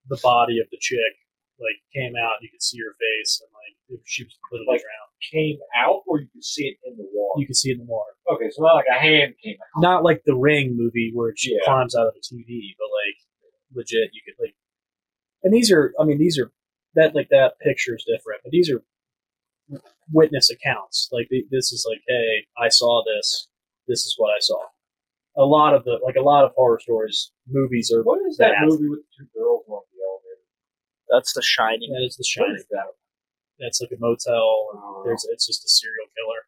Speaker 5: the body of the chick like came out, and you could see her face, and like she was literally
Speaker 4: Like-
Speaker 5: drowned.
Speaker 4: Came out, or you could see it in the water.
Speaker 5: You could see it in the water,
Speaker 4: Okay, so not like a hand came out.
Speaker 5: not like the Ring movie where she
Speaker 4: Yeah.
Speaker 5: climbs out of the TV, but like legit, you could like. And these are, I mean, these are that like that picture is different, but these are witness accounts. Like th- this is like, hey, I saw this. This is what I saw. A lot of the like a lot of horror stories, movies are
Speaker 4: What is that
Speaker 5: That's-
Speaker 4: movie with the two girls on the elevator?
Speaker 6: That's The Shining.
Speaker 5: that is the
Speaker 4: What
Speaker 5: shining.
Speaker 4: is that?
Speaker 5: That's like a motel. And there's it's just a serial killer.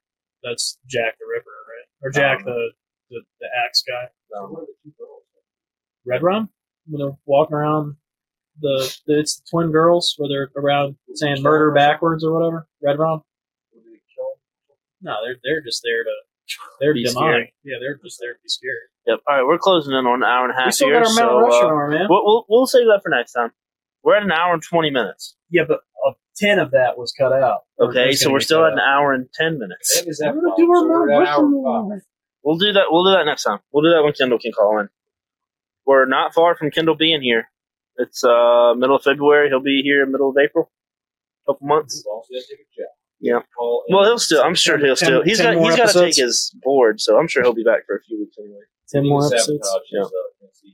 Speaker 5: That's Jack the Ripper, right? Or Jack
Speaker 4: Um,
Speaker 5: the, the the axe guy.
Speaker 4: Um, what are the two girls?
Speaker 5: Red Rum when they're walking around the, the it's the twin girls where they're around saying murder backwards or whatever. Red Rum.
Speaker 4: Were they killed?
Speaker 5: No, they're they're just there to they're
Speaker 6: Be
Speaker 5: demonic. Yeah, they're just there to be scared.
Speaker 6: Yep. All right, we're closing in on an hour and a half
Speaker 5: We still
Speaker 6: here,
Speaker 5: got our
Speaker 6: Ah, so
Speaker 5: Mount
Speaker 6: uh,
Speaker 5: Rushmore, man.
Speaker 6: we'll, we'll we'll save that for next time. We're at an hour and twenty minutes.
Speaker 5: Yeah, but uh, ten of that was cut out.
Speaker 6: Okay, so we're still at an hour and ten minutes.
Speaker 4: That is that five, so we're at hour five.
Speaker 6: We'll do that. We'll do that next time. We'll do that when Kendall can call in. We're not far from Kendall being here. It's uh middle of February. He'll be here middle of April. Couple months.
Speaker 4: As long as they take a job.
Speaker 6: Yeah.
Speaker 4: Call in.
Speaker 6: Well, he'll still. I'm sure he'll still. He's got. He's got to take his board, so I'm sure he'll be back for a few weeks anyway.
Speaker 5: ten
Speaker 4: He
Speaker 5: more
Speaker 4: was
Speaker 5: episodes.
Speaker 4: sabotaged his, uh, his-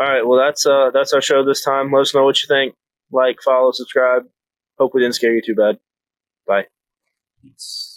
Speaker 6: All right. Well, that's uh that's our show this time. Let us know what you think. Like, follow, subscribe. Hope we didn't scare you too bad. Bye.
Speaker 5: It's-